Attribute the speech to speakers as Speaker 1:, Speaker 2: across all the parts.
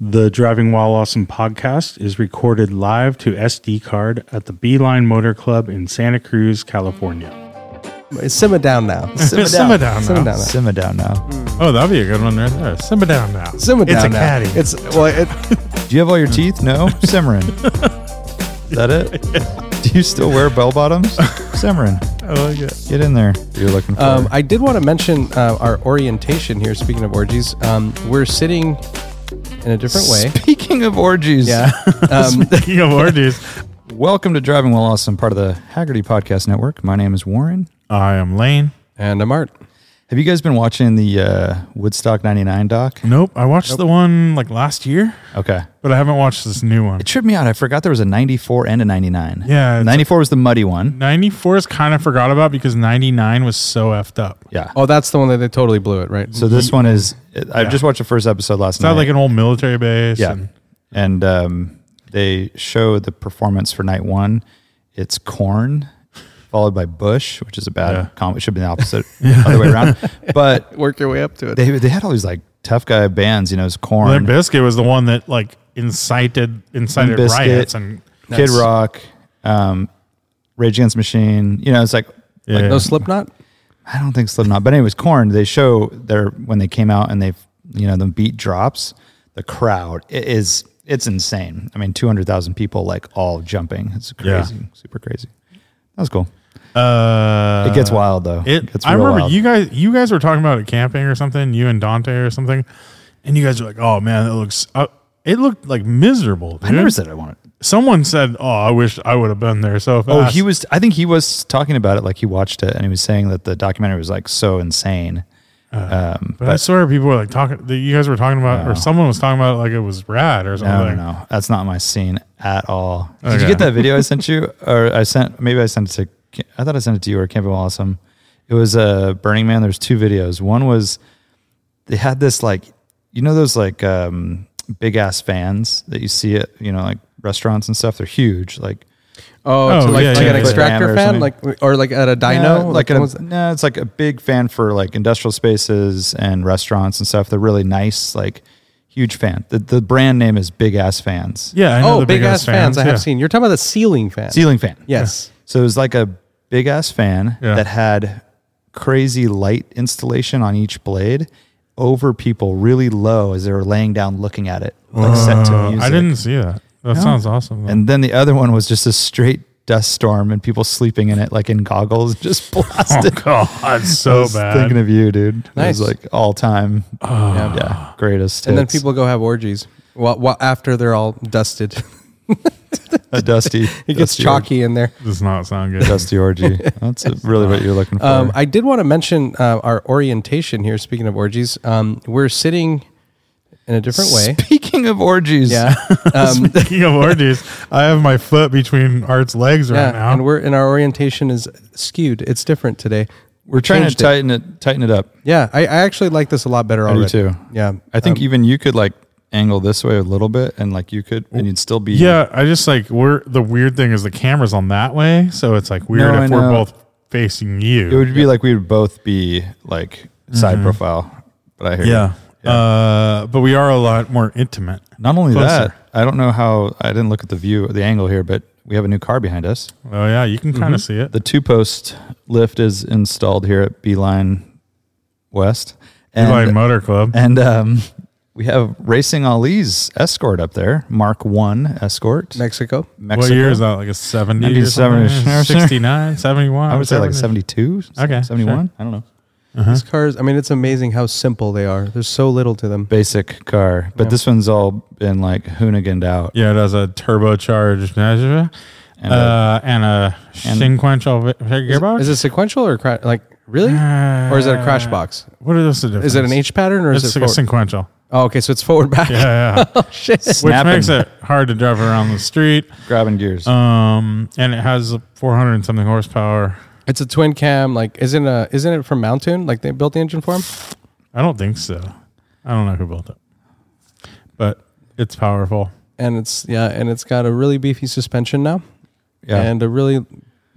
Speaker 1: The Driving While Awesome podcast is recorded live to SD card at the Beeline Motor Club in Santa Cruz, California.
Speaker 2: Simmer down now. Simmer
Speaker 3: Simmer down
Speaker 2: Simmer
Speaker 3: now.
Speaker 2: down now.
Speaker 4: Simmer down now.
Speaker 3: Oh, that'd be a good one right there. Simmer down now.
Speaker 2: Simmer down
Speaker 3: It's a
Speaker 2: now.
Speaker 3: caddy.
Speaker 2: It's well. It,
Speaker 4: Do you have all
Speaker 5: Hmm.
Speaker 4: your teeth? No. Simmering. Is that it? Do you still wear bell bottoms? Simmering.
Speaker 3: I like it.
Speaker 4: Get in there. Uh, You're looking for.
Speaker 2: um, I did want to mention uh, our orientation here. Speaking of orgies, um, we're sitting in a different way.
Speaker 4: Speaking of orgies,
Speaker 2: Yeah. Um,
Speaker 3: Speaking of orgies,
Speaker 4: welcome to Driving While Awesome, part of the Haggerty Podcast Network. My name is Warren.
Speaker 3: I am Lane.
Speaker 2: and I'm Art.
Speaker 4: Have you guys been watching the uh, Woodstock 99 doc?
Speaker 3: Nope. I watched the one like last year,
Speaker 4: Okay.
Speaker 3: but I haven't watched this new one.
Speaker 4: It tripped me out. I forgot there was a 94 and a 99.
Speaker 3: Yeah, it's-
Speaker 4: 94 was the muddy one.
Speaker 3: 94 is kind of forgot about because 99 was so effed up. Is
Speaker 4: Yeah.
Speaker 2: Oh, that's the one that they totally blew it, right?
Speaker 4: So this one is, I just watched the first episode last
Speaker 3: that
Speaker 4: night.
Speaker 3: like an old military base?
Speaker 4: Yeah.
Speaker 3: and-
Speaker 4: And um, they show the performance for night one. It's corn followed by Bush, which is a bad combo. It should be the opposite, other way around. But
Speaker 2: work your way up to it.
Speaker 4: they, they had all these like tough guy bands, you know, it's
Speaker 3: Limp
Speaker 4: corn,
Speaker 3: Biscuit was the one that like incited incited
Speaker 4: Bizkit,
Speaker 3: riots and
Speaker 4: Kid Rock, um, Rage Against the Machine. You know, it's like,
Speaker 3: yeah.
Speaker 2: no Slipknot.
Speaker 4: I don't think Slipknot, but anyways, corn, they show their, when they came out and they've, you know, the beat drops, the crowd it is, it's insane. I mean, 200,000 people like all jumping. It's
Speaker 3: Yeah.
Speaker 4: crazy, super crazy. That was cool.
Speaker 3: uh,
Speaker 4: It gets wild though.
Speaker 3: It,
Speaker 4: gets
Speaker 3: I
Speaker 4: real
Speaker 3: remember
Speaker 4: wild.
Speaker 3: you guys. You guys were talking about it camping or something. You and Dante or something, and you guys were like, "Oh man, that looks." Uh, it looked like miserable.
Speaker 4: I never
Speaker 3: dude."
Speaker 4: said I wanted.
Speaker 3: Someone said, "Oh, I wish I would have been there." So
Speaker 4: Oh,
Speaker 3: fast.
Speaker 4: he was. I think he was talking about it. Like he watched it and he was saying that the documentary was like so insane. um,
Speaker 3: But I swear, people were like talking. that You guys were talking about, or someone was talking about, it like it was rad or
Speaker 4: no, no,
Speaker 3: something.
Speaker 4: no, that's not my scene at all. Did
Speaker 3: Okay.
Speaker 4: you get that video I sent you, or I sent? Maybe I sent it to. I thought I sent it to you or Campbell Awesome. It was uh, Burning Man. There's two videos. One was they had this like, you know, those like um, big ass fans that you see at you know like restaurants and stuff. They're huge. Like
Speaker 2: Oh,
Speaker 3: Oh,
Speaker 2: to like,
Speaker 3: yeah,
Speaker 2: like
Speaker 3: yeah,
Speaker 2: an
Speaker 3: yeah.
Speaker 2: extractor
Speaker 4: Or
Speaker 2: fan,
Speaker 4: something.
Speaker 2: like or like at a dyno,
Speaker 4: No,
Speaker 2: like,
Speaker 4: like, an-
Speaker 2: what was that?
Speaker 4: no, it's like a big fan for like industrial spaces and restaurants and stuff. They're really nice, like huge fan. The, the brand name is Big Ass Fans,
Speaker 3: Yeah, I know
Speaker 2: oh,
Speaker 3: the
Speaker 2: big, ass, fans. I have
Speaker 3: yeah.
Speaker 2: seen. You're talking about the ceiling fan.
Speaker 4: ceiling fan.
Speaker 2: Yes.
Speaker 4: So it was like a big ass fan
Speaker 3: Yeah.
Speaker 4: that had crazy light installation on each blade over people really low as they were laying down looking at it, like set to
Speaker 3: Uh,
Speaker 4: music.
Speaker 3: I didn't see that. That sounds awesome. though.
Speaker 4: And then the other one was just a straight dust storm and people sleeping in it, like in goggles, just
Speaker 3: oh
Speaker 4: blasted.
Speaker 3: god,
Speaker 4: I
Speaker 3: so
Speaker 4: was
Speaker 3: bad. Ah.
Speaker 4: Thinking of you, dude.
Speaker 2: Nice.
Speaker 4: It was like all time.
Speaker 2: Yeah.
Speaker 4: yeah, greatest.
Speaker 2: And then
Speaker 4: hits.
Speaker 2: people go have orgies. Well, well, after they're all dusted,
Speaker 4: a dusty.
Speaker 2: it gets
Speaker 4: dusty orgy-
Speaker 2: chalky in there.
Speaker 3: Does not sound good.
Speaker 4: Dusty orgy. That's really what you're looking for.
Speaker 2: Um, I did want to mention uh, our orientation here. Speaking of orgies, um, we're sitting in a different way.
Speaker 4: Speaking of orgies,
Speaker 2: Yeah. Um,
Speaker 3: Speaking of orgies, I have my foot between Art's legs right
Speaker 2: yeah.
Speaker 3: now.
Speaker 2: And we're and our orientation is skewed. It's different today.
Speaker 4: we're trying to
Speaker 2: Changed it.
Speaker 4: tighten it, tighten it up.
Speaker 2: Yeah, I, I actually like this a lot better
Speaker 4: I do
Speaker 2: already.
Speaker 4: too.
Speaker 2: Yeah.
Speaker 4: I
Speaker 3: Um,
Speaker 4: think even you could like angle this way a little bit, and like you could, and you'd still be
Speaker 3: yeah, I just like we're the weird thing is the camera's on that way, so it's like weird
Speaker 4: No,
Speaker 3: if
Speaker 4: I
Speaker 3: we're
Speaker 4: know.
Speaker 3: both facing you.
Speaker 4: It would be like we would both be like side profile. But I hear you.
Speaker 3: Mm-hmm. yeah. Uh, but we are a lot more intimate.
Speaker 4: Not only
Speaker 3: Closer.
Speaker 4: that, I don't know how I didn't look at the view, the angle here, but we have a new car behind us.
Speaker 3: Oh yeah, you can kind of see it.
Speaker 4: the two post lift is installed here at Beeline West, and
Speaker 3: Like Motor Club.
Speaker 4: and um, we have Racing Ali's Escort up there, Mark One Escort.
Speaker 2: Um, Mexico.
Speaker 4: Mexico.
Speaker 3: What year is that? Like a 70 or
Speaker 4: 1970.
Speaker 3: 69, 71?
Speaker 4: I would say like seventy-two.
Speaker 3: Okay,
Speaker 4: seventy-one. I don't know. Uh-huh.
Speaker 2: These cars. I mean, it's amazing how simple they are. There's so little to them.
Speaker 4: Basic car, but this one's all been like hooniganed out.
Speaker 3: Yeah, it has a turbocharged uh,
Speaker 4: And,
Speaker 3: and a sequential vi- gearbox.
Speaker 2: Is it sequential or cra- like really, or is it a crash
Speaker 4: Uh,
Speaker 2: box?
Speaker 3: what is this?
Speaker 2: Is it an H pattern or is
Speaker 3: It's
Speaker 2: it
Speaker 3: like a
Speaker 2: forward?
Speaker 3: sequential.
Speaker 2: oh, okay, so it's forward back.
Speaker 3: Yeah, yeah.
Speaker 2: Oh shit.
Speaker 3: which
Speaker 4: Snapping.
Speaker 3: makes it hard to drive around the street.
Speaker 4: grabbing gears.
Speaker 3: Um, and it has a 400 and something horsepower.
Speaker 2: It's a twin cam. Like, isn't a isn't it from Mountain? Like they built the engine for him.
Speaker 3: I don't think so. I don't know who built it, but it's powerful.
Speaker 2: And it's yeah, and it's got a really beefy suspension now,
Speaker 4: yeah.
Speaker 2: and a really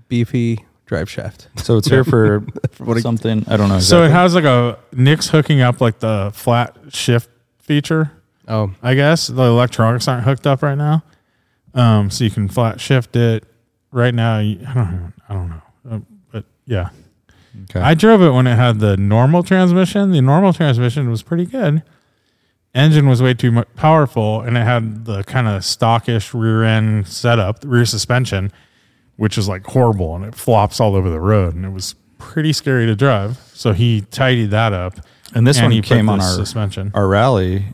Speaker 2: beefy drive shaft.
Speaker 4: so it's here for
Speaker 2: what it-
Speaker 4: something. I don't know.
Speaker 3: So
Speaker 4: exactly.
Speaker 3: it has like a Nick's hooking up like the flat shift feature.
Speaker 2: Oh,
Speaker 5: I guess the electronics aren't hooked up right now, um, so you can flat shift it. Right now, you- I don't, I don't know, Uh, but yeah,
Speaker 4: Okay.
Speaker 5: I drove it when it had the normal transmission. The normal transmission was pretty good. Engine was way too mu- powerful, and it had the kind of stockish rear end setup, the rear suspension, which is like horrible, and it flops all over the road, and it was pretty scary to drive. So he tidied that up.
Speaker 4: and this
Speaker 5: and
Speaker 4: one
Speaker 5: he put
Speaker 4: came on
Speaker 5: the
Speaker 4: our
Speaker 5: suspension.
Speaker 4: our rally.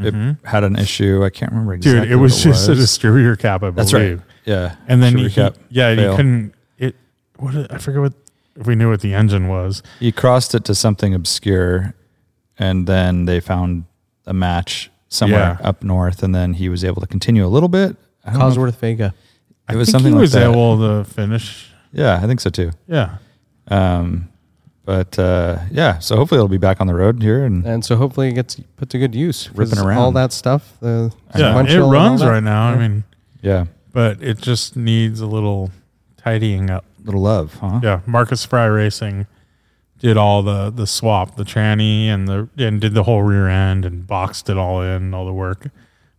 Speaker 4: It had an issue. I can't remember
Speaker 5: Dude,
Speaker 4: exactly.
Speaker 5: it was
Speaker 4: what
Speaker 5: just a
Speaker 4: was.
Speaker 5: distributor cap, I believe.
Speaker 4: That's right. Yeah.
Speaker 5: And then
Speaker 4: Should
Speaker 5: you,
Speaker 4: we cap-
Speaker 5: yeah, you
Speaker 4: fail?
Speaker 5: couldn't. It what did- I forget what if we knew what the engine was.
Speaker 4: He crossed it to something obscure, and then they found a match somewhere
Speaker 5: Yeah.
Speaker 4: up north, and then he was able to continue a little bit. I don't know if-
Speaker 2: Cosworth Vega.
Speaker 4: It was
Speaker 5: I think
Speaker 4: something
Speaker 5: he
Speaker 4: like
Speaker 5: was
Speaker 4: that.
Speaker 5: able to finish.
Speaker 4: Yeah, I think so too.
Speaker 5: Yeah,
Speaker 4: Um, but uh, yeah, so hopefully it'll be back on the road here, and
Speaker 2: And so hopefully it gets put to good use. 'cause
Speaker 4: Ripping around.
Speaker 2: All that stuff. The
Speaker 5: yeah, it
Speaker 2: sequential and
Speaker 5: runs
Speaker 2: all that.
Speaker 5: right now. I
Speaker 2: Yeah.
Speaker 5: mean,
Speaker 4: yeah,
Speaker 5: but it just needs a little tidying up.
Speaker 4: little love, huh?
Speaker 5: Yeah, Marcus Fry Racing did all the the swap, the tranny, and the and did the whole rear end and boxed it all in, all the work.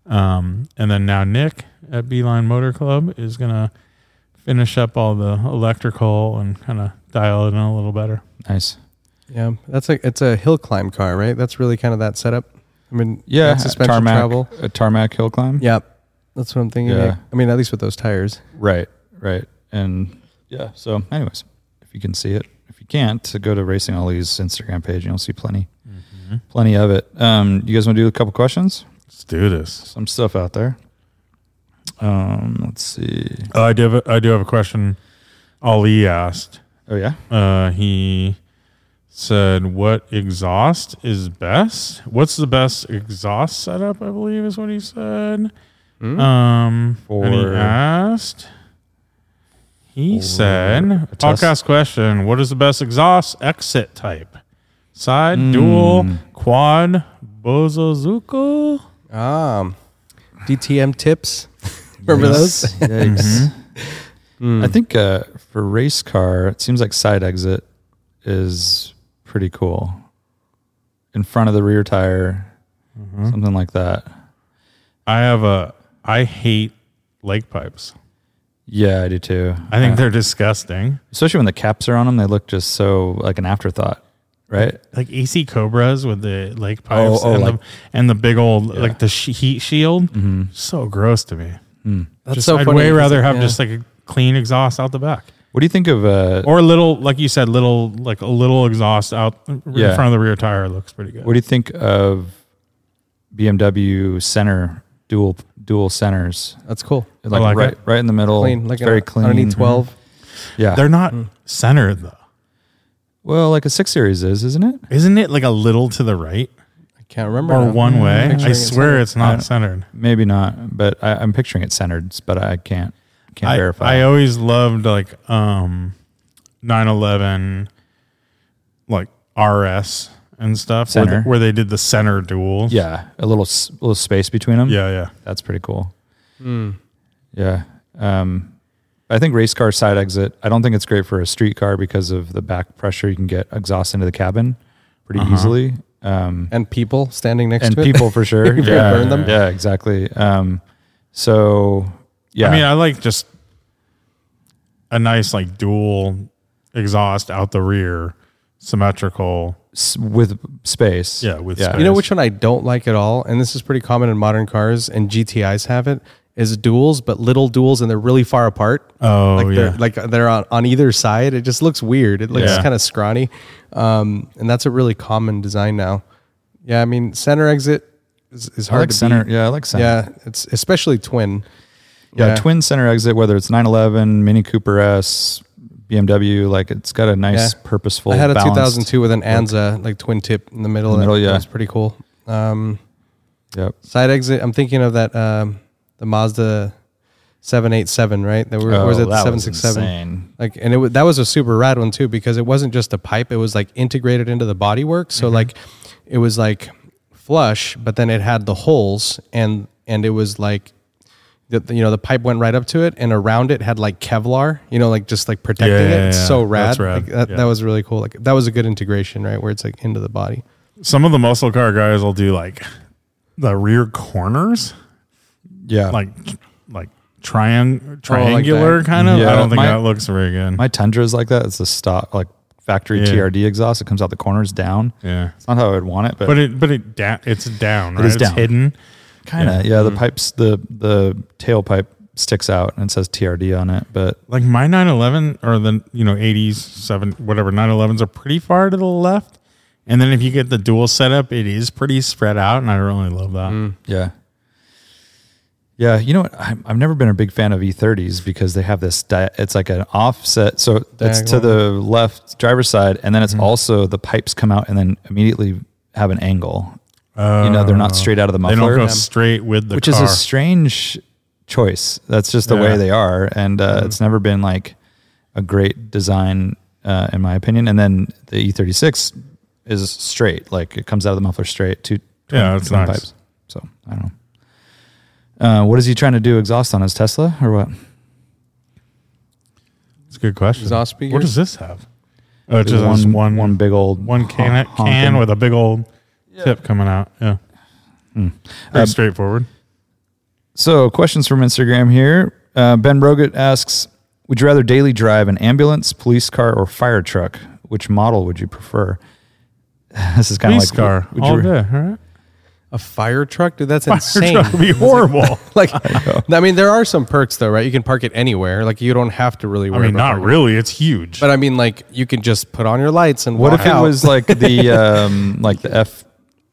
Speaker 5: Um, and then now Nick at Beeline Motor Club is gonna finish up all the electrical and kind of dial it in a little better.
Speaker 4: Nice.
Speaker 2: Yeah, that's a it's a hill climb car, right? That's really kind of that setup. I mean,
Speaker 4: Yeah, uh,
Speaker 2: that suspension
Speaker 4: tarmac,
Speaker 2: travel.
Speaker 4: a tarmac hill climb.
Speaker 2: Yeah, that's what I'm thinking.
Speaker 4: Yeah.
Speaker 2: I mean, at least with those tires.
Speaker 4: Right, right, and yeah. So, anyways, if you can see it, if you can't, to go to Racing Ollie's Instagram page, and you'll see plenty, plenty of it. Um, you guys want to do a couple questions?
Speaker 5: Let's do this.
Speaker 4: Some stuff out there. Um, let's see.
Speaker 5: Oh, I do have a, I do have a question. Ali asked.
Speaker 4: Oh yeah,
Speaker 5: Uh, he said, "What exhaust is best? What's the best exhaust setup?" I believe is what he said.
Speaker 4: Hmm.
Speaker 5: Um, and he
Speaker 4: Mm-hmm. For-
Speaker 5: asked. He
Speaker 4: For
Speaker 5: said,
Speaker 4: a test-
Speaker 5: "Podcast question: What is the best exhaust exit type? Side,
Speaker 4: Mm.
Speaker 5: dual, quad, Bozozuko?
Speaker 2: Um, DTM tips. Remember those?
Speaker 4: Yikes. Mm-hmm. I think uh, for race car, it seems like side exit is pretty cool. In front of the rear tire, something like that.
Speaker 5: I have a. I hate lake pipes.
Speaker 4: Yeah, I do too.
Speaker 5: I think they're disgusting.
Speaker 4: Especially when the caps are on them, they look just so like an afterthought, right?
Speaker 5: like AC Cobras with the lake pipes
Speaker 4: oh,
Speaker 5: and,
Speaker 4: like- Mm-hmm.
Speaker 5: the, and the big old like the sh- heat shield. So gross to me.
Speaker 2: That's
Speaker 5: Just,
Speaker 2: so
Speaker 5: I'd
Speaker 2: funny
Speaker 5: way
Speaker 2: 'cause
Speaker 5: rather
Speaker 2: it-
Speaker 5: have
Speaker 2: yeah.
Speaker 5: just like a clean exhaust out the back
Speaker 4: What do you think of? Uh,
Speaker 5: or a little, like you said, little like a little exhaust out in
Speaker 4: Yeah.
Speaker 5: front of the rear tire looks pretty good.
Speaker 4: what do you think of BMW center dual dual centers?
Speaker 2: That's cool.
Speaker 4: Like,
Speaker 5: like
Speaker 4: right,
Speaker 5: it.
Speaker 4: right in the middle.
Speaker 2: Clean, Mm-hmm.
Speaker 4: It's
Speaker 2: like
Speaker 4: very
Speaker 2: an,
Speaker 4: clean. Mm-hmm.
Speaker 2: on an E12.
Speaker 4: Yeah.
Speaker 5: They're not
Speaker 2: Hmm.
Speaker 5: centered though,
Speaker 4: well, like a six series is, isn't it?
Speaker 5: isn't it? Like a little to the right
Speaker 2: I can't remember.
Speaker 5: or
Speaker 2: now.
Speaker 5: one way.
Speaker 2: Picturing
Speaker 5: I
Speaker 2: Mm-hmm. it
Speaker 5: swear it's
Speaker 4: I
Speaker 5: not
Speaker 4: don't-
Speaker 5: centered.
Speaker 4: Maybe not, but I, I'm picturing it centered, but I can't can't
Speaker 5: I,
Speaker 4: verify.
Speaker 5: I always loved like um 911 like RS and stuff where,
Speaker 4: Center.
Speaker 5: the- where they did the center duels.
Speaker 4: yeah, a little s- little space between them.
Speaker 5: Yeah, yeah.
Speaker 4: that's pretty cool.
Speaker 2: Hmm.
Speaker 4: Yeah, um, I think race car side exit. I don't think it's great for a street car because of the back pressure you can get exhaust into the cabin pretty easily, um,
Speaker 2: And people standing next
Speaker 4: and
Speaker 2: to it.
Speaker 4: people for sure.
Speaker 2: If you
Speaker 4: yeah,
Speaker 2: burn them.
Speaker 4: yeah, exactly. Um, so yeah,
Speaker 5: I mean, I like just a nice like dual exhaust out the rear, symmetrical.
Speaker 4: s- with space.
Speaker 5: Yeah, with
Speaker 4: yeah,
Speaker 5: space.
Speaker 2: You know which one I don't like at all, and this is pretty common in modern cars, and GTI's have it, is duels, but little duels, and they're really far apart.
Speaker 5: Oh,
Speaker 2: like
Speaker 5: yeah.
Speaker 2: they're like they're on, on either side. It just looks weird. It looks
Speaker 5: Yeah.
Speaker 2: kind of scrawny, um, and that's a really common design now. Yeah, I mean center exit is, is
Speaker 4: I
Speaker 2: hard
Speaker 4: like
Speaker 2: to
Speaker 4: center.
Speaker 2: beat.
Speaker 4: Yeah, I like center.
Speaker 2: Yeah, it's especially twin.
Speaker 4: yeah, twin center exit whether it's 911 mini cooper s bmw like it's got a nice
Speaker 2: Yeah.
Speaker 4: purposeful
Speaker 2: I had a
Speaker 4: balanced-
Speaker 2: 2002 with an Anza, like twin tip in the middle.
Speaker 4: In the
Speaker 2: That-
Speaker 4: middle, yeah.
Speaker 2: that was pretty cool. Um,
Speaker 4: yep
Speaker 2: Side exit. I'm thinking of that um, the Mazda 787, right? That were, or was
Speaker 4: Oh,
Speaker 2: it
Speaker 4: that was
Speaker 2: 767?
Speaker 4: insane.
Speaker 2: Like, and it wa- that was a super rad one too because it wasn't just a pipe; it was like integrated into the bodywork.
Speaker 5: Mm-hmm.
Speaker 2: So like, it was like flush, but then it had the holes, and and it was like. The, the- you know the pipe went right up to it and around it had like kevlar you know like just like protecting
Speaker 5: Yeah, yeah,
Speaker 2: it it's
Speaker 5: yeah.
Speaker 2: so rad,
Speaker 5: That's rad.
Speaker 2: Like, that,
Speaker 5: Yeah.
Speaker 2: that was really cool like that was a good integration right where it's like into the body
Speaker 5: Some of the muscle car guys will do like the rear corners,
Speaker 4: Yeah.
Speaker 5: like like
Speaker 4: Oh,
Speaker 5: triang triangular kind of.
Speaker 4: Yeah.
Speaker 5: I don't think
Speaker 4: My-
Speaker 5: that looks very good.
Speaker 4: my Tundra is like that. It's a stock like factory
Speaker 5: Yeah.
Speaker 4: TRD exhaust. It comes out the corners down.
Speaker 5: yeah,
Speaker 4: It's not how I would want it, but,
Speaker 5: but it but it da- it's down. Right?
Speaker 4: is
Speaker 5: It's
Speaker 4: down.
Speaker 5: hidden.
Speaker 4: kind of yeah. The pipes the the tailpipe sticks out and it says TRD on it, but
Speaker 5: Like my 911 or the you know 80s seven whatever 911s are pretty far to the left, and then if you get the dual setup, it is pretty spread out, and I really love that.
Speaker 4: yeah. Yeah, you know what? I'm, I've never been a big fan of E30s because they have this. Di- it's like an offset, so it's
Speaker 2: Diagonal.
Speaker 4: to the left driver's side, and then
Speaker 5: Mm-hmm.
Speaker 4: it's also the pipes come out and then immediately have an angle. you know, they're not straight out of the
Speaker 5: Oh. They
Speaker 4: muffler.
Speaker 5: don't go straight with the
Speaker 4: which
Speaker 5: car.
Speaker 4: is a strange choice. That's just the
Speaker 5: Yeah. Mm-hmm.
Speaker 4: way they are, and uh, it's never been like a great design, uh, in my opinion. And then the E36 is straight, like it comes out of the muffler straight. Two,
Speaker 5: Yeah, it's
Speaker 4: twin
Speaker 5: nice.
Speaker 4: So I don't know. Uh, what is he trying to do? Exhaust on his Tesla or what?
Speaker 5: It's a good question.
Speaker 2: Exhaust speaker?
Speaker 5: What does this have? Oh, it's just
Speaker 4: one,
Speaker 5: this one
Speaker 4: one big old
Speaker 5: one
Speaker 4: hon-
Speaker 5: can can
Speaker 4: honking.
Speaker 5: with a big old tip coming out. Yeah, pretty
Speaker 4: Uh,
Speaker 5: straightforward.
Speaker 4: So, questions from Instagram here. Uh, ben Rogat asks Would you rather daily drive an ambulance, police car, or fire truck? Which model would you prefer? this is kind of
Speaker 5: Police
Speaker 4: like
Speaker 5: car
Speaker 4: Would
Speaker 5: all
Speaker 4: you,
Speaker 5: day. All right,
Speaker 2: A fire truck, dude. That's
Speaker 5: Fire
Speaker 2: insane.
Speaker 5: truck would be horrible.
Speaker 2: like, I mean, there are some perks though, right? You can park it anywhere. Like, you don't have to really
Speaker 5: I
Speaker 2: worry.
Speaker 5: mean,
Speaker 2: about
Speaker 5: not
Speaker 2: parking.
Speaker 5: really. It's huge.
Speaker 2: But I mean, like, you can just put on your lights and
Speaker 4: What
Speaker 2: walk
Speaker 4: if it
Speaker 2: out.
Speaker 4: was like the um, like the F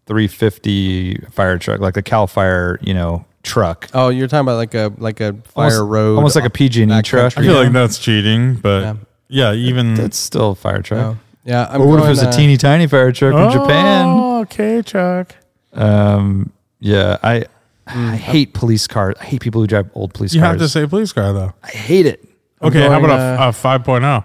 Speaker 4: three fifty fire truck, like the Cal Fire, you know, truck?
Speaker 2: Oh, you're talking about like a like a fire
Speaker 4: Almost-
Speaker 2: road,
Speaker 4: almost like a PG&E E truck.
Speaker 5: I feel like that's cheating. But yeah, even
Speaker 4: It's still a fire truck.
Speaker 2: Oh, yeah, I'm
Speaker 4: Or what if it
Speaker 2: going,
Speaker 4: was
Speaker 2: uh,
Speaker 4: a teeny tiny fire truck from Japan?
Speaker 5: Oh, okay, Chuck.
Speaker 4: Um, yeah, I
Speaker 2: Mm.
Speaker 4: I hate police cars. I hate people who drive old police
Speaker 5: You
Speaker 4: cars.
Speaker 5: have to say police car though.
Speaker 4: I hate it.
Speaker 5: Okay, how
Speaker 2: going,
Speaker 5: about
Speaker 4: uh,
Speaker 5: a, a
Speaker 4: Oh,
Speaker 5: 5.0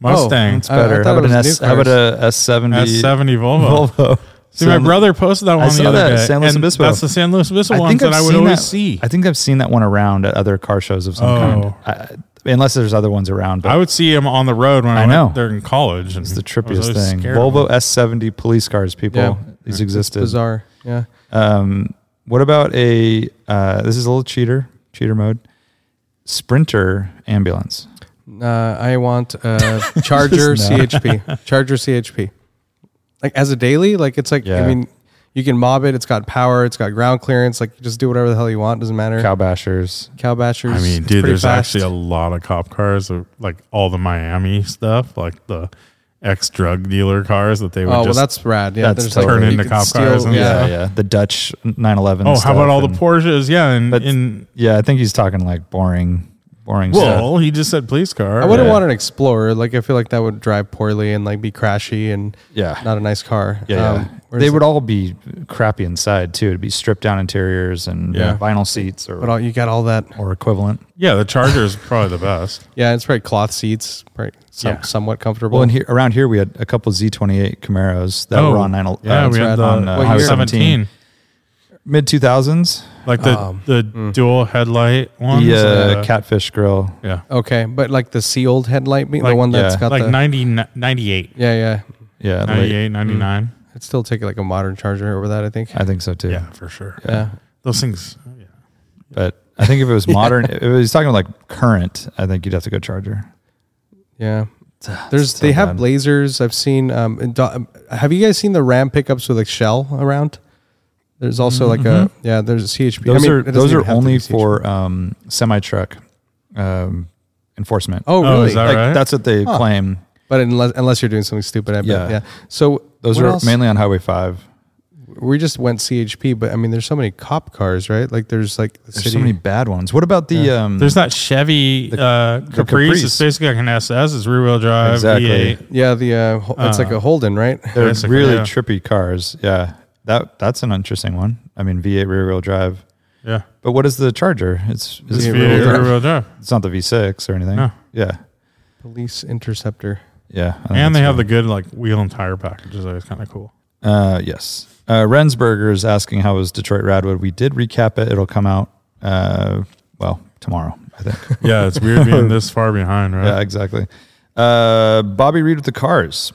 Speaker 5: Mustang
Speaker 4: It's
Speaker 2: I- I
Speaker 4: better.
Speaker 2: thought
Speaker 4: how
Speaker 2: it
Speaker 4: about an
Speaker 2: was
Speaker 4: S?
Speaker 2: new
Speaker 4: How about
Speaker 2: cars.
Speaker 4: a S seventy
Speaker 5: S70 Volvo?
Speaker 4: Volvo?
Speaker 5: See, my brother posted that one the
Speaker 4: saw
Speaker 5: other
Speaker 4: that,
Speaker 5: day.
Speaker 4: San Luis
Speaker 5: and
Speaker 4: Obispo.
Speaker 5: That's the San Luis Obispo ones that I would always
Speaker 4: that,
Speaker 5: see.
Speaker 4: I think I've seen that one around at other car shows of some
Speaker 5: Oh.
Speaker 4: kind. I, unless there's other ones around, but
Speaker 5: I would see him on the road when
Speaker 4: I
Speaker 5: I, went
Speaker 4: know.
Speaker 5: there in college. And it's
Speaker 4: the trippiest thing. Volvo S seventy police cars. People,
Speaker 2: Yeah.
Speaker 4: these existed.
Speaker 2: bizarre. Yeah,
Speaker 4: Um, what about a? Uh, this is a little cheater. Cheater mode. Sprinter ambulance.
Speaker 2: uh, I want uh, Charger CHP, Charger CHP. Like as a daily, like it's like
Speaker 4: Yeah.
Speaker 2: I mean, you can mob it. It's got power. It's got ground clearance. Like you just do whatever the hell you want. Doesn't matter. Cow,
Speaker 4: Cow bashers.
Speaker 2: bashers.
Speaker 5: I mean,
Speaker 2: it's
Speaker 5: dude,
Speaker 2: pretty
Speaker 5: there's
Speaker 2: fast.
Speaker 5: actually a lot of cop cars, uh, like all the Miami stuff, like the ex drug dealer cars that they would
Speaker 2: Oh well,
Speaker 5: just.
Speaker 2: that's rad. Yeah,
Speaker 4: That's
Speaker 2: there's
Speaker 4: turn
Speaker 2: you
Speaker 5: into
Speaker 2: could
Speaker 5: cop cars and
Speaker 2: yeah.
Speaker 4: yeah, yeah. The Dutch 911.
Speaker 5: oh,
Speaker 4: stuff
Speaker 5: how about all the
Speaker 4: and-
Speaker 5: Porsches? Yeah, and
Speaker 4: But-
Speaker 5: in
Speaker 4: Yeah, I think he's talking like boring, boring stuff.
Speaker 5: well, he just said police car.
Speaker 2: I wouldn't
Speaker 4: Yeah.
Speaker 2: want an Explorer. Like I feel like that would drive poorly and like be crashy and
Speaker 4: Yeah.
Speaker 2: not a nice car.
Speaker 4: yeah, yeah.
Speaker 2: Um, whereas
Speaker 4: they would all be crappy inside too. It'd be stripped down interiors and uh,
Speaker 5: Yeah.
Speaker 4: vinyl seats
Speaker 2: But
Speaker 4: or
Speaker 2: all, you got all that.
Speaker 4: or equivalent.
Speaker 5: yeah, the Charger is probably the best.
Speaker 2: Yeah, it's probably cloth seats, probably some,
Speaker 5: Yeah.
Speaker 2: somewhat comfortable.
Speaker 4: Well, and here around here we had a couple Z28 Camaros that
Speaker 5: Oh,
Speaker 4: were on 911.
Speaker 5: Yeah, we had the
Speaker 4: on uh,
Speaker 2: what
Speaker 4: Highway
Speaker 2: year?
Speaker 5: 17,
Speaker 4: 17, mid 2000s.
Speaker 5: like the the dual headlight ones.
Speaker 4: The uh, catfish grill.
Speaker 5: yeah,
Speaker 2: okay, but like the sealed headlight, beam,
Speaker 5: Like-
Speaker 2: the one that's
Speaker 4: yeah.
Speaker 2: got
Speaker 5: like
Speaker 2: the
Speaker 5: 90, 98,
Speaker 2: yeah, yeah.
Speaker 4: Yeah, like-
Speaker 5: 98, 99.
Speaker 2: I'd still take like a modern Charger over that. I think.
Speaker 4: I think so too.
Speaker 5: Yeah, for sure.
Speaker 2: yeah.
Speaker 5: Those things.
Speaker 4: Mm.
Speaker 5: Yeah.
Speaker 4: But I think if it was modern, if it was talking like current, I think you'd have to go Charger.
Speaker 2: Yeah. There's
Speaker 4: so
Speaker 2: they have
Speaker 4: bad.
Speaker 2: lasers. I've seen. Um, and do- um, have you guys seen the Ram pickups with a shell around? There's also like a yeah. There's a CHP. I
Speaker 4: Mm-hmm. Those
Speaker 2: mean,
Speaker 4: are
Speaker 2: it doesn't
Speaker 4: those
Speaker 2: even
Speaker 4: are
Speaker 2: have to be
Speaker 4: only
Speaker 2: CHP.
Speaker 4: for um, semi truck um, enforcement.
Speaker 2: Oh
Speaker 5: Oh,
Speaker 2: really?
Speaker 5: is that
Speaker 4: like,
Speaker 5: right?
Speaker 4: that's what they claim.
Speaker 2: but unless unless you're doing something stupid, I bet.
Speaker 4: Yeah.
Speaker 2: Yeah. So
Speaker 4: Those
Speaker 2: what
Speaker 4: are
Speaker 2: else?
Speaker 4: mainly on Highway Five.
Speaker 2: We just went CHP, but I mean, there's so many cop cars, right? Like there's like the
Speaker 4: There's
Speaker 2: city.
Speaker 4: so many bad ones. What about the um,
Speaker 5: There's that Chevy uh, Caprice.
Speaker 4: Caprice.
Speaker 5: It's basically like an SS. It's rear wheel drive.
Speaker 4: Exactly.
Speaker 5: V8.
Speaker 2: yeah, the uh, ho- it's like a Holden, right?
Speaker 4: they're
Speaker 5: basically,
Speaker 4: really
Speaker 5: yeah.
Speaker 4: trippy cars? Yeah, that that's an interesting one. I mean V8 rear wheel drive.
Speaker 5: Yeah.
Speaker 4: But what is the Charger? It's is
Speaker 5: It's
Speaker 4: it
Speaker 5: V8
Speaker 4: rear wheel
Speaker 5: rear
Speaker 4: drive?
Speaker 5: wheel drive.
Speaker 4: It's not the V6 or anything.
Speaker 5: No.
Speaker 4: Yeah,
Speaker 2: Police interceptor.
Speaker 4: yeah. I think
Speaker 5: And they
Speaker 4: that's one.
Speaker 5: have the good like wheel and tire packages. That is kind of cool.
Speaker 4: Uh, yes. Uh, Rensberger is asking how was Detroit Radwood. We did recap it. It'll come out uh, well tomorrow, I think.
Speaker 5: Yeah, it's weird being this far behind, right?
Speaker 4: Yeah, exactly. Uh, Bobby Reed with the Cars.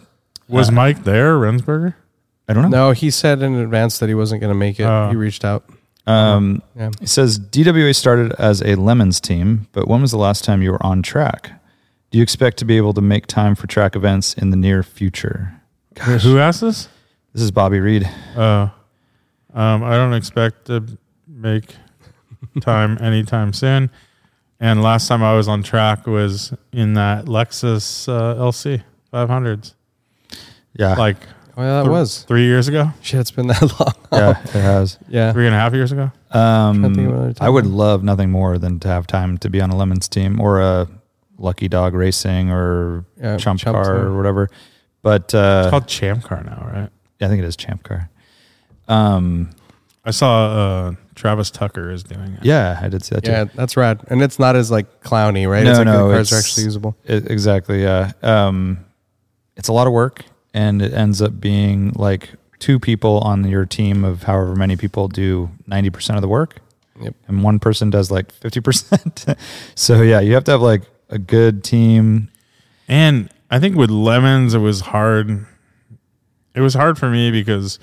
Speaker 5: Was Mike there, Rensberger?
Speaker 4: I don't know.
Speaker 2: No, he said in advance that he wasn't going to make it.
Speaker 5: Oh.
Speaker 2: he reached out.
Speaker 4: Um,
Speaker 2: Yeah.
Speaker 4: It says DWA started as a lemons team, but when was the last time you were on track? Do you expect to be able to make time for track events in the near future?
Speaker 5: Who asked this?
Speaker 4: This is Bobby Reed.
Speaker 5: Uh, um, I don't expect to make time anytime soon. And last time I was on track was in that Lexus uh, LC 500s,
Speaker 4: Yeah,
Speaker 5: like
Speaker 2: Oh, yeah, that
Speaker 5: thr-
Speaker 2: was.
Speaker 5: three years ago,
Speaker 2: Shit, it's been that long.
Speaker 4: yeah, it has.
Speaker 2: yeah.
Speaker 5: three and a half years ago.
Speaker 2: uh, Trying to think of
Speaker 4: Um,
Speaker 2: another
Speaker 4: I would
Speaker 2: time.
Speaker 4: love nothing more than to have time to be on a lemons team or a Lucky Dog Racing or
Speaker 2: Yeah,
Speaker 4: Chump,
Speaker 2: Chump
Speaker 4: Car
Speaker 2: Car.
Speaker 4: or whatever. But uh,
Speaker 5: It's called Champ Car now, right?
Speaker 4: yeah, I think it is Champ Car. Um,
Speaker 5: I saw uh, Travis Tucker is doing it.
Speaker 4: yeah, I did see that too.
Speaker 2: Yeah, that's rad. And it's not as like clowny, right?
Speaker 4: No,
Speaker 2: it's like
Speaker 4: no,
Speaker 2: the cars are
Speaker 4: it's-
Speaker 2: actually usable.
Speaker 4: It, E, exactly. Yeah. Um, it's a lot of work, and it ends up being like two people on your team of however many people do ninety percent of the work,
Speaker 2: Yep.
Speaker 4: and one person does like fifty percent. so yeah, you have to have like a good team.
Speaker 5: And I think with lemons, it was hard. It was hard for me because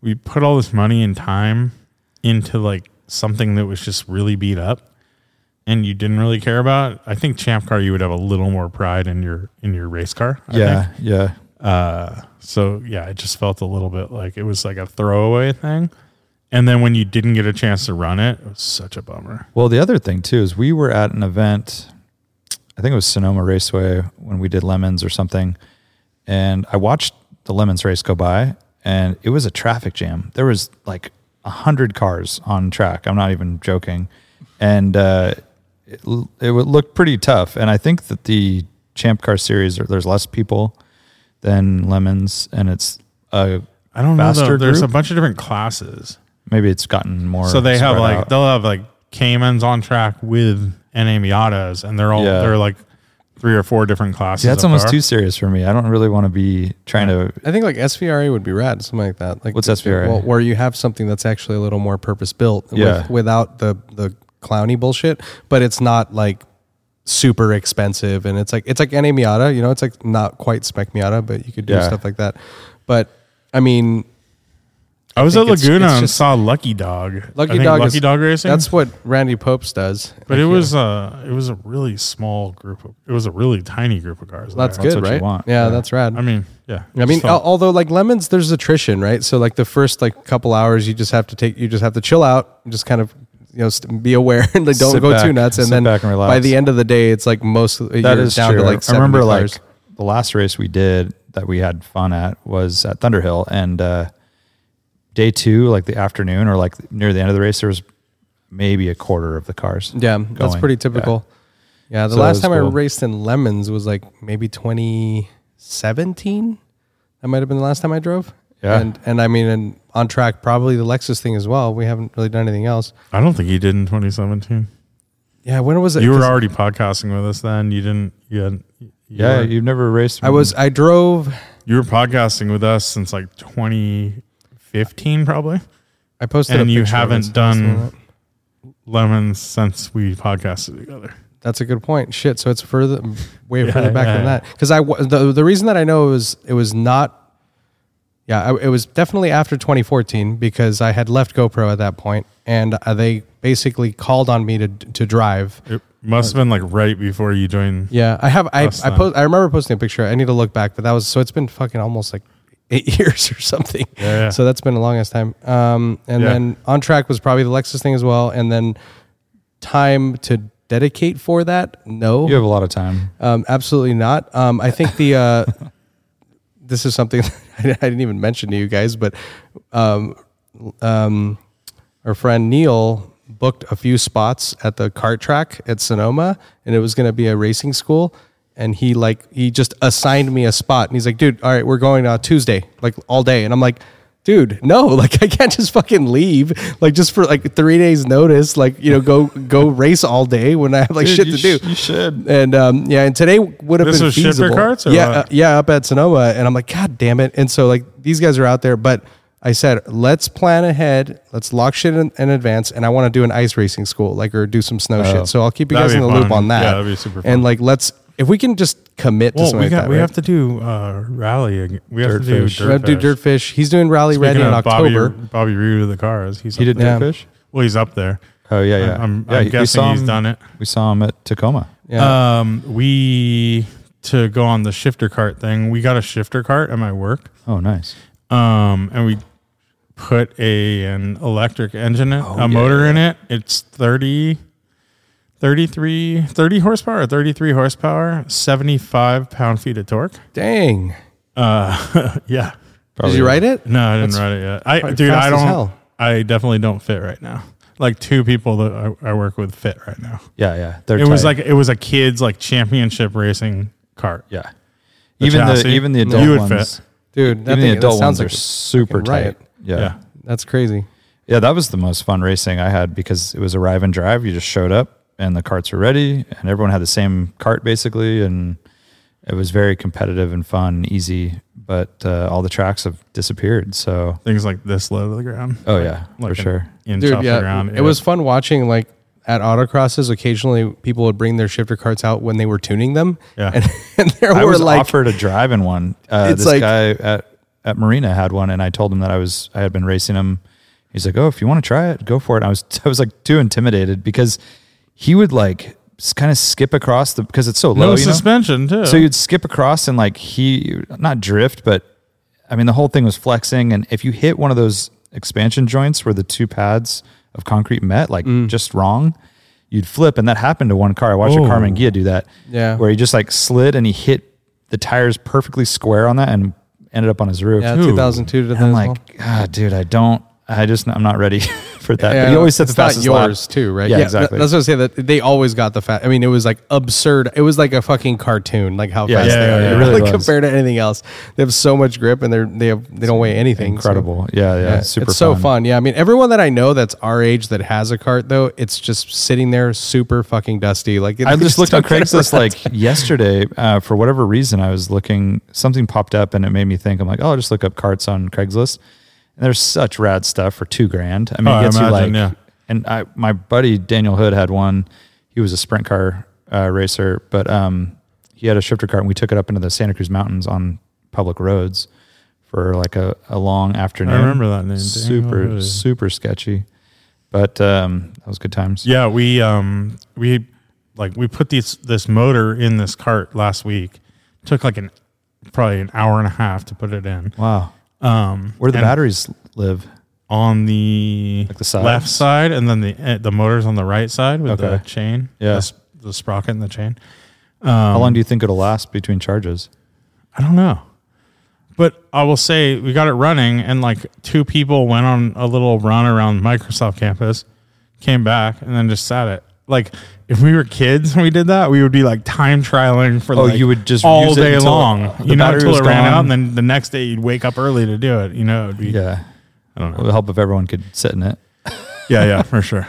Speaker 5: we put all this money and time into like something that was just really beat up and you didn't really care about. I think champ car, you would have a little more pride in your, in your race car. I
Speaker 4: yeah,
Speaker 5: think.
Speaker 4: yeah,
Speaker 5: Uh, so yeah, it just felt a little bit like it was like a throwaway thing. And then when you didn't get a chance to run it, it was such a bummer.
Speaker 4: Well, the other thing too is we were at an event, I think it was Sonoma Raceway when we did lemons or something, and I watched the lemons race go by, and it was a traffic jam. There was like a hundred cars on track. I'm not even joking, and uh, it, l- it would- looked pretty tough. And I think that the Champ Car Series there's less people than lemons, and it's uh,
Speaker 5: I don't know.
Speaker 4: Faster
Speaker 5: Though, there's a
Speaker 4: group?
Speaker 5: bunch of different classes.
Speaker 4: maybe it's gotten more.
Speaker 5: So they have
Speaker 4: spread
Speaker 5: like
Speaker 4: out.
Speaker 5: they'll have like Caymans on track with NA Miatas, and they're all
Speaker 4: Yeah.
Speaker 5: they're like three or four different classes.
Speaker 4: See, that's
Speaker 5: of
Speaker 4: almost
Speaker 5: car.
Speaker 4: too serious for me. I don't really want to be trying to
Speaker 2: I think like SVRA would be rad, something like that. Like
Speaker 4: What's SVRA?
Speaker 2: Well, where you have something that's actually a little more purpose built,
Speaker 4: Yeah.
Speaker 2: with, without the the clowny bullshit. But it's not like super expensive, and it's like it's like any Miata, you know, it's like not quite spec Miata, but you could do
Speaker 4: Yeah.
Speaker 2: stuff like that. But I mean,
Speaker 5: I was
Speaker 2: I
Speaker 5: at
Speaker 2: think it's-
Speaker 5: Laguna
Speaker 2: it's
Speaker 5: and
Speaker 2: just-
Speaker 5: saw Lucky Dog.
Speaker 2: Lucky
Speaker 5: I think
Speaker 2: Dog,
Speaker 5: Lucky
Speaker 2: is-
Speaker 5: Dog Racing.
Speaker 2: That's what Randy Popes does.
Speaker 5: but
Speaker 2: I
Speaker 5: it
Speaker 2: feel.
Speaker 5: was uh it was a really small group. Of, it was a really tiny group of cars.
Speaker 2: that's
Speaker 5: there.
Speaker 2: good,
Speaker 4: what you
Speaker 2: right?
Speaker 4: want.
Speaker 2: Yeah,
Speaker 4: Yeah.
Speaker 2: that's rad.
Speaker 5: I mean, yeah.
Speaker 2: I mean,
Speaker 5: Just felt-
Speaker 2: al- although like lemons, there's attrition, right? So like the first like couple hours, you just have to take, you just have to chill out, and just kind of, you know, st- be aware and like, don't
Speaker 4: Sit
Speaker 2: go too
Speaker 4: back-
Speaker 2: nuts. And
Speaker 4: sit
Speaker 2: then
Speaker 4: back and relax.
Speaker 2: by the end of the day, it's like most
Speaker 4: That
Speaker 2: you're
Speaker 4: is
Speaker 2: down
Speaker 4: true.
Speaker 2: to like
Speaker 4: I remember
Speaker 2: 70
Speaker 4: like
Speaker 2: cars.
Speaker 4: the last race we did that we had fun at was at Thunderhill and uh day 2 like the afternoon or like near the end of the race there was maybe a quarter of the cars.
Speaker 2: yeah, that's
Speaker 4: going.
Speaker 2: pretty typical. Yeah, the
Speaker 4: So that
Speaker 2: last
Speaker 4: was
Speaker 2: time I
Speaker 4: cool.
Speaker 2: raced in lemons was like maybe 2017. That might have been the last time I drove.
Speaker 4: Yeah.
Speaker 2: and and I mean, and on track probably the Lexus thing as well. We haven't really done anything else.
Speaker 5: I don't think you did in 2017.
Speaker 2: Yeah, when was it?
Speaker 5: You were
Speaker 2: 'Cause-
Speaker 5: already podcasting with us then. You didn't. You hadn't, you
Speaker 4: Yeah,
Speaker 5: were-
Speaker 4: you've never raced
Speaker 2: I was. I drove.
Speaker 5: you were podcasting with us since like 2015 probably,
Speaker 2: I posted. a
Speaker 5: and you
Speaker 2: picture of
Speaker 5: haven't
Speaker 2: it, so I was looking at
Speaker 5: done
Speaker 2: it.
Speaker 5: lemons since we podcasted together.
Speaker 2: That's a good point. Shit. So it's further, way
Speaker 5: Yeah,
Speaker 2: further back
Speaker 5: yeah,
Speaker 2: than
Speaker 5: yeah.
Speaker 2: that. Because I wa- the the reason that I know it was it was not. Yeah, I, it was definitely after 2014 because I had left GoPro at that point, and uh, they basically called on me to to drive.
Speaker 5: It must have been like right before you joined.
Speaker 2: Yeah, I have. I
Speaker 5: Last
Speaker 2: I,
Speaker 5: time.
Speaker 2: post, I remember posting a picture. I need to look back, but that was so. It's been fucking almost like eight years or something.
Speaker 5: Yeah, yeah.
Speaker 2: So that's been the longest time. Um, and
Speaker 5: Yeah.
Speaker 2: then on track was probably the Lexus thing as well, and then time to dedicate for that. No,
Speaker 4: you have a lot of time.
Speaker 2: um, absolutely not. Um, I think the uh, this is something I didn't even mention to you guys, but um, um, our friend Neil booked a few spots at the kart track at Sonoma, and it was going to be a racing school. And he like he just assigned me a spot, and he's like, "Dude, all right, we're going uh, Tuesday, like all day." And I'm like, "Dude, no, like I can't just fucking leave, like just for like three days notice, like you know, go go race all day when I have like
Speaker 4: Dude,
Speaker 2: shit
Speaker 4: you
Speaker 2: to
Speaker 4: sh-
Speaker 2: do."
Speaker 4: you should.
Speaker 2: And um, yeah, and today would have
Speaker 5: This
Speaker 2: been
Speaker 5: was shipper
Speaker 2: feasible.
Speaker 5: carts or
Speaker 2: yeah,
Speaker 5: what?
Speaker 2: uh, yeah, up at Sonoma, and I'm like, God damn it! And so like these guys are out there, but I said, let's plan ahead, let's lock shit in, in advance, and I want to do an ice racing school, like or do some snow shit. So I'll keep you
Speaker 5: Oh, That'd
Speaker 2: guys in
Speaker 5: be
Speaker 2: the loop
Speaker 5: fun.
Speaker 2: on that.
Speaker 5: Yeah, that'd be super
Speaker 2: And
Speaker 5: fun.
Speaker 2: like, let's If we can just commit to
Speaker 5: Well,
Speaker 2: something
Speaker 5: we,
Speaker 2: like
Speaker 5: got,
Speaker 2: that,
Speaker 5: we
Speaker 2: right?
Speaker 5: have to do uh, rally. ag- We have to do
Speaker 4: Dirtfish.
Speaker 5: Dirtfish.
Speaker 2: we have to do Dirtfish. He's doing Rally
Speaker 5: Speaking
Speaker 2: Red in
Speaker 5: of
Speaker 2: October.
Speaker 5: Bobby, Bobby Roode of the Cars. He's
Speaker 4: He
Speaker 5: up
Speaker 4: did
Speaker 2: Yeah.
Speaker 4: Dirtfish?
Speaker 5: Well, he's up there.
Speaker 4: Oh, yeah, yeah.
Speaker 5: I'm,
Speaker 4: yeah,
Speaker 5: I'm
Speaker 4: we
Speaker 5: guessing
Speaker 4: saw
Speaker 5: he's
Speaker 4: him-
Speaker 5: done it.
Speaker 4: We saw him at Tacoma.
Speaker 2: yeah.
Speaker 5: Um, we to go on the shifter cart thing. We got a shifter cart at my work.
Speaker 4: Oh, nice.
Speaker 5: Um, and we put a an electric engine, in, a
Speaker 4: Oh, yeah,
Speaker 5: motor in it. It's 30, 33, 30 horsepower, 33 horsepower, 75 pound feet of torque.
Speaker 2: Dang.
Speaker 5: Uh, yeah.
Speaker 2: Did you write it?
Speaker 5: No, I didn't
Speaker 2: That's
Speaker 5: write it yet. I,
Speaker 2: probably
Speaker 5: dude,
Speaker 2: fast
Speaker 5: I
Speaker 2: as
Speaker 5: don't,
Speaker 2: hell.
Speaker 5: I definitely don't fit right now. Like two people that I, I work with fit right now.
Speaker 4: Yeah, yeah. They're
Speaker 5: it was
Speaker 4: tight.
Speaker 5: like, it was a kid's like championship racing cart.
Speaker 4: yeah.
Speaker 5: The
Speaker 4: even the
Speaker 5: chassis,
Speaker 4: even the
Speaker 5: you
Speaker 4: adult
Speaker 5: would
Speaker 4: ones,
Speaker 5: fit.
Speaker 2: Dude, that,
Speaker 4: even the
Speaker 2: thing, that
Speaker 4: adult
Speaker 2: sounds
Speaker 4: ones
Speaker 2: like
Speaker 4: are super
Speaker 2: fucking riot.
Speaker 4: tight. Yeah. yeah,
Speaker 5: Yeah.
Speaker 2: That's crazy.
Speaker 4: That was the most fun racing I had because it was arrive and drive. You just showed up and the carts were ready, and everyone had the same cart basically, and it was very competitive and fun, and easy. But uh, all the tracks have disappeared. So,
Speaker 5: Things like this low to the ground.
Speaker 4: oh yeah,
Speaker 5: Like
Speaker 4: for
Speaker 5: an
Speaker 4: sure.
Speaker 5: Inch
Speaker 2: Dude,
Speaker 5: off
Speaker 2: yeah.
Speaker 5: the ground.
Speaker 2: It was fun watching like at autocrosses. Occasionally, people would bring their shifter carts out when they were tuning them.
Speaker 5: Yeah.
Speaker 2: And, and there
Speaker 4: I
Speaker 2: were
Speaker 4: was
Speaker 2: like
Speaker 4: offered a drive in one. Uh,
Speaker 2: It's
Speaker 4: this
Speaker 2: like-
Speaker 4: guy at, at Marina had one, and I told him that I was I had been racing him. He's like, "Oh, if you want to try it, go for it." And I was I was like too intimidated because he would like kind of skip across the because it's so
Speaker 5: no
Speaker 4: low, you know.
Speaker 5: suspension too.
Speaker 4: So you'd skip across and like he not drift, but I mean the whole thing was flexing. And if you hit one of those expansion joints where the two pads of concrete met, like
Speaker 2: Mm.
Speaker 4: just wrong, you'd flip. And that happened to one car. I watched a Carmen Gia do that.
Speaker 2: Oh. Yeah.
Speaker 4: Where he just like slid and he hit the tires perfectly square on that and ended up on his roof.
Speaker 2: yeah,
Speaker 5: Ooh.
Speaker 2: 2002 to
Speaker 4: And I'm
Speaker 2: that. Like,
Speaker 4: like, ah, dude, I don't. I just I'm not ready for that. but
Speaker 2: Yeah,
Speaker 4: he always set the
Speaker 2: it's not
Speaker 4: fastest lap.
Speaker 2: yours too, right?
Speaker 4: Yeah,
Speaker 2: th-
Speaker 4: exactly.
Speaker 2: That's what I say. That they always got the fat. I mean, it was like absurd. It was like a fucking cartoon, like how
Speaker 4: Yeah,
Speaker 2: fast
Speaker 4: yeah,
Speaker 2: they are.
Speaker 4: yeah, it
Speaker 2: you know,
Speaker 4: really
Speaker 2: like
Speaker 4: was.
Speaker 2: compared to anything else, they have so much grip and they're they have they don't weigh anything. so-
Speaker 4: Incredible. Yeah, yeah,
Speaker 2: Yeah,
Speaker 4: Super
Speaker 2: it's so fun. Yeah, I mean, everyone that I know that's our age that has a cart though, it's just sitting there super fucking dusty. Like it-
Speaker 4: I just looked on
Speaker 2: don't get
Speaker 4: Craigslist
Speaker 2: around.
Speaker 4: like yesterday uh, for whatever reason. I was looking, something popped up and it made me think. I'm like, oh, I'll just look up carts on Craigslist. And there's such rad stuff for two grand. I mean,
Speaker 5: Oh,
Speaker 4: it
Speaker 5: I
Speaker 4: gets
Speaker 5: imagine,
Speaker 4: you
Speaker 5: yeah.
Speaker 4: like, and I, my buddy Daniel Hood had one. He was a sprint car uh, racer, but um, he had a shifter cart and we took it up into the Santa Cruz Mountains on public roads for like a, a long afternoon.
Speaker 5: remember that name, Daniel
Speaker 4: Super,
Speaker 5: Hood.
Speaker 4: super sketchy. But um, that was good times.
Speaker 5: Yeah, we um we like we put this this motor in this cart last week. Took like an probably an hour and a half to put it in.
Speaker 4: Wow.
Speaker 5: Um,
Speaker 4: Where do the
Speaker 5: and
Speaker 4: batteries live?
Speaker 5: on the,
Speaker 4: Like the sides?
Speaker 5: left side, and then the eh, the motors on the right side with the
Speaker 4: Okay.
Speaker 5: chain.
Speaker 4: Yeah.
Speaker 5: the, s- the sprocket and the chain.
Speaker 4: How
Speaker 5: um,
Speaker 4: long do you think it'll last between charges?
Speaker 5: I don't know. But I will say we got it running, and like two people went on a little run around Microsoft campus, came back, and then just sat it. Like if we were kids and we did that, we would be like time trialing for
Speaker 4: Oh,
Speaker 5: like
Speaker 4: you would just
Speaker 5: all
Speaker 4: use it
Speaker 5: day
Speaker 4: until
Speaker 5: long,
Speaker 4: the
Speaker 5: you know,
Speaker 4: battery
Speaker 5: until
Speaker 4: was
Speaker 5: it ran
Speaker 4: gone.
Speaker 5: out, and then the next day you'd wake up early to do it. You know, it'd be, yeah,
Speaker 4: Yeah.
Speaker 5: I don't know.
Speaker 4: It would help if everyone could sit in it.
Speaker 5: yeah, yeah, for sure.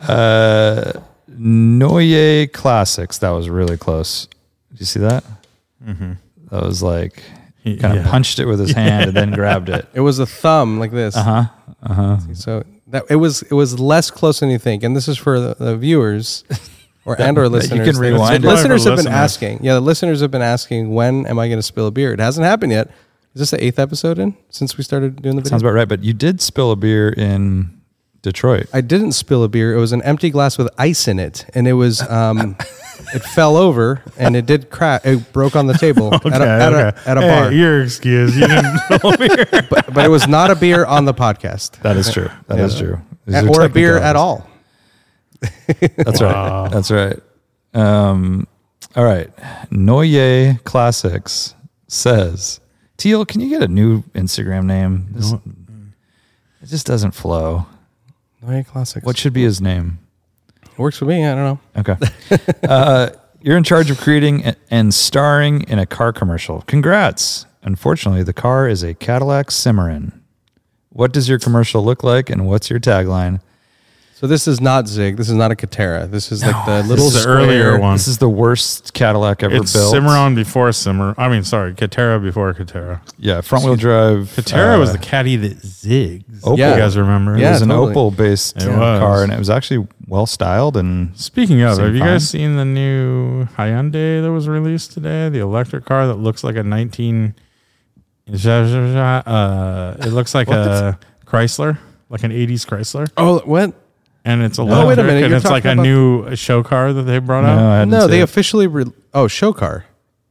Speaker 4: Uh, Noye Classics. That was really close. Did you see that? That was like,
Speaker 5: He-
Speaker 4: kind of
Speaker 5: Mm-hmm. yeah.
Speaker 4: punched it with his hand and then grabbed it.
Speaker 2: It was a thumb like this. Uh
Speaker 4: Uh-huh,
Speaker 2: huh. Uh huh. So that it was it was less close than you think, and this is for the, the viewers or and or
Speaker 4: that you
Speaker 2: listeners.
Speaker 4: can
Speaker 2: The
Speaker 4: rewind
Speaker 5: it.
Speaker 2: Listeners
Speaker 5: For
Speaker 2: have been
Speaker 5: listeners.
Speaker 2: asking. Yeah, the listeners have been asking. When am I going to spill a beer? It hasn't happened yet. Is this the eighth episode in since we started doing the video?
Speaker 4: Sounds about right. But you did spill a beer in Detroit.
Speaker 2: I didn't spill a beer. It was an empty glass with ice in it, and it was um, it fell over and it did crack. It broke on the table at, a, at, a, at a
Speaker 5: Hey,
Speaker 2: bar,
Speaker 5: Your excuse. You didn't
Speaker 2: but, but it was not a beer on the podcast
Speaker 4: That is true. That is true. These
Speaker 2: And-
Speaker 4: are
Speaker 2: or a beer at
Speaker 4: technicalities.
Speaker 2: all.
Speaker 4: That's right. That's right. Um, all right. Noye Classics says, Teal, can you get a new Instagram name? This- It just doesn't flow.
Speaker 2: Noye Classics.
Speaker 4: What should be his name?
Speaker 2: works for me? I don't know.
Speaker 4: Okay. uh, you're in charge of creating a- and starring in a car commercial. Congrats. Unfortunately, the car is a Cadillac Cimarron. What does your commercial look like and what's your tagline?
Speaker 2: So this is not Zig. This is not a Katera. This is like the little
Speaker 5: is the
Speaker 2: square-
Speaker 5: earlier one.
Speaker 4: This is the worst Cadillac ever
Speaker 5: it's
Speaker 4: built.
Speaker 5: Cimarron before Cimarron. I mean, sorry, Katera before Katera.
Speaker 4: Yeah, front wheel drive.
Speaker 5: Katera was
Speaker 4: uh, Oh.
Speaker 5: the caddy that zigs.
Speaker 4: Opel.
Speaker 5: You guys remember?
Speaker 2: Yeah,
Speaker 4: it was an
Speaker 2: totally.
Speaker 4: Opel based
Speaker 5: It was.
Speaker 4: car, and it was actually well styled and
Speaker 5: Speaking of,
Speaker 4: Seem
Speaker 5: have you
Speaker 4: fine.
Speaker 5: guys seen the new Hyundai that was released today? The electric car that looks like a 19 uh it looks like a Chrysler, like an 80s Chrysler,
Speaker 2: Oh, what?
Speaker 5: and it's
Speaker 2: wait a
Speaker 5: electric
Speaker 2: minute,
Speaker 5: and
Speaker 2: you're
Speaker 5: it's like
Speaker 2: talking about-
Speaker 5: a new show car that they brought out.
Speaker 4: I hadn't
Speaker 2: No,
Speaker 4: seen
Speaker 2: they
Speaker 4: it.
Speaker 2: officially re- oh show car.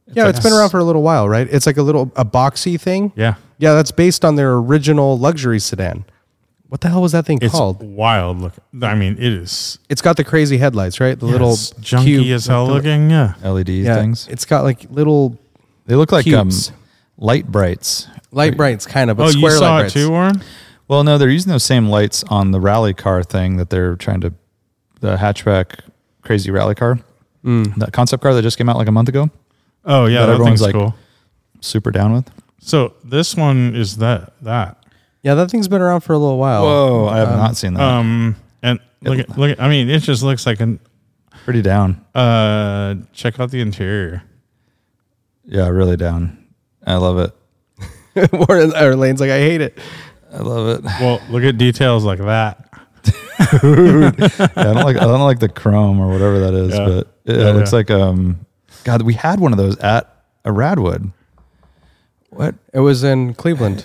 Speaker 2: yeah,
Speaker 5: like
Speaker 2: it's been
Speaker 5: a
Speaker 2: around
Speaker 5: s-
Speaker 2: for a little while, right? It's like a little a boxy thing.
Speaker 5: Yeah.
Speaker 2: Yeah, that's based on their original luxury sedan. What the hell was that thing
Speaker 5: It's
Speaker 2: called?
Speaker 5: wild look. I mean, it is
Speaker 2: It's got the crazy headlights, right? The little
Speaker 5: it's junky
Speaker 2: cube-
Speaker 5: as hell looking. Yeah.
Speaker 4: LED
Speaker 2: Yeah,
Speaker 4: E things.
Speaker 2: it's got like little
Speaker 4: They look like um,
Speaker 2: Cubes.
Speaker 4: light brights.
Speaker 2: light brights, kind of. But
Speaker 5: Oh, you
Speaker 2: square
Speaker 5: saw
Speaker 2: light
Speaker 5: it
Speaker 2: brights.
Speaker 5: too, Warren?
Speaker 4: Well, no, they're using those same lights on the rally car thing that they're trying to, the hatchback crazy rally car,
Speaker 2: Mm.
Speaker 4: that concept car that just came out like a month ago.
Speaker 5: Oh, yeah,
Speaker 4: But
Speaker 5: that
Speaker 4: everyone's like-
Speaker 5: thing's cool.
Speaker 4: Super down with.
Speaker 5: So, this one is that that
Speaker 2: Yeah, that thing's been around for a little while.
Speaker 4: Whoa, I have not seen that.
Speaker 5: Um, and look at look. At, I mean, it just looks like an.
Speaker 4: Pretty down.
Speaker 5: Uh, check out the interior.
Speaker 4: Yeah, really down. I love it.
Speaker 2: Warren or Lane's like, I hate it.
Speaker 4: I love it. Yeah,
Speaker 5: Well, look at details like that.
Speaker 4: I don't like. I don't like the chrome or whatever that is,
Speaker 5: Yeah.
Speaker 4: but it,
Speaker 5: Yeah,
Speaker 4: it looks
Speaker 5: yeah.
Speaker 4: like um. God, we had one of those at a Radwood. What?
Speaker 2: It was in Cleveland.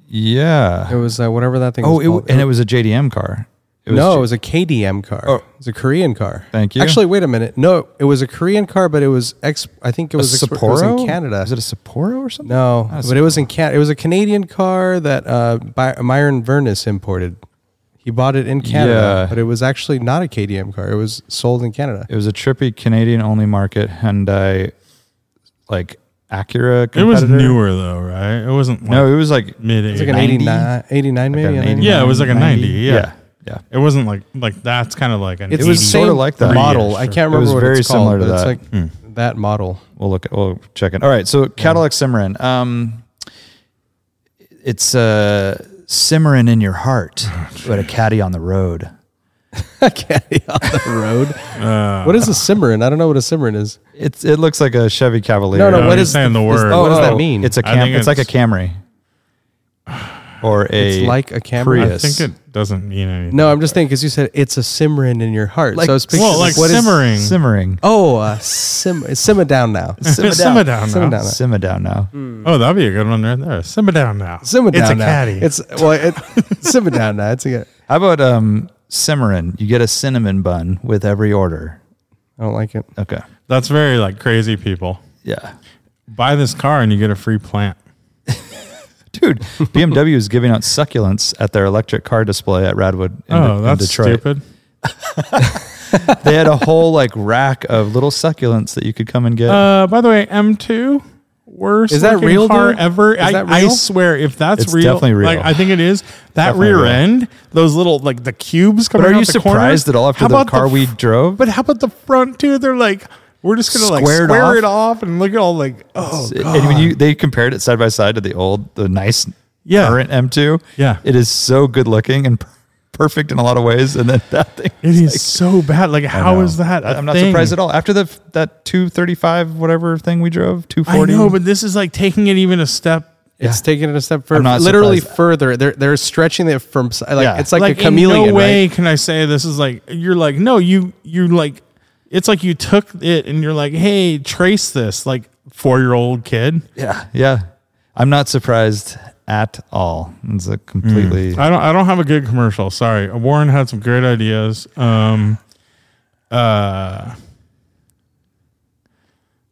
Speaker 2: It
Speaker 4: Yeah.
Speaker 2: was uh, whatever that thing.
Speaker 4: Oh,
Speaker 2: was
Speaker 4: it, w-
Speaker 2: called.
Speaker 4: and it was a JDM car. It was
Speaker 2: no,
Speaker 4: J-
Speaker 2: it was a KDM car.
Speaker 4: Oh.
Speaker 2: It was a Korean car.
Speaker 4: Thank you.
Speaker 2: Actually, wait a minute. No, it was a Korean car, but it was ex. I think it
Speaker 4: a
Speaker 2: was, export- it was
Speaker 4: Sapporo
Speaker 2: in Canada.
Speaker 4: Is it a Sapporo Ah, or something?
Speaker 2: no,
Speaker 4: Not a
Speaker 2: but it was in Can. It was a Canadian car that uh, By- Myron Vernus imported. He bought it in Canada,
Speaker 4: Yeah.
Speaker 2: but it was actually not a KDM car. It was sold in Canada.
Speaker 4: It was a trippy Canadian only market Hyundai, like Acura.
Speaker 5: It was
Speaker 4: competitor.
Speaker 5: newer though, right? It wasn't like
Speaker 4: No, it was like
Speaker 5: mid
Speaker 2: It's like
Speaker 5: eighties.
Speaker 2: an
Speaker 4: 90?
Speaker 2: 89, 89 maybe.
Speaker 4: an
Speaker 2: I think.
Speaker 4: 89.
Speaker 5: Yeah, it was like a 90, yeah.
Speaker 4: yeah, yeah.
Speaker 5: It wasn't like like that's kind of like an.
Speaker 2: It's
Speaker 4: It was
Speaker 5: 80s.
Speaker 4: sort of like that.
Speaker 2: model.
Speaker 5: Yeah,
Speaker 2: I
Speaker 5: sure.
Speaker 2: can't
Speaker 4: It was
Speaker 2: remember what
Speaker 4: very
Speaker 2: it's called,
Speaker 4: similar to
Speaker 2: but it's
Speaker 4: that. Hmm.
Speaker 2: like that model.
Speaker 4: We'll look. We'll check it. All right. So Cadillac Cimarron. Um, it's uh, Cimarron in your heart, but a caddy on the road.
Speaker 2: caddy on the road. what is a Cimarron? I don't know what a Cimarron is.
Speaker 4: It's it looks like a Chevy Cavalier.
Speaker 2: No, no,
Speaker 5: No,
Speaker 2: what
Speaker 5: he's
Speaker 2: is
Speaker 5: saying the
Speaker 2: is-
Speaker 5: word.
Speaker 2: what does that
Speaker 4: Oh,
Speaker 2: mean?
Speaker 4: It's a
Speaker 5: I
Speaker 4: cam.
Speaker 5: think
Speaker 4: It's, like a
Speaker 5: it's-
Speaker 4: Camry. Or a
Speaker 2: It's like a Camry.
Speaker 5: I
Speaker 4: Prius.
Speaker 5: think it doesn't mean anything.
Speaker 2: No, I'm just thinking because you said it's a Cimarron in your heart.
Speaker 4: Like-
Speaker 2: so I was picturing,
Speaker 5: well, like
Speaker 2: what is-
Speaker 5: simmering.
Speaker 4: simmering.
Speaker 2: oh, uh, sim, simmer down now.
Speaker 4: Simmer
Speaker 5: Simmer down
Speaker 2: Oh, Simmer
Speaker 5: now.
Speaker 2: down.
Speaker 4: Simmer down now.
Speaker 5: Oh, that'd be a good one right there. Simmer down now.
Speaker 2: Simmer down
Speaker 5: It's a
Speaker 2: now.
Speaker 5: caddy.
Speaker 2: It's well, it, simmer down now. It's a,
Speaker 4: How about um, Cimarron? You get a cinnamon bun with every order.
Speaker 2: I don't like it.
Speaker 4: Okay.
Speaker 5: that's very like crazy people.
Speaker 4: Yeah.
Speaker 5: Buy this car and you get a free plant.
Speaker 4: Dude, BMW is giving out succulents at their electric car display at Radwood in,
Speaker 5: oh,
Speaker 4: in
Speaker 5: that's
Speaker 4: Detroit.
Speaker 5: stupid.
Speaker 4: They had a whole like rack of little succulents that you could come and get.
Speaker 5: Uh, by the way, M2 worst
Speaker 2: Is that
Speaker 5: looking
Speaker 2: real,
Speaker 5: car
Speaker 2: dude?
Speaker 5: ever.
Speaker 2: Is
Speaker 5: I,
Speaker 2: that
Speaker 5: I
Speaker 2: real?
Speaker 5: swear, if that's
Speaker 4: It's
Speaker 5: real,
Speaker 4: definitely real.
Speaker 5: Like I think it is. That
Speaker 4: Definitely
Speaker 5: rear
Speaker 4: real.
Speaker 5: end, those little like the cubes
Speaker 4: but
Speaker 5: coming.
Speaker 4: are
Speaker 5: out
Speaker 4: you
Speaker 5: the
Speaker 4: surprised
Speaker 5: corners?
Speaker 4: at all after
Speaker 5: How
Speaker 4: the
Speaker 5: about
Speaker 4: car
Speaker 5: f-
Speaker 4: we drove?
Speaker 5: But how about the front too? They're like, we're just gonna like
Speaker 4: Squared
Speaker 5: square
Speaker 4: off?
Speaker 5: it off and look at all like, oh,
Speaker 4: and when you they compared it side by side to the old, the nice
Speaker 5: Yeah.
Speaker 4: current M2.
Speaker 5: Yeah.
Speaker 4: It is so good looking and per- perfect in a lot of ways. And then that thing
Speaker 5: it is so bad. Like, how is that?
Speaker 4: I- I'm not surprised at all. After the that 235 whatever thing we drove,
Speaker 5: I
Speaker 4: 240.
Speaker 5: know, but this is like taking it even a step.
Speaker 2: It's taking it a step further,
Speaker 4: not
Speaker 2: literally
Speaker 4: surprised.
Speaker 2: further. They're they're stretching it from s- like
Speaker 4: Yeah.
Speaker 2: it's like,
Speaker 5: like
Speaker 2: a chameleon.
Speaker 5: In no way
Speaker 2: right?
Speaker 5: can I say this is like you're like no you you like it's like you took it and you're like hey trace this like four year old kid.
Speaker 4: yeah, yeah. I'm not surprised at all. It's a completely
Speaker 5: I don't I don't have a good commercial. Sorry, Warren had some great ideas. Um, uh,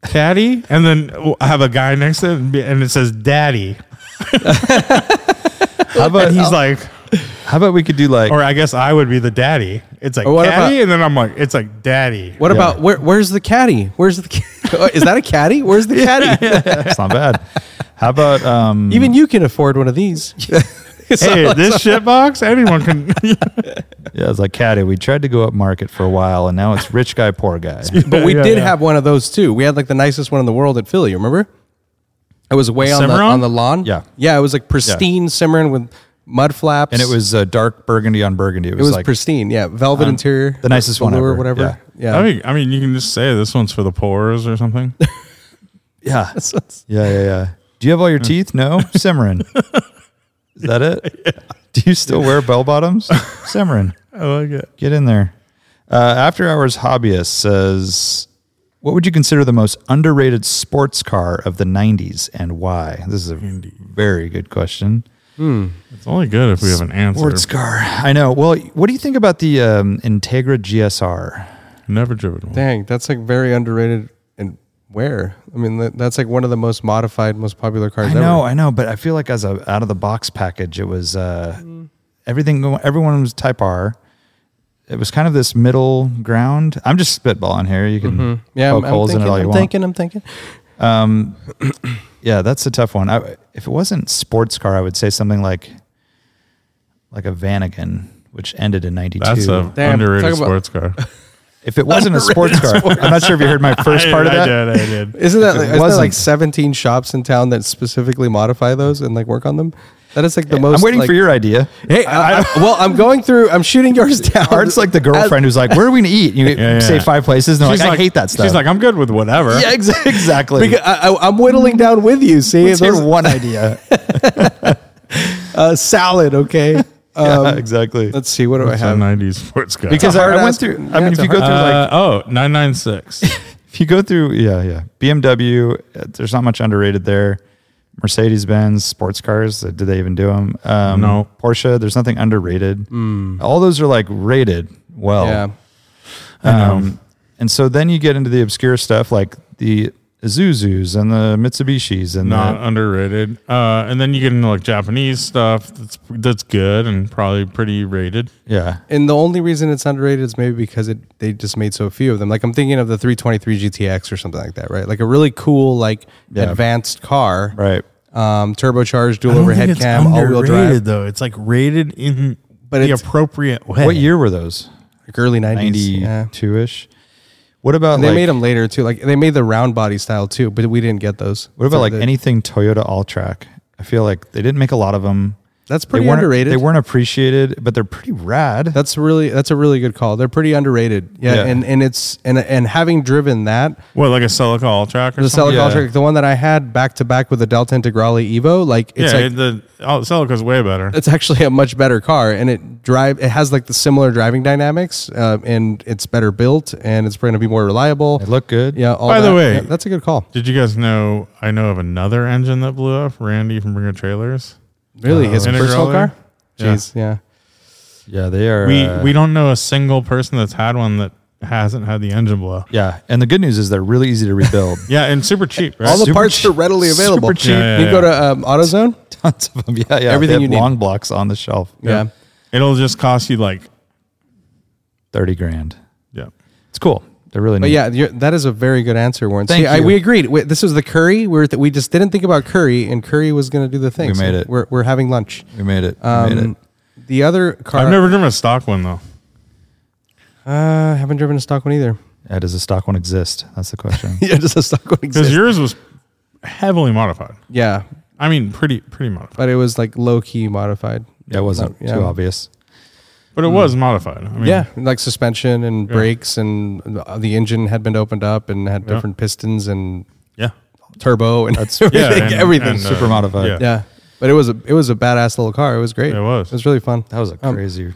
Speaker 5: caddy, and then I have a guy next to it and be- and it says daddy.
Speaker 4: How about
Speaker 5: And he's like,
Speaker 4: how about we could do like
Speaker 5: or I guess I would be the daddy. It's like
Speaker 2: Or what
Speaker 5: caddy,
Speaker 2: about-
Speaker 5: and then I'm like, it's like daddy.
Speaker 2: What about where? Where's the caddy? Where's the? ca- is that a caddy? Where's the caddy?
Speaker 4: it's not bad. How about um
Speaker 2: Even you can afford one of these.
Speaker 5: Hey, this shit box, anyone can.
Speaker 4: yeah, it's like Caddy, we tried to go up market for a while and now it's rich guy, poor guy.
Speaker 2: But we
Speaker 5: Yeah,
Speaker 2: did
Speaker 5: yeah.
Speaker 2: have one of those too. We had like the nicest one in the world at Philly. Remember? It was way on the,
Speaker 5: Cimarron?
Speaker 2: on the lawn.
Speaker 4: Yeah.
Speaker 2: yeah. It was like pristine Cimarron with mud flaps,
Speaker 4: And it was uh, dark burgundy on burgundy. It
Speaker 2: it
Speaker 4: was,
Speaker 2: was
Speaker 4: like
Speaker 2: pristine. Yeah, velvet interior.
Speaker 4: the nicest one
Speaker 2: velour,
Speaker 4: ever.
Speaker 2: whatever. Yeah.
Speaker 5: I mean, I mean, you can just say this one's for the poorers or something.
Speaker 4: yeah. Yeah, yeah, yeah. Do you have all your teeth? No. Cimarron. Is that it? Do you still wear bell bottoms? Cimarron.
Speaker 5: I like it.
Speaker 4: Get in there. Uh, After Hours Hobbyist says, What would you consider the most underrated sports car of the 90s and why? This is a very good question.
Speaker 5: It's only good if we have an answer.
Speaker 4: Sports car. I know. Well, what do you think about the um, Integra GSR?
Speaker 5: Never driven one.
Speaker 2: Dang, that's like very underrated. And where? I mean, that, that's like one of the most modified, most popular cars.
Speaker 4: I know,
Speaker 2: Ever.
Speaker 4: I know, but I feel like as a out of the box package, it was uh, everything. go- Everyone was Type R. It was kind of this middle ground. I'm just spitballing here. You can
Speaker 2: Mm-hmm. Yeah, I'm,
Speaker 4: poke
Speaker 2: I'm
Speaker 4: holes
Speaker 2: thinking.
Speaker 4: in it all you
Speaker 2: I'm
Speaker 4: want.
Speaker 2: thinking. I'm thinking.
Speaker 4: Yeah, that's a tough one. I, if it wasn't sports car, I would say something like like a Vanagon, which ended in '92.
Speaker 5: That's a
Speaker 2: Damn,
Speaker 5: underrated
Speaker 2: talk about-
Speaker 5: sports car.
Speaker 4: if it wasn't a sports car, I'm not sure if you heard my first part of that.
Speaker 5: I did. I did.
Speaker 2: Isn't that
Speaker 4: If it
Speaker 2: like, isn't there like
Speaker 4: wasn't-
Speaker 2: 17 shops in town that specifically modify those and like work on them? That is like the most.
Speaker 4: I'm waiting
Speaker 2: like-
Speaker 4: for your idea.
Speaker 2: Hey, I, I- well, I'm going through. I'm shooting yours down.
Speaker 4: Art's like the girlfriend who's like, "Where are we gonna eat?" You
Speaker 5: Yeah,
Speaker 4: say
Speaker 5: yeah.
Speaker 4: five places, and they're like, "I hate that stuff."
Speaker 5: She's like, I'm good with whatever.
Speaker 4: "Yeah, ex- exactly."
Speaker 2: Because I, I, I'm whittling down with you. See,
Speaker 4: Let's hear
Speaker 2: Those-
Speaker 4: one idea.
Speaker 2: uh, salad. Okay. Um,
Speaker 4: yeah, exactly.
Speaker 2: Let's see. What do I
Speaker 5: It's a
Speaker 2: have?
Speaker 5: 90s sports car.
Speaker 4: Because
Speaker 2: a
Speaker 4: I,
Speaker 2: hard
Speaker 4: I went
Speaker 2: ass-
Speaker 4: through.
Speaker 2: yeah,
Speaker 4: I mean,
Speaker 2: it's
Speaker 4: if
Speaker 2: a
Speaker 4: you go through
Speaker 5: Uh,
Speaker 4: like,
Speaker 5: oh, 996.
Speaker 4: if you go through, yeah, yeah, BMW. uh, There's not much underrated there. Mercedes Benz sports cars. uh, Did they even do them? Um,
Speaker 5: No.
Speaker 4: Porsche. There's nothing underrated. All those are like rated well.
Speaker 2: Yeah.
Speaker 4: Um, and so then you get into the obscure stuff like the Isuzus and the Mitsubishis and
Speaker 5: Not
Speaker 4: the,
Speaker 5: underrated. Uh, and then you get into like Japanese stuff that's that's good and probably pretty rated.
Speaker 4: yeah.
Speaker 2: And the only reason it's underrated is maybe because it they just made so few of them. Like I'm thinking of the 323 GTX or something like that, right? Like a really cool, like
Speaker 4: Yeah.
Speaker 2: advanced car,
Speaker 4: Right.
Speaker 2: um, turbocharged, dual overhead cam, all wheel drive,
Speaker 5: though. It's like rated in
Speaker 2: But the it's-
Speaker 5: appropriate way.
Speaker 4: What year were those?
Speaker 2: like early 90s. Yeah.
Speaker 4: 92 ish. What about
Speaker 2: And they
Speaker 4: like,
Speaker 2: made them later too. Like they made the round body style too, but we didn't get those.
Speaker 4: What about
Speaker 2: So
Speaker 4: like
Speaker 2: the-
Speaker 4: anything Toyota All Track? I feel like they didn't make a lot of them.
Speaker 2: That's
Speaker 4: They
Speaker 2: pretty
Speaker 4: weren't
Speaker 2: underrated.
Speaker 4: They weren't appreciated, but they're pretty rad.
Speaker 2: That's really that's a really good call. They're pretty underrated. Yeah,
Speaker 4: Yeah.
Speaker 2: and and it's and and having driven that
Speaker 5: What, like a Celica All Track or
Speaker 2: the
Speaker 5: something?
Speaker 2: Celica
Speaker 4: Yeah.
Speaker 2: Ultra, the one that I had back to back with the Delta Integrale Evo, like
Speaker 5: Yeah,
Speaker 2: it's like
Speaker 5: the oh, Celica's way better.
Speaker 2: it's actually a much better car and it drive it has like the similar driving dynamics uh, and it's better built and it's going to be more reliable
Speaker 4: They look good.
Speaker 2: yeah all
Speaker 5: By the
Speaker 2: that.
Speaker 5: way-
Speaker 2: Yeah, that's a good call
Speaker 5: Did you guys know? I know of another engine that blew up. Randy from Bringer Trailers.
Speaker 2: really his
Speaker 5: uh, Integrale?
Speaker 2: personal car
Speaker 5: Yeah.
Speaker 2: jeez yeah,
Speaker 4: Yeah, they are.
Speaker 5: We
Speaker 4: uh,
Speaker 5: we don't know a single person that's had one that hasn't had the engine blow. up.
Speaker 4: yeah, and the good news is they're really easy to rebuild.
Speaker 5: Yeah, and super cheap, right?
Speaker 2: all the
Speaker 4: Super
Speaker 2: parts
Speaker 4: cheap.
Speaker 2: are readily
Speaker 4: Super
Speaker 2: available
Speaker 4: cheap.
Speaker 5: Yeah, yeah,
Speaker 2: you go
Speaker 5: yeah.
Speaker 2: to um, AutoZone
Speaker 4: Tons of them. Yeah, yeah.
Speaker 2: Everything
Speaker 4: they have
Speaker 2: you need.
Speaker 4: Long blocks on the shelf.
Speaker 2: yeah,
Speaker 5: It'll just cost you like
Speaker 4: thirty grand.
Speaker 5: yeah.
Speaker 4: It's cool. They're really.
Speaker 2: But
Speaker 4: neat.
Speaker 2: yeah, you're, that is a very good answer, Warren.
Speaker 4: Thank
Speaker 2: See, I,
Speaker 4: you.
Speaker 2: we agreed. We, this was the curry. We, were th- we just didn't think about curry, and curry was going to do the thing.
Speaker 4: We made it.
Speaker 2: We're, we're having lunch.
Speaker 4: we made it. We made it.
Speaker 2: Um, the other car.
Speaker 5: I've never driven a stock one though.
Speaker 2: Uh, haven't driven a stock one either.
Speaker 4: Yeah, does the stock one exist? That's the question.
Speaker 2: yeah, just a stock one
Speaker 5: Because
Speaker 2: exists.
Speaker 5: yours was heavily modified.
Speaker 2: Yeah,
Speaker 5: I mean, pretty pretty modified,
Speaker 2: but it was like low key modified.
Speaker 4: yeah, it wasn't
Speaker 2: Yeah.
Speaker 4: too obvious.
Speaker 5: but it was modified. I mean,
Speaker 2: Mm. yeah, like suspension and brakes, and the- the engine had been opened up and had
Speaker 5: Yeah.
Speaker 2: different pistons and
Speaker 5: yeah,
Speaker 2: turbo and That's,
Speaker 5: yeah,
Speaker 2: everything.
Speaker 5: and-
Speaker 2: everything.
Speaker 5: and, uh,
Speaker 4: super modified.
Speaker 5: Yeah.
Speaker 2: yeah, but it was a it was a badass little car. It was great.
Speaker 5: It was.
Speaker 2: It was really fun.
Speaker 4: That was a
Speaker 2: Um,
Speaker 4: crazy,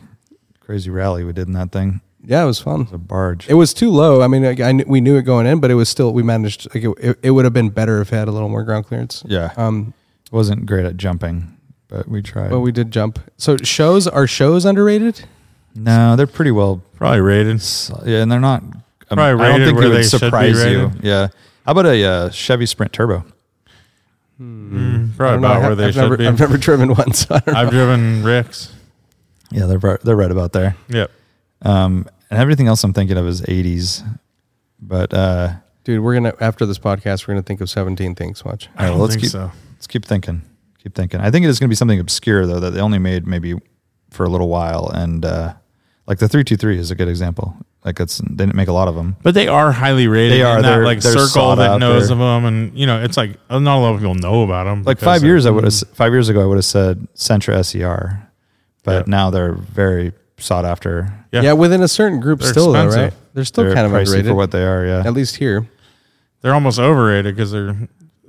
Speaker 4: crazy rally we did in that thing.
Speaker 2: Yeah, it was fun.
Speaker 4: The barge.
Speaker 2: It was too low. I mean, I, I kn- we knew it going in, but it was still we managed. Like it, it, it would have been better if it had a little more ground clearance.
Speaker 4: yeah,
Speaker 2: Um,
Speaker 4: Uh, wasn't great at jumping, but we tried.
Speaker 2: but we did jump. So shows are shows underrated.
Speaker 4: no, they're pretty well
Speaker 5: probably rated.
Speaker 2: Mm.
Speaker 4: So- Yeah, and they're not. I, mean,
Speaker 5: Probably
Speaker 4: I don't
Speaker 5: rated
Speaker 4: think
Speaker 5: where
Speaker 4: they
Speaker 5: they
Speaker 4: would
Speaker 5: should be
Speaker 4: surprise you.
Speaker 5: rated.
Speaker 4: Yeah. How about a uh, Chevy Sprint Turbo?
Speaker 2: I
Speaker 5: Mm, Probably
Speaker 2: don't know.
Speaker 5: about
Speaker 2: I
Speaker 5: where
Speaker 2: have-
Speaker 5: they
Speaker 2: I've
Speaker 5: should
Speaker 2: never,
Speaker 5: be.
Speaker 2: I've never driven one, so I don't know.
Speaker 5: I've driven Ricks.
Speaker 4: Yeah, they're ri- they're right about there.
Speaker 5: Yep.
Speaker 4: Um, and everything else I'm thinking of is 80s. But uh,
Speaker 2: Dude, we're gonna after this podcast, we're gonna think of seventeen things. Watch.
Speaker 4: all right, well, let's keep let's keep thinking, keep thinking. I think it is going to be something obscure though that they only made maybe for a little while, and uh, like the 323 is a good example. Like it's they didn't make a lot of them.
Speaker 5: But they are highly rated.
Speaker 4: They
Speaker 5: in
Speaker 4: are.
Speaker 5: that
Speaker 4: They're-
Speaker 5: like
Speaker 4: they're
Speaker 5: circle
Speaker 4: sought
Speaker 5: that
Speaker 4: out.
Speaker 5: knows
Speaker 4: They're-
Speaker 5: of them, and you know, it's like uh, not a lot of people know about them.
Speaker 4: Like five years, I would have five years ago, I would have said Sentra SER, but
Speaker 5: Yeah.
Speaker 4: now they're very sought after.
Speaker 5: Yeah.
Speaker 2: Yeah, within a certain group,
Speaker 5: They're
Speaker 2: still though, right?
Speaker 5: expensive.
Speaker 2: They're still
Speaker 4: They're
Speaker 2: kind of
Speaker 4: pricey
Speaker 2: underrated,
Speaker 4: for what they are. Yeah,
Speaker 2: at least here.
Speaker 5: they're almost overrated because they're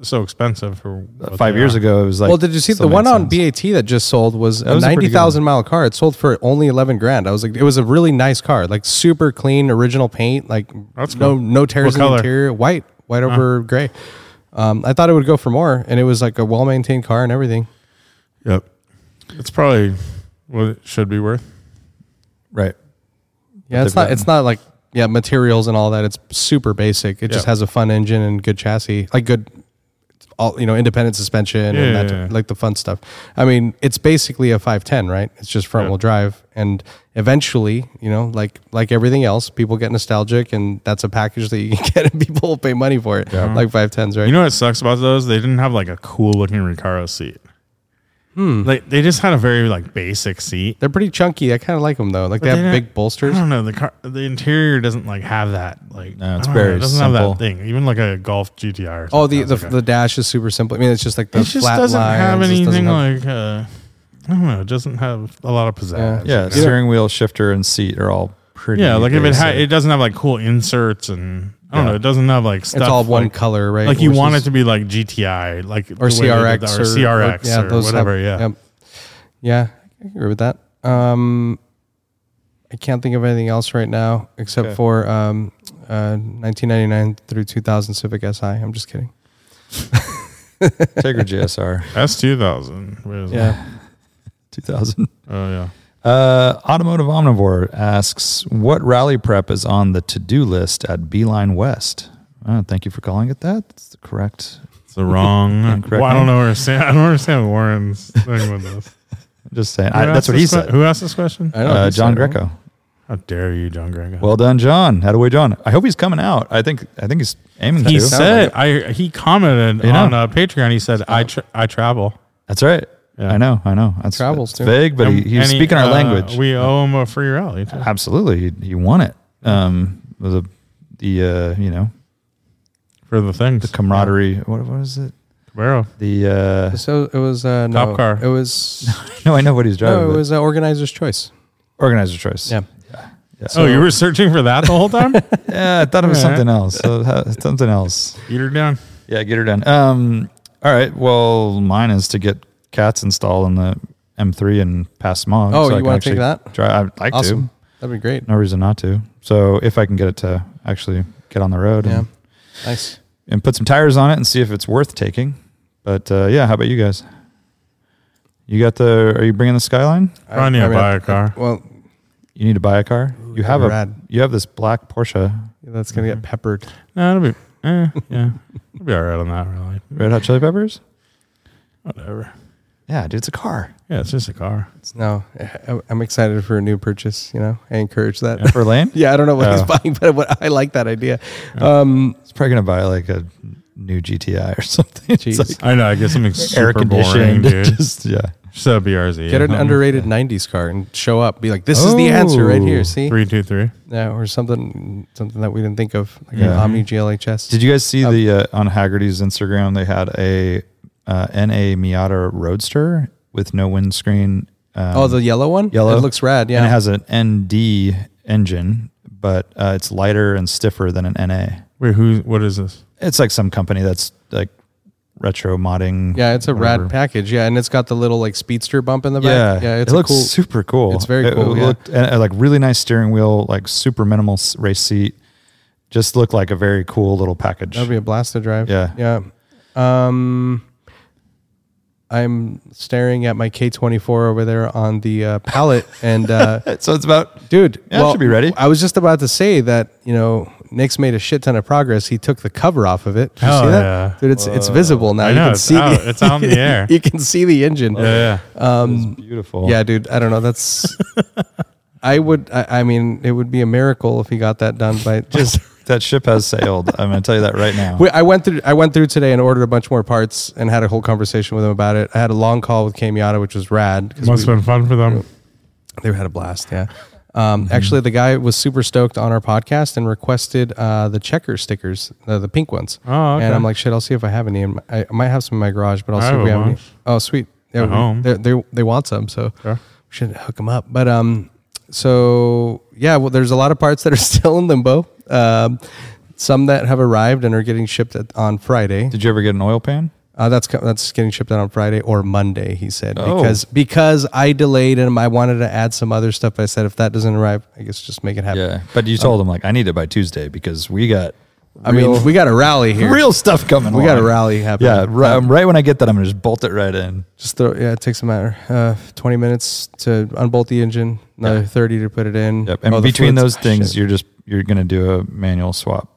Speaker 5: so expensive for what
Speaker 4: five
Speaker 5: they
Speaker 4: years
Speaker 5: are.
Speaker 4: ago, it was like.
Speaker 2: well, did you see
Speaker 4: still
Speaker 2: the one
Speaker 4: made
Speaker 2: on
Speaker 4: sense.
Speaker 2: BAT that just sold was a
Speaker 4: was a pretty good
Speaker 2: ninety thousand mile car? It sold for only eleven grand. I was like, it was a really nice car, like super clean, original paint, like
Speaker 5: That's
Speaker 2: no
Speaker 5: cool.
Speaker 2: no tears
Speaker 5: What
Speaker 2: in the
Speaker 5: color?
Speaker 2: interior, white, white over gray. Um, I thought it would go for more, and it was like a well maintained car and everything.
Speaker 5: Yep, it's probably what it should be worth.
Speaker 4: Right.
Speaker 2: Yeah, it's
Speaker 4: they've
Speaker 2: not
Speaker 4: gotten.
Speaker 2: it's not like yeah materials and all that. It's super basic. It just
Speaker 5: Yeah.
Speaker 2: has a fun engine and good chassis, like good all you know independent suspension
Speaker 5: Yeah,
Speaker 2: and that,
Speaker 5: yeah, yeah.
Speaker 2: like the fun stuff. I mean, it's basically a 510, right? It's just front wheel drive, and eventually, you know, like like everything else, people get nostalgic, and that's a package that you can get, and people will pay money for it, like 510s, right?
Speaker 5: You know what sucks about those? They didn't have like a cool looking Recaro seat.
Speaker 4: Hmm.
Speaker 5: Like they just had a very like basic seat.
Speaker 2: they're pretty chunky. I kind of like them though. Like they
Speaker 5: But
Speaker 2: have
Speaker 5: they don't-
Speaker 2: big bolsters.
Speaker 5: I don't know the car. The interior doesn't like have that. Like
Speaker 4: No, it's
Speaker 5: I don't know,
Speaker 4: very
Speaker 5: it doesn't
Speaker 4: simple.
Speaker 5: have that thing. Even like a Golf GTR.
Speaker 2: Oh, the the,
Speaker 5: sometimes, like a-
Speaker 2: the dash is super simple. I mean, it's just like the
Speaker 5: it just
Speaker 2: flat
Speaker 5: doesn't
Speaker 2: lines.
Speaker 5: have
Speaker 2: It just
Speaker 5: anything
Speaker 2: doesn't have-
Speaker 5: like uh, I don't know. It doesn't have a lot of pizzazz.
Speaker 4: Yeah, steering wheel, shifter, and seat are all pretty.
Speaker 5: Yeah, like if it had,
Speaker 4: basic.
Speaker 5: it doesn't have like cool inserts and I don't know. It doesn't have like stuff.
Speaker 2: it's all one
Speaker 5: like,
Speaker 2: color, right?
Speaker 5: Like you
Speaker 2: Which
Speaker 5: want
Speaker 2: is-
Speaker 5: it to be like GTI, like
Speaker 2: or
Speaker 5: the way they did
Speaker 2: CRX
Speaker 5: that,
Speaker 2: or,
Speaker 5: or, CRX or,
Speaker 2: have-
Speaker 5: whatever. yeah,
Speaker 2: yep. yeah, I can agree with that. Um, I can't think of anything else right now except
Speaker 4: Okay.
Speaker 2: for um, uh, 1999 through 2000 Civic Si. I'm just kidding.
Speaker 4: Integra GSR
Speaker 5: S two thousand. Yeah.
Speaker 2: Yeah,
Speaker 4: 2000.
Speaker 5: Oh yeah.
Speaker 4: Uh, Automotive Omnivore asks, what rally prep is on the to-do list at Beeline West? Uh, thank you for calling it that. That's the correct.
Speaker 5: It's the wrong.
Speaker 4: Incorrect
Speaker 5: well, I
Speaker 4: name.
Speaker 5: don't know. Where Sam, I don't understand Warren's thing with this.
Speaker 4: I'm just saying.
Speaker 5: Who
Speaker 4: I, that's
Speaker 5: asked
Speaker 4: what he
Speaker 5: this que-
Speaker 4: said.
Speaker 5: Who oh, asked this question?
Speaker 2: I know
Speaker 4: Uh,
Speaker 2: he's
Speaker 4: John
Speaker 2: right.
Speaker 4: Greco.
Speaker 5: How dare you, John Grego?
Speaker 4: Well done, John. How do we, John? I hope he's coming out. I think. I think he's aiming
Speaker 5: he
Speaker 4: to.
Speaker 5: said I. He commented
Speaker 4: You know.
Speaker 5: on uh, Patreon. He said I. Tra- I travel.
Speaker 4: That's right.
Speaker 5: Yeah.
Speaker 4: I know. I know. That's
Speaker 2: Travels,
Speaker 4: it's
Speaker 2: too.
Speaker 4: vague, but he,
Speaker 5: And-
Speaker 4: he's
Speaker 5: and he,
Speaker 4: speaking our
Speaker 5: uh,
Speaker 4: language.
Speaker 5: We owe him a free rally. Too.
Speaker 4: Absolutely. He, he won it. Um, the the uh, you know
Speaker 5: for the things.
Speaker 4: the camaraderie. What what is it?
Speaker 5: Camaro.
Speaker 4: The uh,
Speaker 2: So it was uh, no,
Speaker 5: Top car.
Speaker 2: It was
Speaker 4: no, I know what he's driving.
Speaker 2: no, it
Speaker 4: but
Speaker 2: was uh, organizer's choice.
Speaker 4: organizer choice.
Speaker 2: Yeah.
Speaker 5: oh, you were searching for that the whole time?
Speaker 4: Yeah, I thought it was
Speaker 5: All right.
Speaker 4: something else. So, uh, something else.
Speaker 5: Eat her down.
Speaker 4: Yeah, get her done. Um, all right. Well, mine is to get cats installed on the M3 and pass smog.
Speaker 2: Oh,
Speaker 4: I
Speaker 2: you
Speaker 4: can
Speaker 2: wanna take
Speaker 4: actually
Speaker 2: that?
Speaker 4: Try. I'd like
Speaker 2: Awesome, that'd be great.
Speaker 4: to. No reason not to. So if I can get it to actually get on the road
Speaker 2: Yeah,
Speaker 4: and,
Speaker 2: nice.
Speaker 4: and put some tires on it and see if it's worth taking. But uh, yeah, how about you guys? You got the? Are you bringing the Skyline?
Speaker 2: I-
Speaker 5: I need
Speaker 2: I
Speaker 5: to
Speaker 2: mean,
Speaker 5: buy
Speaker 2: I-
Speaker 5: a car.
Speaker 2: Well,
Speaker 4: You need to buy a car. you have a.
Speaker 2: rad.
Speaker 4: You have this black Porsche
Speaker 2: that's gonna
Speaker 5: Mm-hmm.
Speaker 2: get peppered.
Speaker 5: No, it'll be. Eh, yeah, it'll be all right on that. Really,
Speaker 4: Red Hot Chili Peppers.
Speaker 5: whatever.
Speaker 4: Yeah, dude, it's a car
Speaker 5: Yeah, it's just a car.
Speaker 2: No, I- I'm excited for a new purchase. You know, I encourage that.
Speaker 4: for Lane.
Speaker 2: Yeah, I don't know what he's
Speaker 4: Oh.
Speaker 2: buying, but what, I like that idea. Um,
Speaker 4: He's probably gonna buy like a new GTI or something. It's
Speaker 2: Jeez.
Speaker 4: like
Speaker 5: I know. I get something
Speaker 4: air
Speaker 5: super
Speaker 4: conditioned.
Speaker 5: boring, dude.
Speaker 4: Just yeah.
Speaker 5: so BRZ.
Speaker 2: get an underrated '90s car and show up. Be like, this is the answer right
Speaker 4: Oh.
Speaker 2: here. See,
Speaker 5: Three two three.
Speaker 2: yeah, or something, something that we didn't think of, like an
Speaker 4: Yeah.
Speaker 2: Omni GLHS.
Speaker 4: Did you guys
Speaker 2: Um,
Speaker 4: see the uh, on Haggerty's Instagram? They had a uh, NA Miata Roadster with no windscreen. Um,
Speaker 2: oh, the yellow one.
Speaker 4: yellow.
Speaker 2: It looks rad. Yeah,
Speaker 4: and it has an ND engine, but uh, it's lighter and stiffer than an NA.
Speaker 5: Wait, who? What is this?
Speaker 4: It's like some company that's like retro modding.
Speaker 2: yeah, it's a
Speaker 4: whatever.
Speaker 2: rad package. Yeah, and it's got the little like speedster bump in the
Speaker 4: Yeah,
Speaker 2: back. Yeah, it's
Speaker 4: it
Speaker 2: a
Speaker 4: looks
Speaker 2: cool.
Speaker 4: super cool.
Speaker 2: It's very
Speaker 4: It
Speaker 2: cool, yeah.
Speaker 4: Looked and, uh, like really nice steering wheel, like super minimal s- race seat. Just looked like a very cool little package.
Speaker 2: That'd be a blast to drive.
Speaker 4: Yeah.
Speaker 2: yeah. Um, I'm staring at my K24 over there on the uh, pallet, and uh,
Speaker 4: so it's about
Speaker 2: dude.
Speaker 4: Yeah, it should be ready.
Speaker 2: I was just about to say that you know Nick's made a shit ton of progress. He took the cover off of it. Did you
Speaker 5: Oh,
Speaker 2: see that?
Speaker 5: yeah.
Speaker 2: Dude, it's it's visible now.
Speaker 5: I
Speaker 2: you
Speaker 5: know,
Speaker 2: can
Speaker 5: it's
Speaker 2: see
Speaker 5: out-
Speaker 2: the,
Speaker 5: it's out in the air.
Speaker 2: you can see the engine.
Speaker 5: Yeah, yeah.
Speaker 4: beautiful.
Speaker 2: Yeah, dude. I don't know. That's. I would. I, I mean, it would be a miracle if he got that done by just.
Speaker 4: that ship has sailed. I'm going to tell you that right now.
Speaker 2: We- I went through. I went through today and ordered a bunch more parts and had a whole conversation with him about it. I had a long call with Kamiata, which was rad. 'cause
Speaker 5: Must have been fun for them.
Speaker 2: They had a blast, yeah. Um,
Speaker 5: Mm-hmm.
Speaker 2: Actually, the guy was super stoked on our podcast and requested uh, the checker stickers, uh, the pink ones.
Speaker 5: Oh, okay.
Speaker 2: And I'm like, shit, I'll see if I have any. In my, I I might have some in my garage, but I'll
Speaker 5: I
Speaker 2: see
Speaker 5: have
Speaker 2: if we
Speaker 5: a
Speaker 2: have any.
Speaker 5: bunch.
Speaker 2: Oh, sweet. Yeah,
Speaker 5: At
Speaker 2: we-
Speaker 5: home.
Speaker 2: They, they, they want some, so
Speaker 5: Sure.
Speaker 2: we should hook them up. But um, so yeah, well, there's a lot of parts that are still in limbo. Um, some that have arrived and are getting shipped at, on Friday.
Speaker 4: Did you ever get an oil pan?
Speaker 2: Uh, that's co- that's getting shipped out on Friday or Monday, he said,
Speaker 4: Oh.
Speaker 2: because because I delayed and I wanted to add some other stuff. I said if that doesn't arrive, I guess just make it happen.
Speaker 4: Yeah, but
Speaker 2: Um,
Speaker 4: you told them like I need it by Tuesday because we got.
Speaker 2: I
Speaker 4: real-
Speaker 2: mean, we got a rally here.
Speaker 4: real stuff coming.
Speaker 2: We got a
Speaker 4: along.
Speaker 2: rally happening.
Speaker 4: Yeah, right, um, right when I get that, I'm gonna just bolt it right in.
Speaker 2: Just throw, yeah, it takes a matter. Uh, 20 minutes to unbolt the engine, another 30 to put it in.
Speaker 4: Yep. And
Speaker 2: Oh, the
Speaker 4: between
Speaker 2: fluids-
Speaker 4: those things,
Speaker 2: shit,
Speaker 4: you're just you're gonna do a manual swap.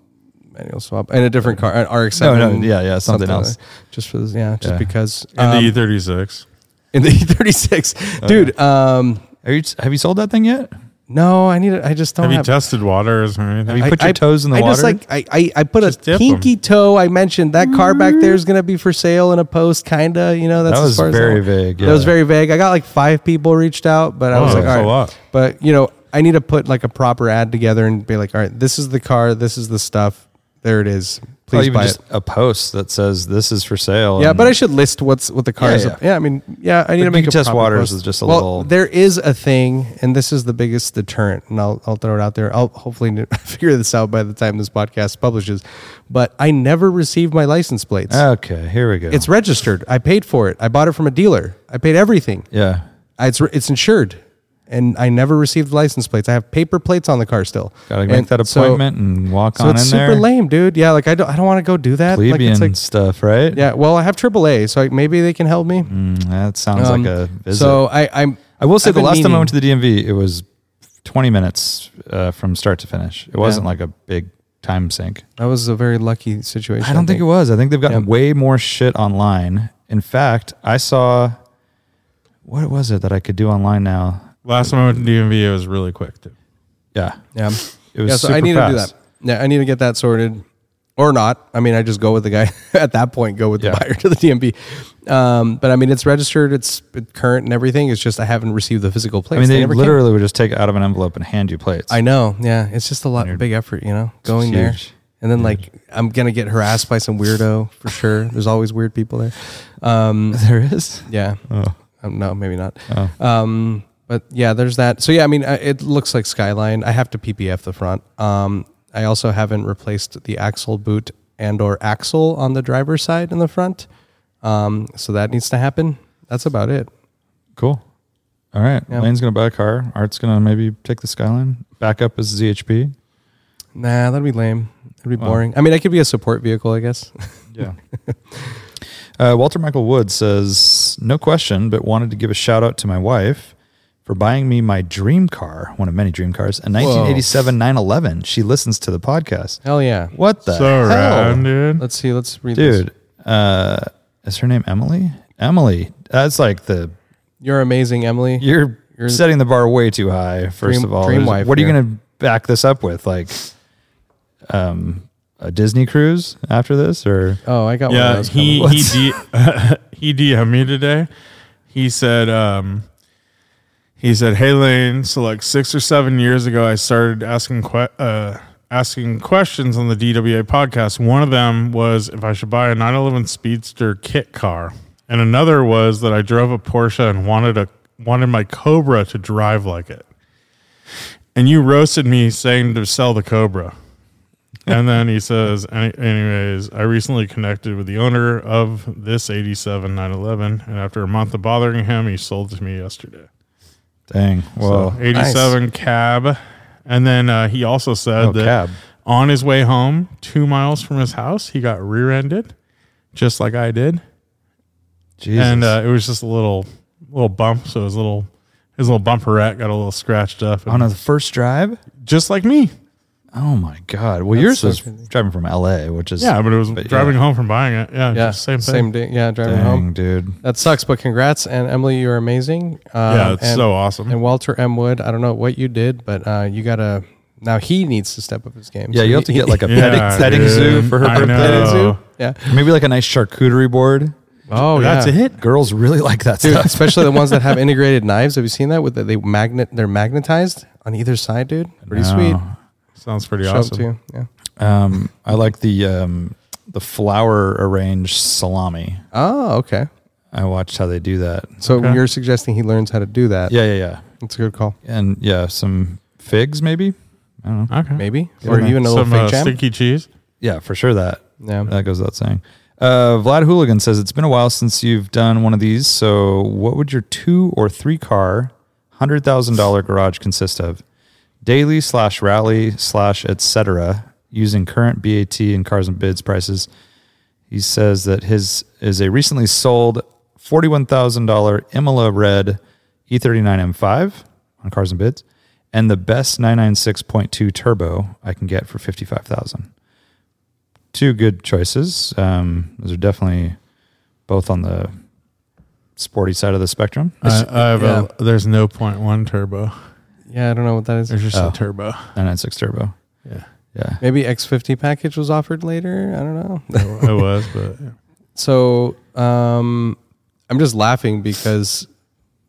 Speaker 2: manual swap and a different car, an RX-7.
Speaker 4: No, no, yeah, yeah, something else.
Speaker 2: Just for this, yeah, just
Speaker 4: Yeah. E
Speaker 2: because
Speaker 5: And
Speaker 2: um,
Speaker 5: the E E36.
Speaker 2: in the
Speaker 4: Oh,
Speaker 2: E36, dude. Um,
Speaker 4: Are you, have you sold that thing yet?
Speaker 2: no, I need it. I just don't
Speaker 5: Have
Speaker 2: have.
Speaker 5: you tested waters or anything?
Speaker 4: you
Speaker 2: I-
Speaker 4: put your
Speaker 2: I-
Speaker 4: toes in the
Speaker 2: I just
Speaker 4: water?
Speaker 2: like I I, I put
Speaker 5: Just
Speaker 2: a
Speaker 5: dip 'em.
Speaker 2: pinky toe. I mentioned that car back there is gonna be for sale in a post, kinda. You know, that's
Speaker 4: That
Speaker 2: as
Speaker 4: was
Speaker 2: far as
Speaker 4: very
Speaker 2: that went.
Speaker 4: vague,
Speaker 2: That was
Speaker 4: yeah.
Speaker 2: very vague. I got like five people reached out, but I
Speaker 5: Oh,
Speaker 2: was like, all
Speaker 5: that's a
Speaker 2: right.
Speaker 5: lot.
Speaker 2: But you know, I need to put like a proper ad together and be like, all right, this is the car, this is the stuff. There it is.
Speaker 4: Or
Speaker 2: Please
Speaker 4: Oh, even
Speaker 2: buy
Speaker 4: just
Speaker 2: it.
Speaker 4: a post that says this is for sale.
Speaker 2: Yeah,
Speaker 4: and-
Speaker 2: but I should list what's what the car
Speaker 4: Yeah,
Speaker 2: is.
Speaker 4: yeah.
Speaker 2: Yeah. I mean, yeah, I need
Speaker 4: But
Speaker 2: to make
Speaker 4: you
Speaker 2: a
Speaker 4: can test
Speaker 2: proper
Speaker 4: waters
Speaker 2: post.
Speaker 4: is just a
Speaker 2: well,
Speaker 4: little-
Speaker 2: There is a thing, and this is the biggest deterrent, and I'll I'll throw it out there. I'll hopefully n- figure this out by the time this podcast publishes. But I never received my license plates.
Speaker 4: okay, here we go.
Speaker 2: it's registered. I paid for it. I bought it from a dealer. I paid everything.
Speaker 4: yeah.
Speaker 2: I- It's it's insured, and I never received license plates. I have paper plates on the car still.
Speaker 4: Gotta make
Speaker 2: And
Speaker 4: that
Speaker 2: so-
Speaker 4: appointment and walk
Speaker 2: So,
Speaker 4: on
Speaker 2: it's
Speaker 4: in
Speaker 2: super
Speaker 4: there.
Speaker 2: lame, dude. Yeah, like I don't I don't want to go do that. Like,
Speaker 4: Plebeian
Speaker 2: it's like
Speaker 4: stuff, right?
Speaker 2: yeah, well, I have AAA, so like, maybe they can help me.
Speaker 4: Mm, that sounds
Speaker 2: Um,
Speaker 4: like a visit.
Speaker 2: So I, I'm.
Speaker 4: I will say
Speaker 2: I've
Speaker 4: the
Speaker 2: been
Speaker 4: last time I
Speaker 2: meaning-
Speaker 4: went to the DMV, it was 20 minutes uh, from start to finish. It wasn't like a big time sink.
Speaker 2: That was a very lucky situation.
Speaker 4: I don't think it was. I think they've gotten
Speaker 2: Yeah.
Speaker 4: way more shit online. In fact, I saw what was it that I could do online now?
Speaker 5: Last time I went to DMV, it was really quick too.
Speaker 4: Yeah,
Speaker 2: Yeah.
Speaker 4: it was.
Speaker 2: yeah. So
Speaker 4: super
Speaker 2: I need to do
Speaker 4: fast.
Speaker 2: that. Yeah, I need to get that sorted, or not. I mean, I just go with the guy at that point. Go with
Speaker 4: Yeah.
Speaker 2: the buyer to the DMV. Um, but I mean, it's registered. It's current and everything. It's just I haven't received the physical
Speaker 4: I
Speaker 2: plates.
Speaker 4: mean, they,
Speaker 2: never came.
Speaker 4: literally would just take it out of an envelope and hand you plates.
Speaker 2: I know. Yeah. It's just a lot, big effort. You know, going there.
Speaker 4: huge.
Speaker 2: And then, like, I'm gonna get harassed by some weirdo for sure. There's always weird people there. Um,
Speaker 4: there is.
Speaker 2: Yeah.
Speaker 5: Oh.
Speaker 2: Um, no, maybe not.
Speaker 4: Oh.
Speaker 2: Um, but yeah, there's that. So yeah, I mean, I- it looks like Skyline. I have to PPF the front. Um, I also haven't replaced the axle boot and or axle on the driver's side in the front. Um, so that needs to happen. That's about it.
Speaker 4: Cool. All right.
Speaker 2: Yeah.
Speaker 4: Lane's gonna buy a car. Art's gonna maybe take the Skyline. Backup is ZHP.
Speaker 2: Nah, that'd be lame. It'd be
Speaker 4: Wow.
Speaker 2: boring. I mean, I could be a support vehicle, I guess.
Speaker 4: Yeah. uh, Walter Michael Wood says, no question, but wanted to give a shout out to my wife for buying me my dream car, one of many dream cars, a 1987 911. She listens to the podcast.
Speaker 2: Hell yeah.
Speaker 4: What the
Speaker 5: So
Speaker 4: hell?
Speaker 5: rad, dude.
Speaker 2: Let's see. Let's read this.
Speaker 4: Dude, uh, is her name Emily? Emily. That's like the,
Speaker 2: You're amazing, Emily.
Speaker 4: you're,
Speaker 2: You're-
Speaker 4: setting the bar way too high, first
Speaker 2: Dream-
Speaker 4: of all.
Speaker 2: dream
Speaker 4: There's-
Speaker 2: wife
Speaker 4: what are you
Speaker 2: here.
Speaker 4: going to back this up with? Like, um, a Disney cruise after this, or
Speaker 2: oh, I got one of
Speaker 5: Yeah,
Speaker 2: those.
Speaker 5: he
Speaker 2: coming.
Speaker 5: he D, he DM'd me today. He said, um, he said, "Hey Lane, so like six or seven years ago, I started asking que- uh, asking questions on the DWA podcast. One of them was if I should buy a 911 Speedster kit car, and another was that I drove a Porsche and wanted a wanted my Cobra to drive like it. And you roasted me saying to sell the Cobra." and then he says, "Any- anyways, I recently connected with the owner of this 87 911, and after a month of bothering him, he sold it to me yesterday.
Speaker 4: dang, well,
Speaker 5: So 87 cab. And then uh, he also said
Speaker 4: Oh,
Speaker 5: that
Speaker 4: cab.
Speaker 5: on his way home, two miles from his house, he got rear ended, just like I did.
Speaker 4: Jesus.
Speaker 5: And uh, it was just a little little bump. So his little his little bumperette got a little scratched up.
Speaker 4: on
Speaker 5: And
Speaker 4: a first drive.
Speaker 5: just like me.
Speaker 4: Oh my god! Well, yours
Speaker 2: That's so
Speaker 4: was
Speaker 2: crazy.
Speaker 4: driving from L.A., which is
Speaker 5: Yeah, but it was
Speaker 4: But yeah.
Speaker 5: driving home from buying it. Yeah,
Speaker 2: yeah,
Speaker 5: just same thing.
Speaker 2: Same day. Yeah, driving
Speaker 4: dang,
Speaker 2: home.
Speaker 4: dude.
Speaker 2: That sucks, but congrats. And Emily, you're amazing. Um,
Speaker 5: yeah, it's
Speaker 2: and-
Speaker 5: so awesome.
Speaker 2: Mm-hmm. And Walter M. Wood, I don't know what you did, but uh, you gotta now he needs to step up his game.
Speaker 4: Yeah,
Speaker 2: So
Speaker 4: you have
Speaker 2: he-
Speaker 4: to get like a petting,
Speaker 5: Yeah,
Speaker 4: petting
Speaker 5: dude.
Speaker 4: zoo for her
Speaker 5: I
Speaker 4: birthday.
Speaker 5: know.
Speaker 2: Petting zoo?
Speaker 5: Oh.
Speaker 2: Yeah.
Speaker 4: Maybe like a nice charcuterie board.
Speaker 2: Oh,
Speaker 5: That's
Speaker 2: yeah.
Speaker 5: a hit.
Speaker 4: Girls really like that
Speaker 2: Dude,
Speaker 4: stuff.
Speaker 2: especially the ones that have integrated knives. Have you seen that? With the, they magnet, they're magnetized on either side, dude. Pretty sweet.
Speaker 4: No.
Speaker 5: Sounds pretty
Speaker 2: Show
Speaker 5: awesome.
Speaker 2: up to you. Yeah.
Speaker 4: Um, I like the um, the flower arranged salami.
Speaker 2: Oh, okay.
Speaker 4: I watched how they do that.
Speaker 2: So
Speaker 5: Okay.
Speaker 2: you're suggesting he learns how to do that.
Speaker 4: Yeah, yeah, yeah,
Speaker 2: That's a good call.
Speaker 4: and yeah, some figs maybe. I don't know.
Speaker 5: Okay.
Speaker 2: maybe,
Speaker 4: Yeah,
Speaker 2: or
Speaker 4: man.
Speaker 2: even a little
Speaker 5: Some
Speaker 2: fake
Speaker 5: uh,
Speaker 2: jam.
Speaker 5: sticky cheese.
Speaker 4: Yeah, for sure that
Speaker 2: Yeah.
Speaker 4: that goes without saying. Uh, Vlad Hooligan says it's been a while since you've done one of these. So, what would your two or three car, hundred thousand dollar garage consist of? Daily slash rally slash etc. Using current BAT and cars and bids prices, he says that his is a recently sold forty one thousand dollar Imola red E thirty nine M five on cars and bids, and the best nine nine six point two turbo I can get for fifty five thousand two good choices. Um, those are definitely both on the sporty side of the spectrum.
Speaker 5: I, I have
Speaker 2: yeah.
Speaker 5: a, there's no point one turbo.
Speaker 2: yeah, I don't know what that is.
Speaker 5: There's just
Speaker 4: Oh.
Speaker 5: a turbo.
Speaker 4: 996 turbo.
Speaker 5: Yeah,
Speaker 4: Yeah.
Speaker 2: Maybe X50 package was offered later. I don't know.
Speaker 5: it was, but yeah.
Speaker 2: So um, I'm just laughing because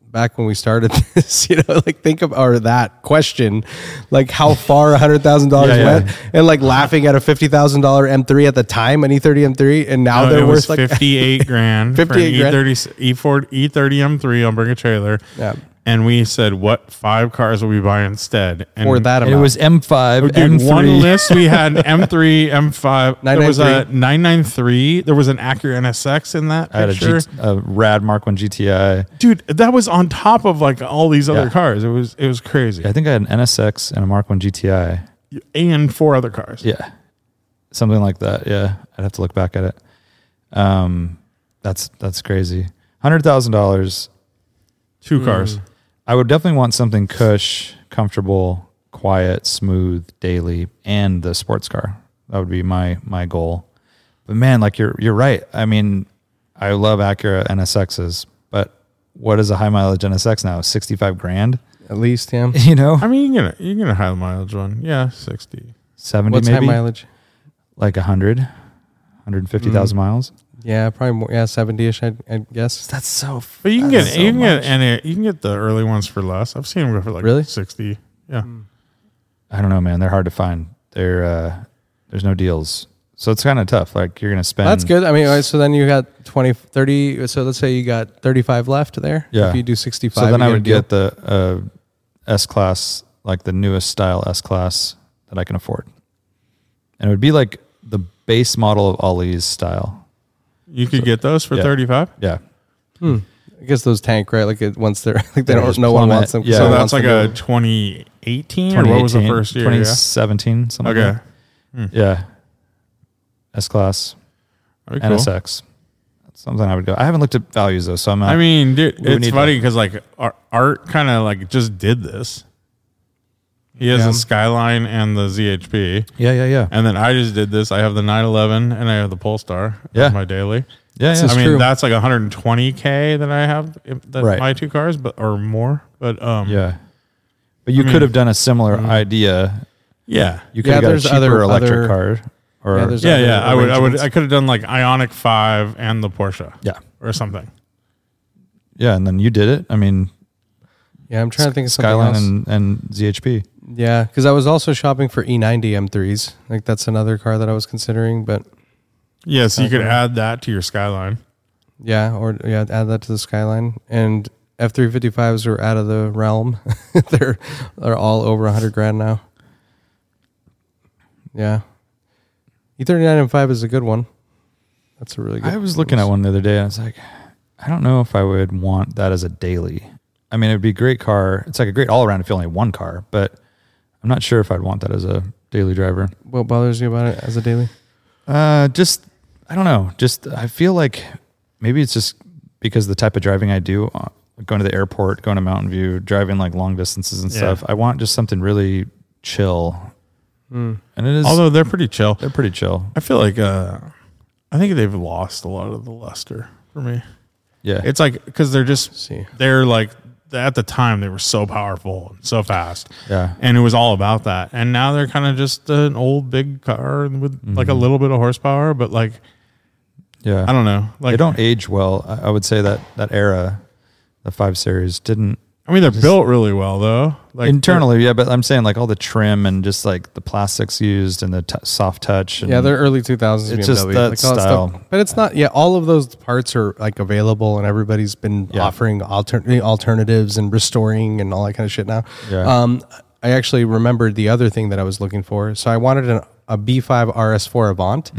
Speaker 2: back when we started this, you know, like think of or that question, like how far hundred thousand
Speaker 4: Yeah, yeah.
Speaker 2: dollars went, and like laughing at a fifty thousand dollar M3 at the time, an E E30 M3, and now
Speaker 5: No,
Speaker 2: they're
Speaker 5: it
Speaker 2: worth
Speaker 5: was
Speaker 2: like
Speaker 5: 58 grand
Speaker 2: 58
Speaker 5: for
Speaker 2: grand.
Speaker 5: an E E30 E40 E30 M3 on Burger Trailer.
Speaker 2: Yeah.
Speaker 5: And we said what five cars will we buy instead? And
Speaker 2: for that amount.
Speaker 4: It was M5,
Speaker 5: Dude,
Speaker 4: M3.
Speaker 5: uh, one list we had M3, M5. There was a
Speaker 2: 993.
Speaker 5: 993. There was an Acura NSX in that
Speaker 4: I had a,
Speaker 5: picture.
Speaker 4: G- a rad Mark One GTI.
Speaker 5: Dude, that was on top of like all these other
Speaker 4: Yeah.
Speaker 5: cars. It was it was crazy.
Speaker 4: I think I had an NSX and a Mark One GTI.
Speaker 5: And four other cars.
Speaker 4: Yeah, something like that. Yeah, I'd have to look back at it. Um, that's that's crazy. Hundred thousand dollars.
Speaker 5: Two
Speaker 4: Mm.
Speaker 5: cars.
Speaker 4: I would definitely want something cush, comfortable, quiet, smooth, daily, and the sports car. That would be my my goal. But man, like you're you're right. I mean, I love Acura NSXs, but what is a high mileage NSX now? Sixty five grand,
Speaker 2: at least, yeah.
Speaker 4: you know,
Speaker 5: I mean, you're gonna you're gonna high mileage one. Yeah, 60.
Speaker 4: seventy
Speaker 2: What's high
Speaker 4: maybe,
Speaker 2: mileage?
Speaker 4: like 100,
Speaker 2: Mm.
Speaker 4: 150,000 miles.
Speaker 2: Yeah, probably more. Yeah, seventy-ish, I, I guess.
Speaker 4: That's so. f-
Speaker 5: But you can
Speaker 4: that
Speaker 5: get
Speaker 4: is
Speaker 5: you can
Speaker 4: much.
Speaker 5: get any you can get the early ones for less. I've seen them go for like
Speaker 2: Really?
Speaker 5: 60. Yeah.
Speaker 4: I don't know, man. They're hard to find. They're uh, there's no deals, so it's kind of tough. Like you're gonna spend.
Speaker 2: That's good. I mean, all right, so then you got 20, 30. So let's say you got 35 left there.
Speaker 4: Yeah.
Speaker 2: If you do 65,
Speaker 4: So then
Speaker 2: you
Speaker 4: I
Speaker 2: a
Speaker 4: would
Speaker 2: deal.
Speaker 4: get the uh, S class, like the newest style S class that I can afford, and it would be like the base model of Ollie's style.
Speaker 5: You could get those for
Speaker 4: Yeah.
Speaker 5: 35.
Speaker 4: Yeah,
Speaker 2: I guess those tank, right? Like it, once they're like they
Speaker 4: They
Speaker 2: don't,
Speaker 4: just
Speaker 2: no one
Speaker 4: plummet.
Speaker 2: wants them.
Speaker 4: Yeah.
Speaker 5: So
Speaker 2: no one wants
Speaker 5: that's like
Speaker 2: them
Speaker 5: a
Speaker 2: to-
Speaker 5: 2018 or what was the
Speaker 4: 2018,
Speaker 5: first year? Yeah.
Speaker 4: 2017, something.
Speaker 5: Okay. Hmm.
Speaker 4: like that. Yeah, S class,
Speaker 5: That'd be cool.
Speaker 4: NSX. That's something I would go. I haven't looked at values though, so I'm. Not,
Speaker 5: I mean, dude,
Speaker 4: would
Speaker 5: it's
Speaker 4: need
Speaker 5: funny because like Ar- Art kind of like just did this. He has
Speaker 2: Yeah.
Speaker 5: the Skyline and the ZHP,
Speaker 4: yeah, yeah, yeah,
Speaker 5: and then I just did this. I have the 911 and I have the Polestar. as
Speaker 4: Yeah.
Speaker 5: my daily.
Speaker 4: yeah, yeah.
Speaker 2: It's
Speaker 5: I mean,
Speaker 2: true.
Speaker 5: that's like 120k that I have. If that
Speaker 4: Right.
Speaker 5: my two cars, but or more. But um,
Speaker 4: yeah. But you
Speaker 5: mean- hmm.
Speaker 4: could have done a similar idea.
Speaker 5: yeah,
Speaker 4: You could
Speaker 2: Yeah,
Speaker 4: have got a
Speaker 2: there's
Speaker 4: cheaper
Speaker 2: other-
Speaker 4: electric
Speaker 2: other-
Speaker 4: car, or
Speaker 2: Yeah, there's
Speaker 5: yeah,
Speaker 2: other
Speaker 5: yeah. I would, I would,
Speaker 2: arrangements.
Speaker 5: I could have done like Ionic Five and the Porsche,
Speaker 4: yeah,
Speaker 5: or something.
Speaker 4: yeah. And then you did it. I mean,
Speaker 2: Yeah, I'm trying to think of something
Speaker 4: Skyline
Speaker 2: else.
Speaker 4: and, and ZHP.
Speaker 2: yeah, because I was also shopping for E E90 M3s. Like that's another car that I was considering, but
Speaker 5: Yeah, so you could add that to your Skyline.
Speaker 2: yeah, or yeah, add that to the Skyline and F355s are out of the realm. they're they're all over 100 grand now. Yeah, E E39 M5 is a good one. That's a really good.
Speaker 4: I was looking at one the other day and I was like, I don't know if I would want that as a daily. I mean, it'd be a great car. It's like a great all around if you only had one car, but I'm not sure if I'd want that as a daily driver.
Speaker 2: What bothers you about it as a daily?
Speaker 4: Uh, just I don't know. Just I feel like maybe it's just because the type of driving I do, uh, going to the airport, going to Mountain View, driving like long distances and
Speaker 5: Yeah.
Speaker 4: stuff. I want just something really chill,
Speaker 2: Hmm.
Speaker 4: and it is.
Speaker 5: Although they're pretty chill.
Speaker 4: they're pretty chill.
Speaker 5: I feel like uh, I think they've lost a lot of the luster for me.
Speaker 4: Yeah,
Speaker 5: It's like because they're just
Speaker 2: see.
Speaker 5: they're like at the time they were so powerful and so fast,
Speaker 4: yeah.
Speaker 5: and it was all about that. And now they're kind of just an old big car with like
Speaker 4: Mm-hmm.
Speaker 5: a little bit of horsepower, but like
Speaker 4: Yeah,
Speaker 5: I don't know, like
Speaker 4: they don't age well. I, I would say that that era, the five series, didn't
Speaker 5: I mean, they're built really well though. Like
Speaker 4: internally. Yeah, but I'm saying like all the trim and just like the plastics used and the t- soft touch. And
Speaker 2: Yeah, they're early 2000s BMW.
Speaker 4: It's just that
Speaker 2: all
Speaker 4: style.
Speaker 2: But it's not, yeah, all of those parts are like available and everybody's been
Speaker 4: Yeah.
Speaker 2: offering alter- alternatives and restoring and all that kind of shit now.
Speaker 4: Yeah.
Speaker 2: Um, I actually remembered the other thing that I was looking for. So I wanted an, a B5 RS4 Avant,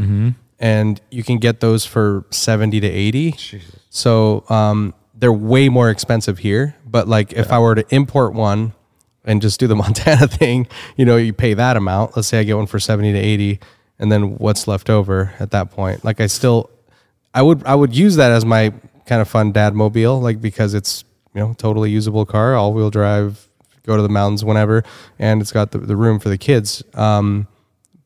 Speaker 2: and you can get those for 70 to 80. So um, they're way more expensive here. But like if I were to import one and just do the Montana thing, you know, you pay that amount. Let's say I get one for 70 to 80, and then what's left over at that point? Like I still, I would I would use that as my kind of fun dad mobile, like because it's you know totally usable car, all wheel drive, go to the mountains whenever, and it's got the, the room for the kids. Um,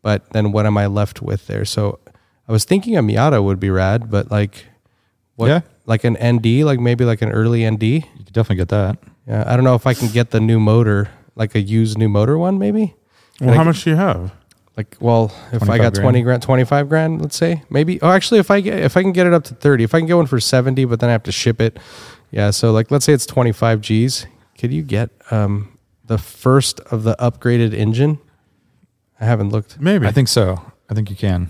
Speaker 2: but then what am I left with there? So I was thinking a Miata would be rad, but like what
Speaker 4: Yeah.
Speaker 2: like an ND, like maybe like an early ND.
Speaker 4: You could definitely get that.
Speaker 2: Yeah, I don't know if I can get the new motor, like a used new motor one, maybe.
Speaker 5: Well, how much do you have?
Speaker 2: Like, well, if I got
Speaker 4: 25 grand.
Speaker 2: twenty grand, twenty five grand, let's say, maybe. Oh, actually, if I get if I can get it up to thirty, if I can get one for seventy, but then I have to ship it. Yeah, so like, let's say it's twenty five G's. Could you get um, the first of the upgraded engine? I haven't looked.
Speaker 5: Maybe.
Speaker 4: I think so. I think you can.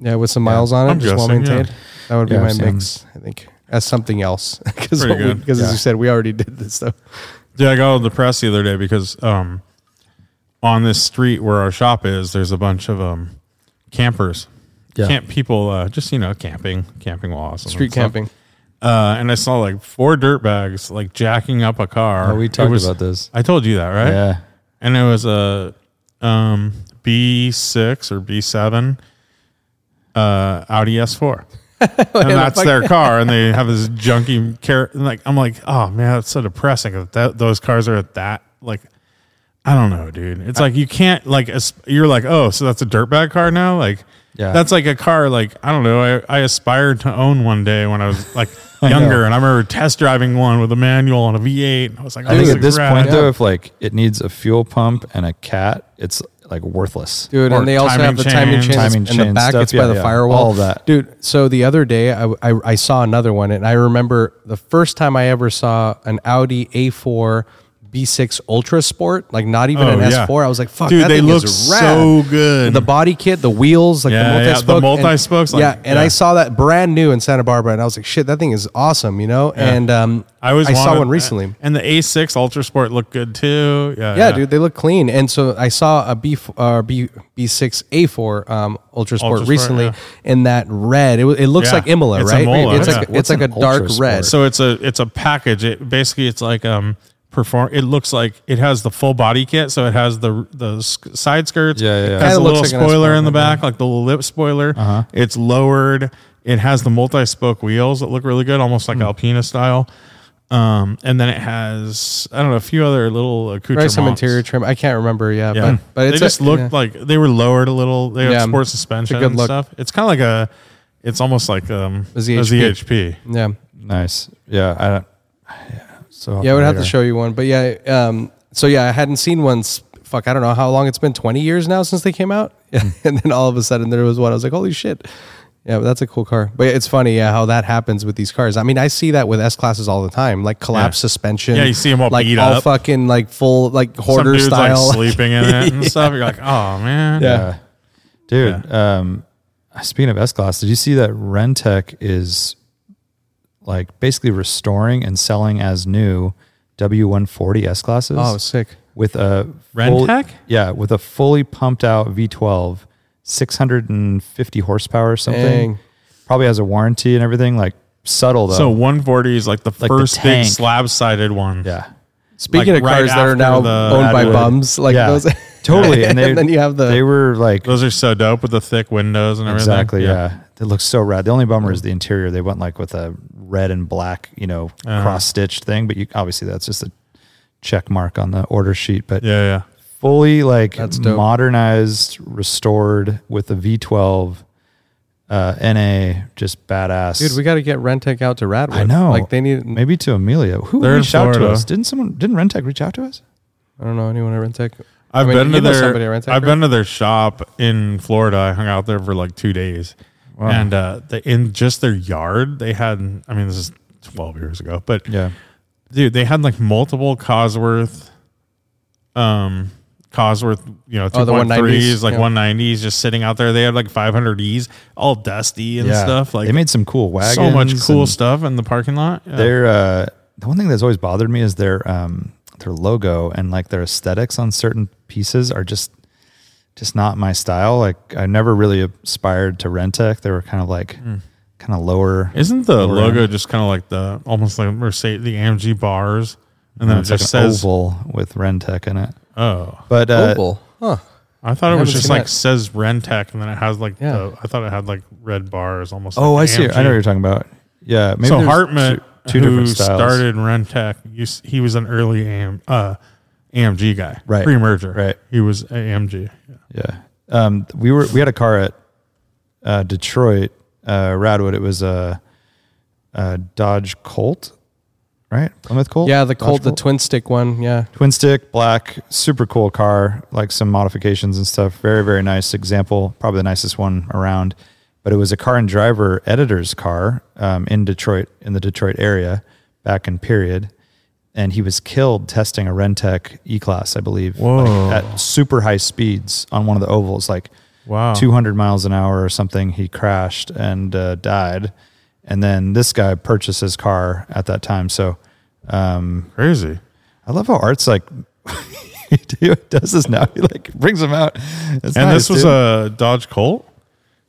Speaker 2: Yeah, with some miles on it,
Speaker 5: I'm
Speaker 2: just well
Speaker 5: guessing, yeah.
Speaker 2: maintained. That would
Speaker 4: Yeah,
Speaker 2: be my
Speaker 4: same.
Speaker 2: mix, I think, as something else. Because
Speaker 5: Pretty good.
Speaker 2: because as
Speaker 4: Yeah.
Speaker 2: you said, we already did this stuff.
Speaker 5: Yeah, I got all depressed the other day because um, on this street where our shop is, there's a bunch of um, campers,
Speaker 4: Yeah.
Speaker 5: camp people, uh, just you know, camping, camping while awesome and
Speaker 2: Street
Speaker 5: stuff.
Speaker 2: camping.
Speaker 5: Uh, and I saw like four dirt bags like jacking up a car.
Speaker 4: Oh, we
Speaker 5: It
Speaker 4: talked
Speaker 5: was-
Speaker 4: about this.
Speaker 5: I told you that, right?
Speaker 4: Yeah.
Speaker 5: And it was a um, B6 or B7 uh, Audi S4. and that's their car, and they have this junky car. And like, I'm like, oh man, that's so depressing. That, that those cars are at that. Like, I don't know, dude. It's like you can't like. as- You're like, oh, so that's a dirtbag car now. Like,
Speaker 4: Yeah.
Speaker 5: that's like a car. Like, I don't know. I, I aspired to own one day when I was like younger, and I remember test driving one with a manual and a V8. And I was like, oh,
Speaker 4: I think
Speaker 5: this
Speaker 4: at
Speaker 5: is
Speaker 4: this
Speaker 5: rad.
Speaker 4: point though, if like it needs a fuel pump and a cat, it's like worthless.
Speaker 2: dude.
Speaker 5: Or
Speaker 2: And they also have
Speaker 5: timing
Speaker 2: the timing
Speaker 5: chains.
Speaker 2: chains
Speaker 4: Timing
Speaker 2: in the
Speaker 4: chain
Speaker 2: back.
Speaker 4: stuff,
Speaker 2: it's
Speaker 4: yeah,
Speaker 2: by the
Speaker 4: yeah.
Speaker 2: firewall.
Speaker 4: All that.
Speaker 2: dude. So the other day, I, I I saw another one, and I remember the first time I ever saw an Audi A4 B6 Ultra Sport, like not even
Speaker 5: Oh,
Speaker 2: an
Speaker 5: yeah.
Speaker 2: S4. I was like, fuck,
Speaker 5: Dude,
Speaker 2: that
Speaker 5: they
Speaker 2: thing
Speaker 5: look
Speaker 2: is rad.
Speaker 5: so good.
Speaker 2: The body kit, the wheels, like
Speaker 5: Yeah, yeah, the
Speaker 2: the multi-spoke, and-
Speaker 5: multi-spokes, like,
Speaker 2: yeah, and
Speaker 5: yeah.
Speaker 2: I saw that brand new in Santa Barbara, and I was like, shit, that thing is awesome, you know. And um,
Speaker 5: I was
Speaker 2: I saw one recently.
Speaker 5: and the A6 Ultra Sport looked good too. Yeah,
Speaker 2: yeah, dude, they look clean. And so I saw a B uh, B B6 A4 um, Ultra Sport
Speaker 5: Ultra Sport,
Speaker 2: recently
Speaker 5: yeah.
Speaker 2: in that red. It, wa- it looks
Speaker 5: Yeah,
Speaker 2: like Imola,
Speaker 5: it's a
Speaker 2: right?
Speaker 5: Mola,
Speaker 2: it's
Speaker 5: yeah.
Speaker 2: like it's
Speaker 4: What's
Speaker 2: like a
Speaker 4: an
Speaker 2: dark
Speaker 4: Ultra
Speaker 2: red.
Speaker 4: Sport?
Speaker 5: So it's a it's a package. It basically it's like um perform. It looks like it has the full body kit, so it has the the sk- side skirts.
Speaker 4: Yeah, yeah, yeah.
Speaker 5: It has
Speaker 2: Kinda
Speaker 5: a little
Speaker 2: looks like an
Speaker 5: spoiler in the
Speaker 2: S4,
Speaker 5: back, like the little lip spoiler. Uh-huh. It's lowered. It has the multi spoke wheels that look really good, almost
Speaker 4: Hmm.
Speaker 5: like Alpina style. Um, and then it has I don't know a few other little
Speaker 2: Probably
Speaker 5: accoutrements.
Speaker 2: some interior trim. I can't remember. Yeah,
Speaker 5: Yeah, Hmm.
Speaker 2: but but it's
Speaker 5: they just
Speaker 2: a,
Speaker 5: looked
Speaker 2: yeah.
Speaker 5: like they were lowered a little. They had
Speaker 2: Yeah.
Speaker 5: sport suspension
Speaker 2: good
Speaker 5: and
Speaker 2: look.
Speaker 5: stuff. It's kind of like a, it's almost like um,
Speaker 2: A ZHP.
Speaker 5: ZHP.
Speaker 2: yeah.
Speaker 4: Nice. Yeah. I don't. yeah, So
Speaker 2: Yeah, I would have to show you one. But yeah, um, so yeah, I hadn't seen one. s- Fuck, I don't know how long it's been. Twenty years now since they came out.
Speaker 4: Hmm.
Speaker 2: Yeah, and then all of a sudden there was one. I was like, holy shit. Yeah, but that's a cool car. But it's funny, yeah, how that happens with these cars. I mean, I see that with S classes all the time, like collapse
Speaker 5: Yeah.
Speaker 2: suspension.
Speaker 5: Yeah, you see 'em all
Speaker 2: like
Speaker 5: beat
Speaker 2: all
Speaker 5: up.
Speaker 2: fucking like full like
Speaker 5: Some
Speaker 2: hoarder
Speaker 5: dude's
Speaker 2: style.
Speaker 5: like sleeping in it and stuff. You're like, oh man,
Speaker 2: Yeah.
Speaker 4: Yeah. Uh, Dude, um, speaking of S class, did you see that Rentec is like basically restoring and selling as new W140 S classes?
Speaker 2: oh, sick.
Speaker 4: with a
Speaker 5: Rentec?
Speaker 4: full- yeah, with a fully pumped out V12, 650 horsepower or something.
Speaker 2: Dang.
Speaker 4: Probably has a warranty and everything. Like subtle though.
Speaker 5: So 140 is like the
Speaker 4: the
Speaker 5: first big
Speaker 4: tank.
Speaker 5: slab sided one.
Speaker 4: yeah,
Speaker 2: Speaking
Speaker 5: Like,
Speaker 2: of
Speaker 5: right
Speaker 2: cars that
Speaker 5: after
Speaker 2: are now
Speaker 5: the
Speaker 2: owned by
Speaker 4: Atwood.
Speaker 2: bums, like
Speaker 4: yeah,
Speaker 2: those.
Speaker 4: totally. And, they,
Speaker 2: And then you have the-
Speaker 4: they were like
Speaker 5: Those are so dope with the thick windows and everything.
Speaker 4: Exactly. Yeah. It looks so rad. The only bummer is the interior. They went like with a red and black, you know,
Speaker 5: Uh-huh.
Speaker 4: cross stitched thing, but you obviously that's just a check mark on the order sheet, but
Speaker 5: Yeah. Yeah.
Speaker 4: fully like
Speaker 2: That's dope.
Speaker 4: modernized, restored with a V12 uh, NA, just badass.
Speaker 2: Dude, we got to get Rentec out to Radwood.
Speaker 4: I know.
Speaker 2: Like they need.
Speaker 4: Maybe to Amelia. Who
Speaker 5: They're in
Speaker 4: reached out to
Speaker 5: Florida.
Speaker 4: us? Didn't someone, didn't Rentec reach out to us?
Speaker 2: I don't know anyone at Rentec. I
Speaker 5: I've
Speaker 2: mean,
Speaker 5: been to
Speaker 2: you know
Speaker 5: their
Speaker 2: somebody at Rentec,
Speaker 5: I've
Speaker 2: right?
Speaker 5: been to their shop in Florida. I hung out there for like two days, and uh, they, in just their yard, they had. I mean, this is twelve years ago, but
Speaker 4: Yeah.
Speaker 5: dude, they had like multiple Cosworth, um, Cosworth, you know,
Speaker 2: Oh, the
Speaker 5: 2.3s,
Speaker 2: 190s,
Speaker 5: like
Speaker 2: yeah.
Speaker 5: 190s just sitting out there. They had like 500Es, all dusty and
Speaker 4: yeah.
Speaker 5: stuff. Like,
Speaker 4: they made some cool wagons.
Speaker 5: so much cool
Speaker 4: and-
Speaker 5: stuff in the parking lot. Yeah.
Speaker 4: Their uh, the one thing that's always bothered me is their um, their logo and like their aesthetics on certain pieces are just just not my style. Like I never really aspired to Rentec. They were kind of like kind of lower.
Speaker 5: Hmm. Isn't the
Speaker 4: Lower
Speaker 5: logo
Speaker 4: end.
Speaker 5: just kind of like the almost like Mercedes, the AMG bars, and then
Speaker 4: and it's
Speaker 5: it
Speaker 4: like
Speaker 5: just
Speaker 4: an
Speaker 5: says,
Speaker 4: oval with Rentec in it.
Speaker 5: "Oh."
Speaker 4: But uh,
Speaker 2: Opal. Huh.
Speaker 5: I thought
Speaker 2: I
Speaker 5: it was
Speaker 2: haven't
Speaker 5: just
Speaker 2: seen
Speaker 5: like
Speaker 2: that.
Speaker 5: says Rentec, and then it has like
Speaker 2: Yeah.
Speaker 5: the. I thought it had like red bars, almost.
Speaker 4: oh, I
Speaker 5: like
Speaker 4: see.
Speaker 5: AMG.
Speaker 4: I know what you're talking about. Yeah, maybe
Speaker 5: so
Speaker 4: there's
Speaker 5: Hartman,
Speaker 4: two, two
Speaker 5: who
Speaker 4: different styles.
Speaker 5: started Rentec, used- he was an early AM, uh, AMG guy,
Speaker 4: Right.
Speaker 5: Pre-merger,
Speaker 4: Right.
Speaker 5: He was AMG.
Speaker 4: Yeah. Um, we were we had a car at uh, Detroit, uh, Radwood. It was a, a Dodge Colt, right? Plymouth Colt.
Speaker 2: Yeah, the
Speaker 4: Dodge
Speaker 2: Colt, the twin stick one. Yeah.
Speaker 4: twin stick, black, super cool car. Like some modifications and stuff. Very very nice example. Probably the nicest one around. But it was a car and driver editor's car um, in Detroit in the Detroit area back in period. And he was killed testing a Rentec E Class, I believe,
Speaker 5: Whoa.
Speaker 4: like, at super high speeds on one of the ovals, like
Speaker 5: Wow.
Speaker 4: 200 miles an hour or something. He crashed and uh, died. And then this guy purchased his car at that time. So um,
Speaker 5: Crazy.
Speaker 4: I love how art's like, he does this now. He like brings them out. It's
Speaker 5: And
Speaker 4: nice,
Speaker 5: this was
Speaker 4: dude.
Speaker 5: a Dodge Colt.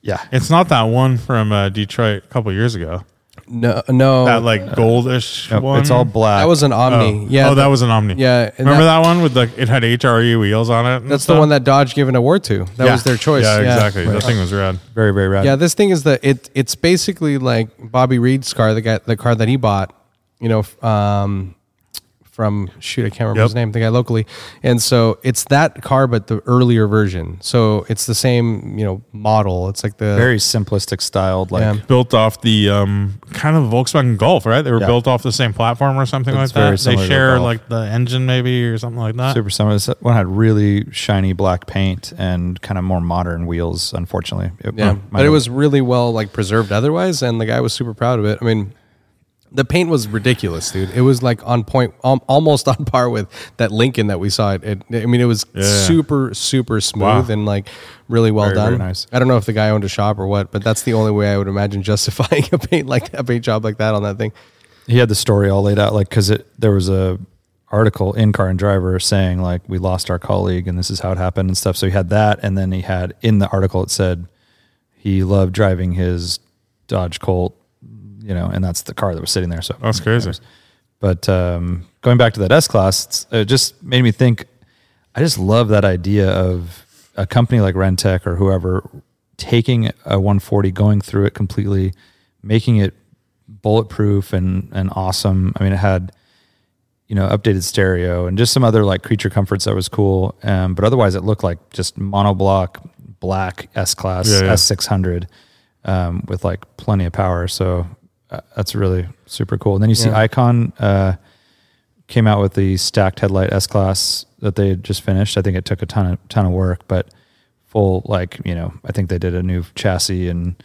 Speaker 4: yeah.
Speaker 5: It's not that one from uh, Detroit a couple years ago.
Speaker 2: No, no.
Speaker 5: That like goldish
Speaker 4: No,
Speaker 5: one.
Speaker 4: it's all black.
Speaker 2: That was an Omni.
Speaker 5: Oh.
Speaker 2: Yeah.
Speaker 5: Oh, that was an Omni.
Speaker 2: yeah, and
Speaker 5: Remember
Speaker 2: that-
Speaker 5: that, one with like it had HRE wheels on it? and
Speaker 2: That's
Speaker 5: stuff?
Speaker 2: the one that Dodge gave an award to. That was their choice.
Speaker 5: Yeah,
Speaker 2: Yeah,
Speaker 5: exactly.
Speaker 2: Right.
Speaker 5: That thing was rad.
Speaker 4: very very rad.
Speaker 2: Yeah, this thing is the it. It's basically like Bobby Reed's car, the guy, the car that he bought. You know, f- um, from shoot, I can't remember
Speaker 5: Yep.
Speaker 2: his name, the guy locally, and so it's that car, but the earlier version. So it's the same, you know, model. It's like the
Speaker 4: very simplistic styled. Like
Speaker 2: Yeah.
Speaker 5: Built off the um, kind of Volkswagen Golf, right? They were
Speaker 4: Yeah.
Speaker 5: built off the same platform or something
Speaker 4: It's very
Speaker 5: like that.
Speaker 4: similar
Speaker 5: They
Speaker 4: to the
Speaker 5: share
Speaker 4: Golf.
Speaker 5: like the engine maybe or something like that.
Speaker 4: super similar. This one had really shiny black paint and kind of more modern wheels. Unfortunately, It
Speaker 2: Yeah,
Speaker 4: might
Speaker 2: but it
Speaker 4: have-
Speaker 2: was really well like preserved otherwise, and the guy was super proud of it. I mean, the paint was ridiculous, dude. It was like on point, um, almost on par with that Lincoln that we saw. It. it I mean, it was super, super smooth
Speaker 5: Wow.
Speaker 2: and like really well
Speaker 4: Very,
Speaker 2: done.
Speaker 4: very nice.
Speaker 2: I don't know if the guy owned a shop or what, but that's the only way I would imagine justifying a paint like a paint job like that on that thing.
Speaker 4: he had the story all laid out like because it there was a article in car and driver saying like we lost our colleague and this is how it happened and stuff so he had that and then he had in the article it said he loved driving his dodge colt you know and that's the car that was sitting there so
Speaker 5: That's crazy.
Speaker 4: but um, going back to that S class, it's- it just made me think. I just love that idea of a company like Rentec or whoever taking a 140, going through it completely, making it bulletproof and and awesome. I mean, it had you know updated stereo and just some other like creature comforts that was cool. Um, but otherwise, it looked like just monoblock black S class
Speaker 5: Yeah, yeah.
Speaker 4: S600 um, with like plenty of power. So uh, that's really super cool. And then you see Icon uh, came out with the stacked headlight S class that they had just finished. I think it took a ton of ton of work, but full like you know I think they did a new chassis and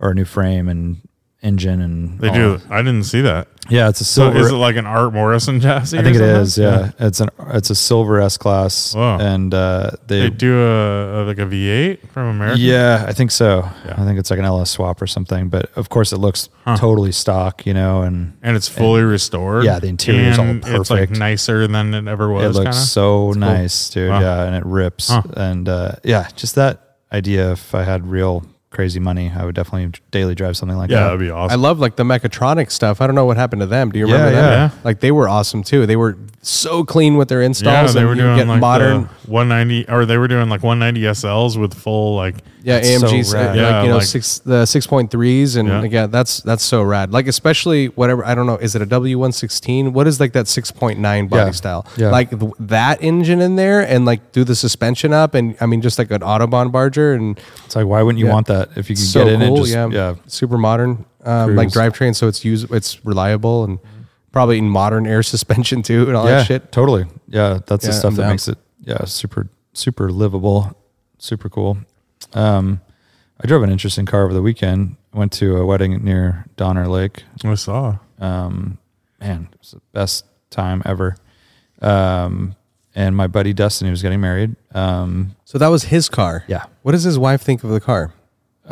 Speaker 4: or a new frame and engine and
Speaker 5: They
Speaker 4: all.
Speaker 5: do. I didn't see that.
Speaker 4: Yeah, it's a
Speaker 5: So
Speaker 4: silver.
Speaker 5: is it like an Art Morrison chassis?
Speaker 4: I think
Speaker 5: or
Speaker 4: it
Speaker 5: something?
Speaker 4: is. Yeah. it's an it's a silver S class,
Speaker 5: Wow.
Speaker 4: and uh,
Speaker 5: They
Speaker 4: they.
Speaker 5: do a, a- like a V8 from America.
Speaker 4: Yeah, I think so.
Speaker 5: Yeah.
Speaker 4: I think it's like an LS swap or something, but of course it looks
Speaker 5: Huh.
Speaker 4: totally stock, you know, and
Speaker 5: and it's fully restored.
Speaker 4: yeah, the interior is all
Speaker 5: And It's like
Speaker 4: perfect.
Speaker 5: nicer than it ever was.
Speaker 4: it looks
Speaker 5: kinda.
Speaker 4: so nice, dude.
Speaker 5: Wow.
Speaker 4: Yeah, and it rips.
Speaker 5: Huh.
Speaker 4: And uh, yeah, just that idea. If I had real crazy money, I would definitely daily drive something like
Speaker 5: yeah,
Speaker 4: that.
Speaker 5: that'd be
Speaker 2: I
Speaker 5: awesome.
Speaker 2: love like the mechatronic stuff. I don't know what happened to them. Do you remember
Speaker 4: Yeah,
Speaker 2: them?
Speaker 5: yeah.
Speaker 2: Like they were awesome too. They were so clean with their
Speaker 5: yeah,
Speaker 2: installs.
Speaker 5: they
Speaker 2: and
Speaker 5: were
Speaker 2: you would
Speaker 5: doing
Speaker 2: get
Speaker 5: like
Speaker 2: modern.
Speaker 5: modern 190, or they were doing like 190 SLs with full like.
Speaker 2: Yeah,
Speaker 4: That's so
Speaker 2: AMGs, uh,
Speaker 4: rad.
Speaker 2: like
Speaker 5: Yeah,
Speaker 2: you know
Speaker 5: like-
Speaker 2: six the six point threes, and
Speaker 5: Yeah.
Speaker 2: again that's that's so rad. Like especially whatever I don't know, is it a W one sixteen? What is like that six point nine body
Speaker 4: Yeah.
Speaker 2: style?
Speaker 4: Yeah.
Speaker 2: Like th- that engine in there, and like do the suspension up, and I mean just like an autobahn barger, and
Speaker 4: It's like, why wouldn't you
Speaker 2: Yeah.
Speaker 4: want that if you could
Speaker 2: so
Speaker 4: get in
Speaker 2: cool.
Speaker 4: and just
Speaker 2: yeah,
Speaker 4: yeah,
Speaker 2: super modern, um, like drivetrain, so it's use it's reliable and probably in modern air suspension too, and all
Speaker 4: yeah,
Speaker 2: that shit.
Speaker 4: totally. Yeah, that's the
Speaker 2: Yeah,
Speaker 4: stuff
Speaker 2: I'm
Speaker 4: that
Speaker 2: down.
Speaker 4: makes it yeah super super livable, super cool. Um, I drove an interesting car over the weekend. I went to a wedding near Donner Lake.
Speaker 5: I saw.
Speaker 4: um, man, it was the best time ever. Um, and my buddy Dustin, who was getting married, um,
Speaker 2: So that was his car.
Speaker 4: yeah,
Speaker 2: What does his wife think of the car?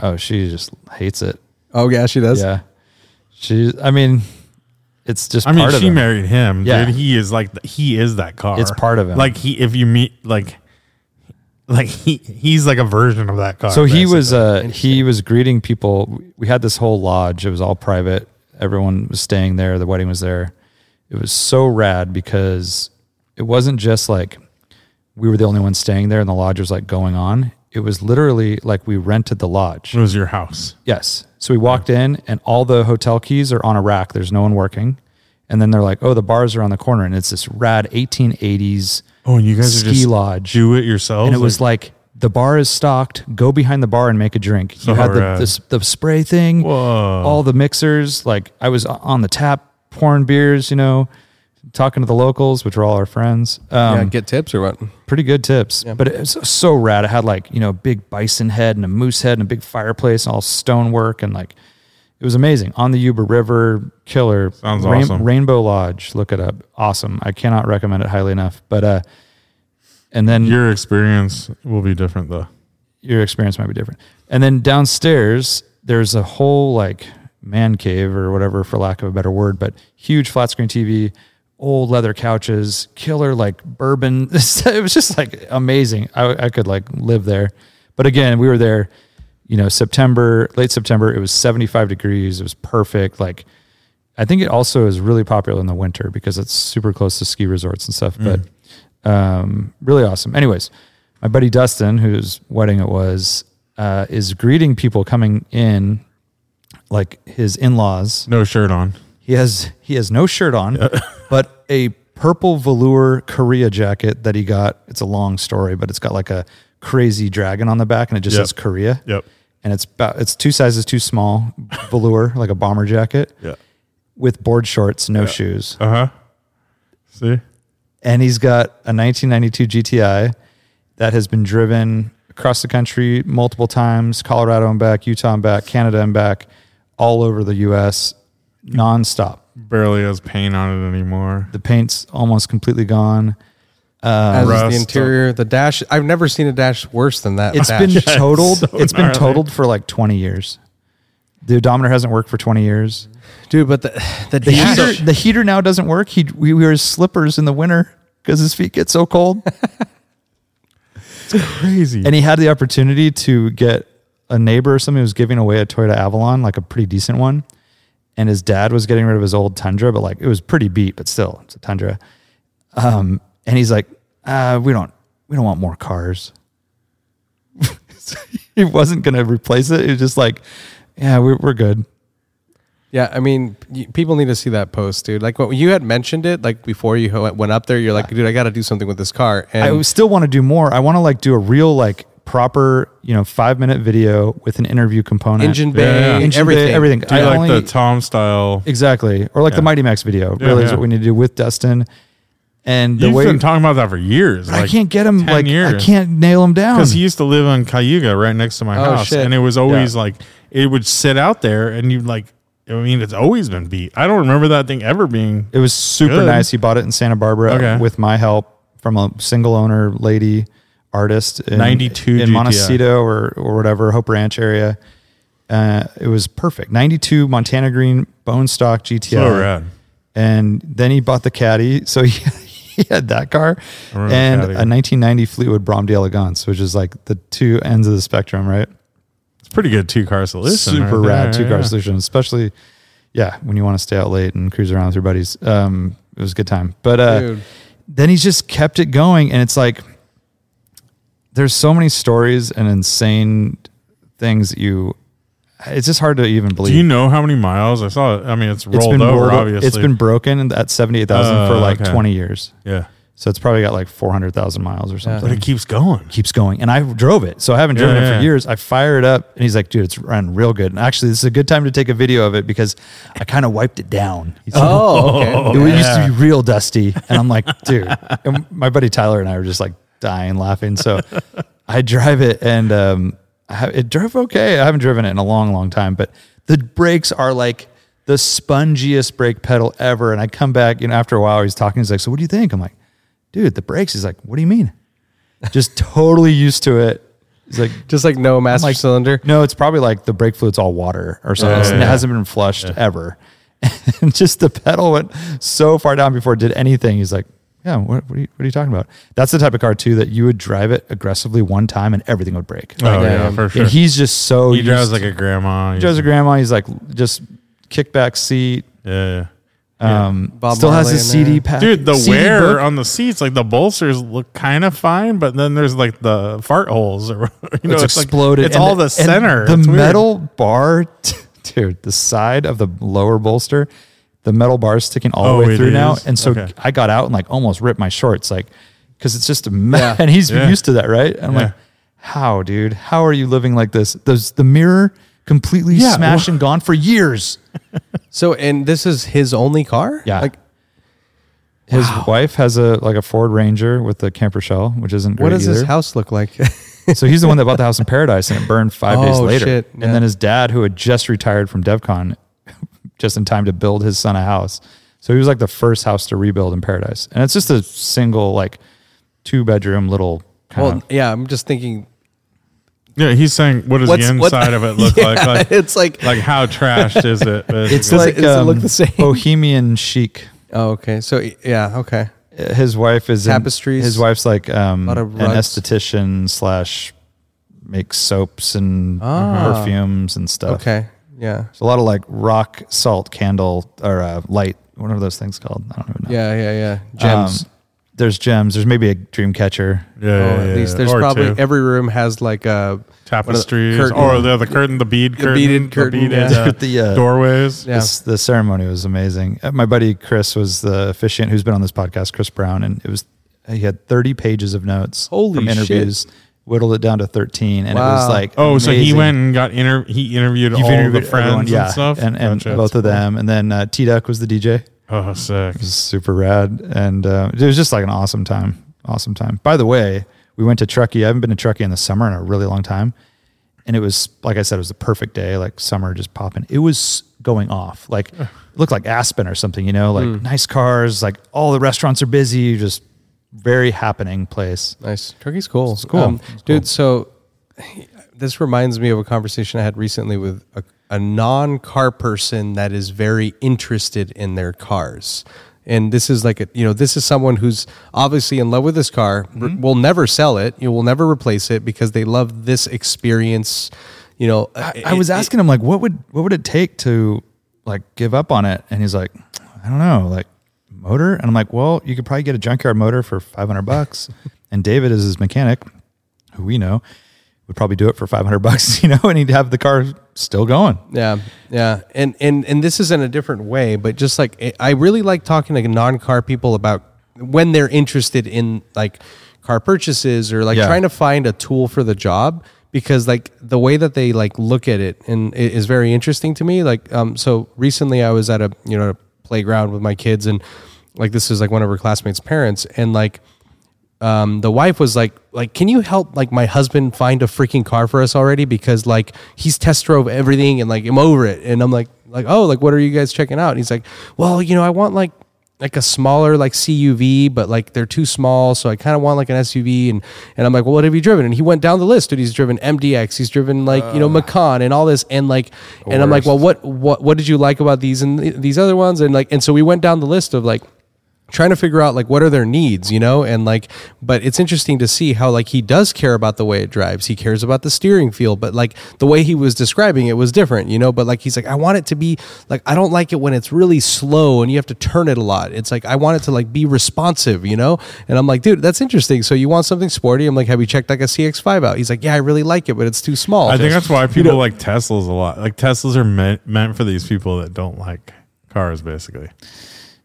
Speaker 4: oh, she just hates it.
Speaker 2: Oh yeah, she does.
Speaker 4: Yeah, she. I mean, it's just
Speaker 5: I mean,
Speaker 4: part of
Speaker 5: she
Speaker 4: him.
Speaker 5: married him,
Speaker 4: Yeah.
Speaker 5: dude. He is like he is that car.
Speaker 4: It's part of him.
Speaker 5: Like he, if you meet like, like he, he's like a version of that car.
Speaker 4: So he was uh, he was greeting people. We had this whole lodge. It was all private. Everyone was staying there. The wedding was there. It was so rad because it wasn't just like we were the only ones staying there and the lodge was like going on. It was literally like we rented the lodge.
Speaker 5: It was your house.
Speaker 4: Yes. So we walked in and all the hotel keys are on a rack. There's no one working. And then they're like, oh, the bars are on the corner. And it's this rad 1880s
Speaker 5: Oh, and you guys are
Speaker 4: ski
Speaker 5: just
Speaker 4: lodge.
Speaker 5: do it yourselves.
Speaker 4: and it was like, the bar is stocked. Go behind the bar and make a drink.
Speaker 5: So
Speaker 4: you had the,
Speaker 5: rad.
Speaker 4: the, s- the spray thing,
Speaker 5: Whoa.
Speaker 4: all the mixers. Like I was o- on the tap pouring beers, you know, talking to the locals, which were all our friends. Um,
Speaker 2: yeah, get tips or what?
Speaker 4: pretty good tips. But it was so rad. It had like, you know, a big bison head and a moose head and a big fireplace and all stonework and like it was amazing. On the Yuba River, killer.
Speaker 5: Sounds awesome.
Speaker 4: Rainbow Lodge, look it up. Awesome. I cannot recommend it highly enough. But uh and then
Speaker 5: your experience will be different though.
Speaker 4: your experience might be different. And then downstairs, there's a whole like man cave or whatever, for lack of a better word, but huge flat screen TV, old leather couches, killer like bourbon. it was just like amazing. I, I could like live there. But again, we were there, you know, September, late September. It was 75 degrees. It was perfect. Like, I think it also is really popular in the winter because it's super close to ski resorts and stuff. But um, really awesome. Anyways, my buddy Dustin, whose wedding it was, uh, is greeting people coming in, like his in-laws.
Speaker 5: No shirt on.
Speaker 4: He has he has no shirt on, but a purple velour Korea jacket that he got. It's a long story, but it's got like a crazy dragon on the back, and it just
Speaker 5: Yep.
Speaker 4: says Korea.
Speaker 5: Yep.
Speaker 4: And it's about it's two sizes too small, velour like a bomber jacket
Speaker 5: Yeah.
Speaker 4: with board shorts, no shoes.
Speaker 5: Uh huh. See.
Speaker 4: And he's got a 1992 GTI that has been driven across the country multiple times Colorado and back, Utah and back, Canada and back, all over the US nonstop.
Speaker 5: Barely has paint on it anymore.
Speaker 4: The paint's almost completely gone.
Speaker 2: As is
Speaker 5: Rust.
Speaker 2: the interior, the dash. I've never seen a dash worse than that.
Speaker 4: It's
Speaker 2: dash.
Speaker 4: been totaled.
Speaker 5: so
Speaker 4: it's been
Speaker 5: gnarly.
Speaker 4: totaled for like 20 years. The odometer hasn't worked for 20 years.
Speaker 2: dude, but the the
Speaker 4: The
Speaker 2: dash.
Speaker 4: heater, the heater now doesn't work. He we wears slippers in the winter because his feet get so cold.
Speaker 5: Crazy.
Speaker 4: and he had the opportunity to get a neighbor or something who was giving away a Toyota Avalon, like a pretty decent one. And his dad was getting rid of his old Tundra, but like it was pretty beat, but still, it's a Tundra. Um, and he's like, uh, we don't, we don't want more cars. he wasn't going to replace it. He was just like, yeah, we're, we're good.
Speaker 2: Yeah, I mean, y- people need to see that post, dude. Like what you had mentioned it, like before you ho- went up there, you're like, dude, I got to do something with this car. And
Speaker 4: I still want to do more. I want to like do a real like proper, you know, five minute video with an interview component,
Speaker 2: engine bay,
Speaker 5: Yeah.
Speaker 4: Engine bay,
Speaker 2: everything,
Speaker 4: everything.
Speaker 5: Do you like the Tom style?
Speaker 4: Exactly. Or like the Mighty Max video really is
Speaker 5: yeah.
Speaker 4: what we need to do with Dustin. And the
Speaker 5: You've
Speaker 4: way
Speaker 5: been talking about that for years.
Speaker 4: I can't get him
Speaker 5: 10
Speaker 4: like I
Speaker 5: years.
Speaker 4: can't nail him down.
Speaker 5: because he used to live on Cayuga right next to my
Speaker 2: Oh,
Speaker 5: house,
Speaker 2: shit.
Speaker 5: and it was always like it would sit out there, and you like, I mean, it's always been beat. I don't remember that thing ever being.
Speaker 4: it was super
Speaker 5: Good.
Speaker 4: nice. He bought it in Santa Barbara
Speaker 5: Okay.
Speaker 4: with my help from a single owner lady artist in
Speaker 5: 92
Speaker 4: in
Speaker 5: GTI.
Speaker 4: Montecito or or whatever Hope Ranch area. Uh, it was perfect. 92 Montana Green bone stock GTI.
Speaker 5: So rad.
Speaker 4: and then he bought the caddy so he, he had that car
Speaker 5: remember
Speaker 4: and
Speaker 5: the Caddy.
Speaker 4: a 1990 fleetwood brom d'elegance which is like the two ends of the spectrum right
Speaker 5: It's pretty good two car solution.
Speaker 4: super
Speaker 5: right
Speaker 4: rad
Speaker 5: there,
Speaker 4: two car
Speaker 5: yeah.
Speaker 4: solution especially yeah when you want to stay out late and cruise around with your buddies um it was a good time but uh
Speaker 2: Dude.
Speaker 4: then he's just kept it going and it's like there's so many stories and insane things that you it's just hard to even believe
Speaker 5: Do you know how many miles? I saw. it. I mean, it's rolled over.
Speaker 4: rolled-
Speaker 5: obviously,
Speaker 4: it's been broken at 78,000 for
Speaker 5: Oh,
Speaker 4: like
Speaker 5: okay.
Speaker 4: 20 years
Speaker 5: yeah,
Speaker 4: So it's probably got like 400,000 miles or something.
Speaker 5: but it keeps going.
Speaker 4: keeps going. And I drove it. So I haven't driven
Speaker 5: Yeah,
Speaker 4: it for
Speaker 5: yeah.
Speaker 4: years. I fire it up and he's like, dude, it's running real good. And actually, this is a good time to take a video of it because I kind of wiped it down. He's like,
Speaker 2: oh, okay.
Speaker 4: it used to be real dusty. And I'm like, dude. And my buddy Tyler and I were just like dying laughing. So I drive it and um, I ha- it drove okay. I haven't driven it in a long, long time, but the brakes are like the spongiest brake pedal ever. And I come back, you know, after a while, he's talking. He's like, so what do you think? I'm like, dude, the brakes. He's like, what do you mean? Just totally used to it. He's like,
Speaker 2: Just like no master
Speaker 4: like,
Speaker 2: cylinder.
Speaker 4: no, it's probably like the brake fluid's all water or something.
Speaker 5: Yeah, yeah,
Speaker 4: It
Speaker 5: yeah.
Speaker 4: hasn't been flushed ever. and just the pedal went so far down before it did anything. He's like, yeah, what, what, are you, what are you talking about? That's the type of car too that you would drive it aggressively one time and everything would break.
Speaker 5: Oh, yeah,
Speaker 2: um,
Speaker 5: for sure.
Speaker 4: And he's just so
Speaker 5: he
Speaker 4: used
Speaker 5: drives
Speaker 4: to-
Speaker 5: like a grandma.
Speaker 4: he
Speaker 5: He's-
Speaker 4: drives a grandma. He's like just kickback seat.
Speaker 5: Yeah.
Speaker 4: Um,
Speaker 2: Bob
Speaker 4: still has
Speaker 2: Marley
Speaker 4: his
Speaker 2: in
Speaker 4: CD
Speaker 2: there.
Speaker 4: pack.
Speaker 5: Dude, the
Speaker 4: CD
Speaker 5: wear
Speaker 4: book.
Speaker 5: on the seats, like the bolsters look kind of fine, but then there's like the fart holes or you know,
Speaker 4: it's,
Speaker 5: it's,
Speaker 4: exploded.
Speaker 5: Like, it's
Speaker 4: and
Speaker 5: all the,
Speaker 4: and
Speaker 5: center.
Speaker 4: The
Speaker 5: It's weird.
Speaker 4: metal bar, dude, the side of the lower bolster, the metal bar is sticking all
Speaker 5: Oh,
Speaker 4: the way
Speaker 5: it
Speaker 4: through now.
Speaker 5: is?
Speaker 4: And so
Speaker 5: Okay.
Speaker 4: I got out and like almost ripped my shorts, like, because it's just a mess.
Speaker 2: Yeah.
Speaker 4: And he's
Speaker 5: Yeah.
Speaker 4: used to that, right? And I'm
Speaker 5: Yeah.
Speaker 4: like, how, dude? How are you living like this? Those the mirror completely
Speaker 5: Yeah,
Speaker 4: smashed and gone for years.
Speaker 2: So, and this is his only car?
Speaker 4: Yeah.
Speaker 2: Like,
Speaker 4: His wife has a like a Ford Ranger with a camper shell, which isn't great
Speaker 2: what does his
Speaker 4: either.
Speaker 2: house look like?
Speaker 4: So he's the one that bought the house in Paradise and it burned five days
Speaker 2: Oh,
Speaker 4: later.
Speaker 2: shit. Yeah.
Speaker 4: And then his dad, who had just retired from DevCon, just in time to build his son a house. So he was like the first house to rebuild in Paradise. And it's just a single, like two bedroom little kind
Speaker 2: well,
Speaker 4: of.
Speaker 2: yeah, I'm just thinking.
Speaker 5: yeah, he's saying what does the
Speaker 2: What's-
Speaker 5: inside
Speaker 2: what-
Speaker 5: of it look
Speaker 2: Yeah,
Speaker 5: like? Like
Speaker 2: it's like,
Speaker 5: like how trashed is it?
Speaker 4: It's
Speaker 2: Does it-
Speaker 4: like um,
Speaker 2: does it look the same?
Speaker 4: bohemian chic.
Speaker 2: oh, okay. So, yeah, okay.
Speaker 4: His wife is in-
Speaker 2: Tapestries.
Speaker 4: his wife's like um,
Speaker 2: Lot
Speaker 4: an
Speaker 2: of rugs.
Speaker 4: esthetician slash makes soaps and
Speaker 2: Ah.
Speaker 4: perfumes and stuff.
Speaker 2: Okay. Yeah.
Speaker 4: So a lot of like rock salt candle or uh, light. What are those things called? I don't even know.
Speaker 2: Yeah, yeah, yeah. Gems.
Speaker 4: Um, there's gems. There's maybe a dream catcher.
Speaker 5: yeah,
Speaker 2: oh,
Speaker 5: yeah,
Speaker 2: at
Speaker 5: yeah,
Speaker 2: least there's
Speaker 5: or
Speaker 2: probably
Speaker 5: two.
Speaker 2: every room has like a
Speaker 5: tapestries
Speaker 2: curtain.
Speaker 5: or the, the curtain, the bead
Speaker 2: The
Speaker 5: curtain,
Speaker 2: beaded curtain,
Speaker 5: beaded,
Speaker 2: yeah.
Speaker 5: uh,
Speaker 4: The, uh,
Speaker 5: doorways.
Speaker 2: Yeah.
Speaker 4: This, the ceremony was amazing. Uh, My buddy Chris was the officiant who's been on this podcast, Chris Brown, and it was he had 30 pages of notes
Speaker 2: Holy
Speaker 4: from
Speaker 2: shit.
Speaker 4: interviews, whittled it down to 13, and it
Speaker 2: Wow.
Speaker 4: was like
Speaker 5: Oh, so he
Speaker 4: amazing.
Speaker 5: went and got inter. He interviewed
Speaker 4: You've
Speaker 5: all
Speaker 4: interviewed
Speaker 5: the friends
Speaker 4: everyone,
Speaker 5: and stuff,
Speaker 4: and, and
Speaker 5: Gotcha.
Speaker 4: both of them, and then uh, T Duck was the DJ. It
Speaker 5: Oh, sick.
Speaker 4: was super rad, and uh, it was just like an awesome time. Awesome time. By the way, we went to Truckee. I haven't been to Truckee in the summer in a really long time. and it was like I said, it was the perfect day, like summer just popping. It was going off, like it looked like Aspen or something, you know, like nice cars, like all the restaurants are busy, just very happening place.
Speaker 2: Nice. Turkey's cool. It's
Speaker 4: cool. It's
Speaker 2: dude, so this reminds me of a conversation I had recently with a, a non car person that is very interested in their cars. And this is like a, you know, this is someone who's obviously in love with this car, r- will never sell it, you know, will never replace it because they love this experience. You know,
Speaker 4: I, I was asking him like, what would what would it take to like give up on it? And he's like, I don't know, like motor. And I'm like, well, you could probably get a junkyard motor for 500 bucks. and David is his mechanic, who we know would probably do it for 500 bucks, you know, and he'd have the car still going.
Speaker 2: Yeah, yeah, and and and this is in a different way, but just like eh, I- I really like talking to non-car people about when they're interested in like car purchases or like
Speaker 4: Yeah.
Speaker 2: trying to find a tool for the job because like the way that they like look at it and it is very interesting to me. Like, um, so recently I was at a you know playground with my kids and like this is like one of her classmates' parents and like um, the wife was like, like, can you help like my husband find a freaking car for us already? Because like he's test drove everything and like I'm over it. And I'm like, like, oh, like what are you guys checking out? And he's like, well, you know, I want like like a smaller like CUV, but like they're too small, so I kind of want like an SUV. And and I'm like, well, what have you driven? And he went down the list, dude. He's driven MDX, he's driven like you know Macan and all this, and like, and I'm like, well, what what what did you like about these and th- these other ones? And like, and so we went down the list of like trying to figure out like what are their needs you know and like but it's interesting to see how like he does care about the way it drives he cares about the steering feel but like the way he was describing it was different you know but like he's like i want it to be like i don't like it when it's really slow and you have to turn it a lot it's like i want it to like be responsive you know and i'm like dude that's interesting so you want something sporty i'm like have you checked like a cx5 out he's like yeah i really like it but it's too small
Speaker 5: I think that's why people like Teslas a lot. Like Teslas are meant meant for these people that don't like cars, basically.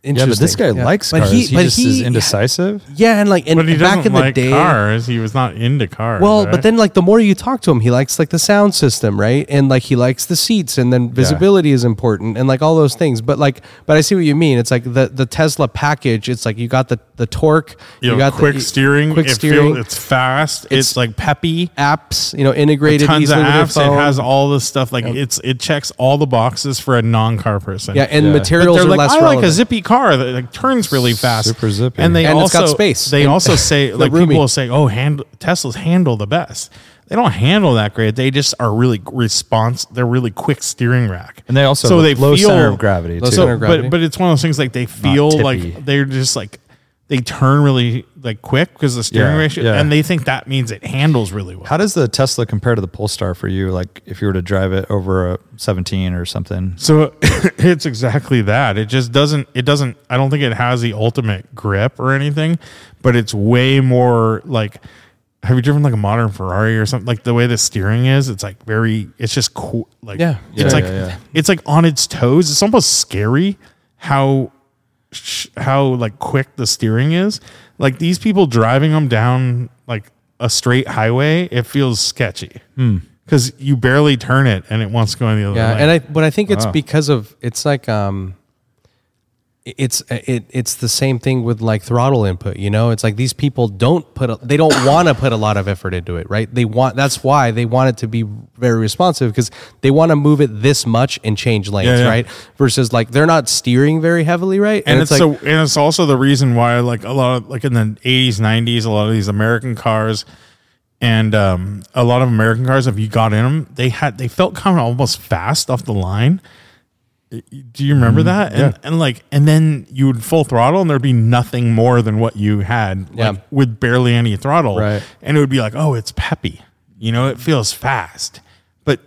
Speaker 4: Yeah, but this guy
Speaker 2: Interesting. Yeah.
Speaker 4: likes
Speaker 2: But
Speaker 4: cars.
Speaker 2: he-
Speaker 4: He,
Speaker 2: but
Speaker 4: just is
Speaker 2: he-
Speaker 4: indecisive.
Speaker 2: yeah and like and
Speaker 5: But he
Speaker 2: back
Speaker 5: doesn't
Speaker 2: in the
Speaker 5: like
Speaker 2: day
Speaker 5: cars. He was not into cars.
Speaker 2: Well,
Speaker 5: right?
Speaker 2: but then like the more you talk to him, he likes like the sound system, right? And like he likes the seats and then visibility is important and like all those things. But like but I see what you mean. It's like the the Tesla package, it's like you got the the torque,
Speaker 5: you, know,
Speaker 2: got
Speaker 5: quick
Speaker 2: the, e-,
Speaker 5: steering.
Speaker 2: quick
Speaker 5: it
Speaker 2: steering,
Speaker 5: Feel, it's fast. It's, like peppy.
Speaker 2: apps, you know, integrated
Speaker 5: Tons of
Speaker 2: easily with your
Speaker 5: apps. It
Speaker 2: phone.
Speaker 5: has all the stuff. Like it's it checks all the boxes for a non car person.
Speaker 2: yeah, and
Speaker 4: Yeah.
Speaker 2: materials
Speaker 5: they're
Speaker 2: are
Speaker 5: like,
Speaker 2: less
Speaker 5: I
Speaker 2: relevant.
Speaker 5: like a zippy car that like turns really fast,
Speaker 4: Super zippy.
Speaker 5: and they
Speaker 2: And it's
Speaker 5: also
Speaker 2: got space.
Speaker 5: They
Speaker 2: And-
Speaker 5: also say
Speaker 2: the
Speaker 5: like
Speaker 2: roomy.
Speaker 5: people will say, "Oh, hand, Teslas handle the best." They don't handle that great. They just are really response. They're really quick steering rack,
Speaker 4: And they also
Speaker 5: so
Speaker 4: have a
Speaker 5: they
Speaker 4: low
Speaker 5: feel,
Speaker 4: center of gravity
Speaker 2: Low
Speaker 4: too.
Speaker 2: center of gravity.
Speaker 5: But but it's one of those things like they feel
Speaker 4: tippy.
Speaker 5: like they're just like they turn really like quick because the steering
Speaker 4: Yeah,
Speaker 5: ratio,
Speaker 4: yeah.
Speaker 5: and they think that means it handles really well.
Speaker 4: How does the Tesla compare to the Polestar for you? Like if you were to drive it over a 17 or something,
Speaker 5: So it's exactly that. It just doesn't it doesn't I don't think it has the ultimate grip or anything, but it's way more like have you driven like a modern Ferrari or something? Like the way the steering is, it's like very it's just cool like
Speaker 2: Yeah.
Speaker 5: it's
Speaker 4: Yeah,
Speaker 5: like
Speaker 4: yeah, yeah.
Speaker 5: it's like on its toes. It's almost scary how sh- how like quick the steering is. Like these people driving them down like a straight highway, it feels sketchy.
Speaker 4: Hmm.
Speaker 5: Cuz you barely turn it and it wants to go in the other
Speaker 2: Yeah,
Speaker 5: lane.
Speaker 2: and I but I think it's
Speaker 4: Wow.
Speaker 2: because of it's like um i- it's uh, it it's the same thing with like throttle input, you know? It's like these people don't put a, they don't want to put a lot of effort into it, right? They want that's why they want it to be very responsive because they want to move it this much and change lanes,
Speaker 5: yeah.
Speaker 2: right? Versus like they're not steering very heavily, right?
Speaker 5: and, it's,
Speaker 2: like
Speaker 5: so and it's also the reason why like a lot of like in the 80s 90s a lot of these american cars and um, a lot of american cars if you got in them they had they felt kind of almost fast off the line do
Speaker 2: Mm-hmm.
Speaker 5: you remember that and, and like and then you would full throttle and there'd be nothing more than what you had like
Speaker 2: Yeah.
Speaker 5: with barely any throttle
Speaker 2: Right.
Speaker 5: and it would be like oh it's peppy you know it feels fast but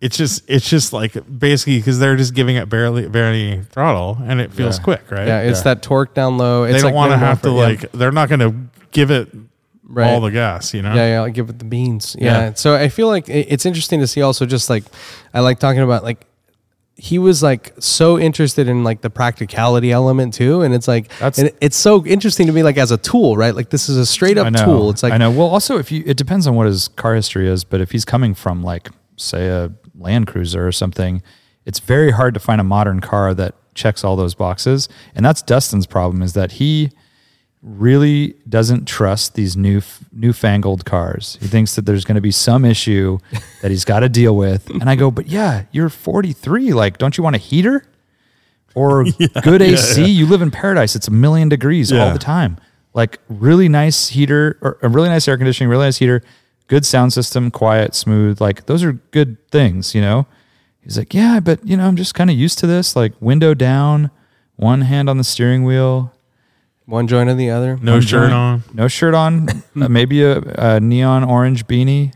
Speaker 5: it's just it's just like basically because they're just giving it barely barely throttle and it feels quick right
Speaker 2: yeah, it's that torque down low. It's
Speaker 5: they don't
Speaker 2: like
Speaker 5: want to
Speaker 2: minimal
Speaker 5: have to
Speaker 2: effort, yeah.
Speaker 5: like they're not going to give it
Speaker 2: Right.
Speaker 5: all the gas you know
Speaker 2: Yeah, yeah, like give it the beans. Yeah.
Speaker 5: Yeah.
Speaker 2: So I feel like it- it's interesting to see also just like I like talking about like he was like so interested in like the practicality element too and it's like
Speaker 4: That's-
Speaker 2: and it's so interesting to me like as a tool, right? Like this is a straight
Speaker 4: I
Speaker 2: up
Speaker 4: know.
Speaker 2: tool. It's like
Speaker 4: I know. Well, also if you, it depends on what his car history is, but if he's coming from like say a Land Cruiser or something, it's very hard to find a modern car that checks all those boxes. And that's Dustin's problem is that he really doesn't trust these new newfangled cars. He thinks that there's going to be some issue that he's got to deal with. And I go, "But yeah, you're 43. Like, don't you want a heater or good AC? You live in paradise. It's a million degrees all
Speaker 5: Yeah.
Speaker 4: the time. Like, really nice heater or a really nice air conditioning, really nice heater, good sound system, quiet, smooth. Like, those are good things, you know." He's like, "Yeah, but you know, I'm just kind of used to this. Like, window down, one hand on the steering wheel."
Speaker 2: one joint or the other.
Speaker 5: no
Speaker 4: I'm
Speaker 5: shirt
Speaker 4: doing-
Speaker 5: on
Speaker 4: No shirt on. uh, maybe a, a neon orange beanie.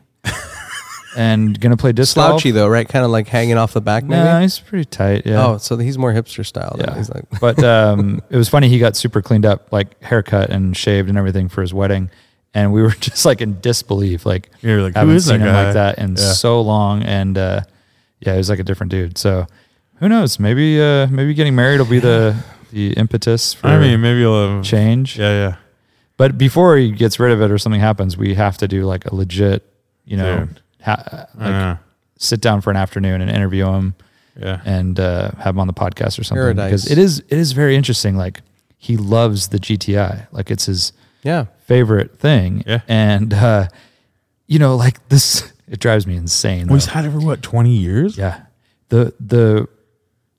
Speaker 4: and gonna play disc
Speaker 2: Slouchy
Speaker 4: golf.
Speaker 2: though, right? Kind of like hanging off the back maybe.
Speaker 4: Nah, he's pretty tight. Yeah.
Speaker 2: Oh, so he's more hipster style. Yeah.
Speaker 4: yeah.
Speaker 2: He's like
Speaker 4: but um, it was funny. He got super cleaned up, like haircut and shaved and everything for his wedding. And we were just like in disbelief, like
Speaker 5: You're like, who
Speaker 4: haven't
Speaker 5: is that
Speaker 4: seen him
Speaker 5: guy?
Speaker 4: like that in
Speaker 5: Yeah.
Speaker 4: so long. And uh, yeah, he was like a different dude. So who knows? Maybe uh, maybe getting married will be the the impetus for
Speaker 5: i mean maybe you'll have
Speaker 4: change.
Speaker 5: yeah yeah
Speaker 4: But before he gets rid of it or something happens, we have to do like a legit, you know,
Speaker 5: Dude. Uh-huh.
Speaker 4: ha- uh,
Speaker 5: I
Speaker 4: like
Speaker 5: know.
Speaker 4: sit down for an afternoon and interview him
Speaker 5: yeah
Speaker 4: and uh, have him on the podcast or something
Speaker 2: Paradise.
Speaker 4: because it is it is very interesting. Like he loves the GTI, like it's his
Speaker 2: Yeah.
Speaker 4: favorite thing,
Speaker 5: Yeah.
Speaker 4: and uh, you know, like this, it drives me insane.
Speaker 5: well, he's
Speaker 4: though.
Speaker 5: had it for what 20 years
Speaker 4: uh, Yeah. The the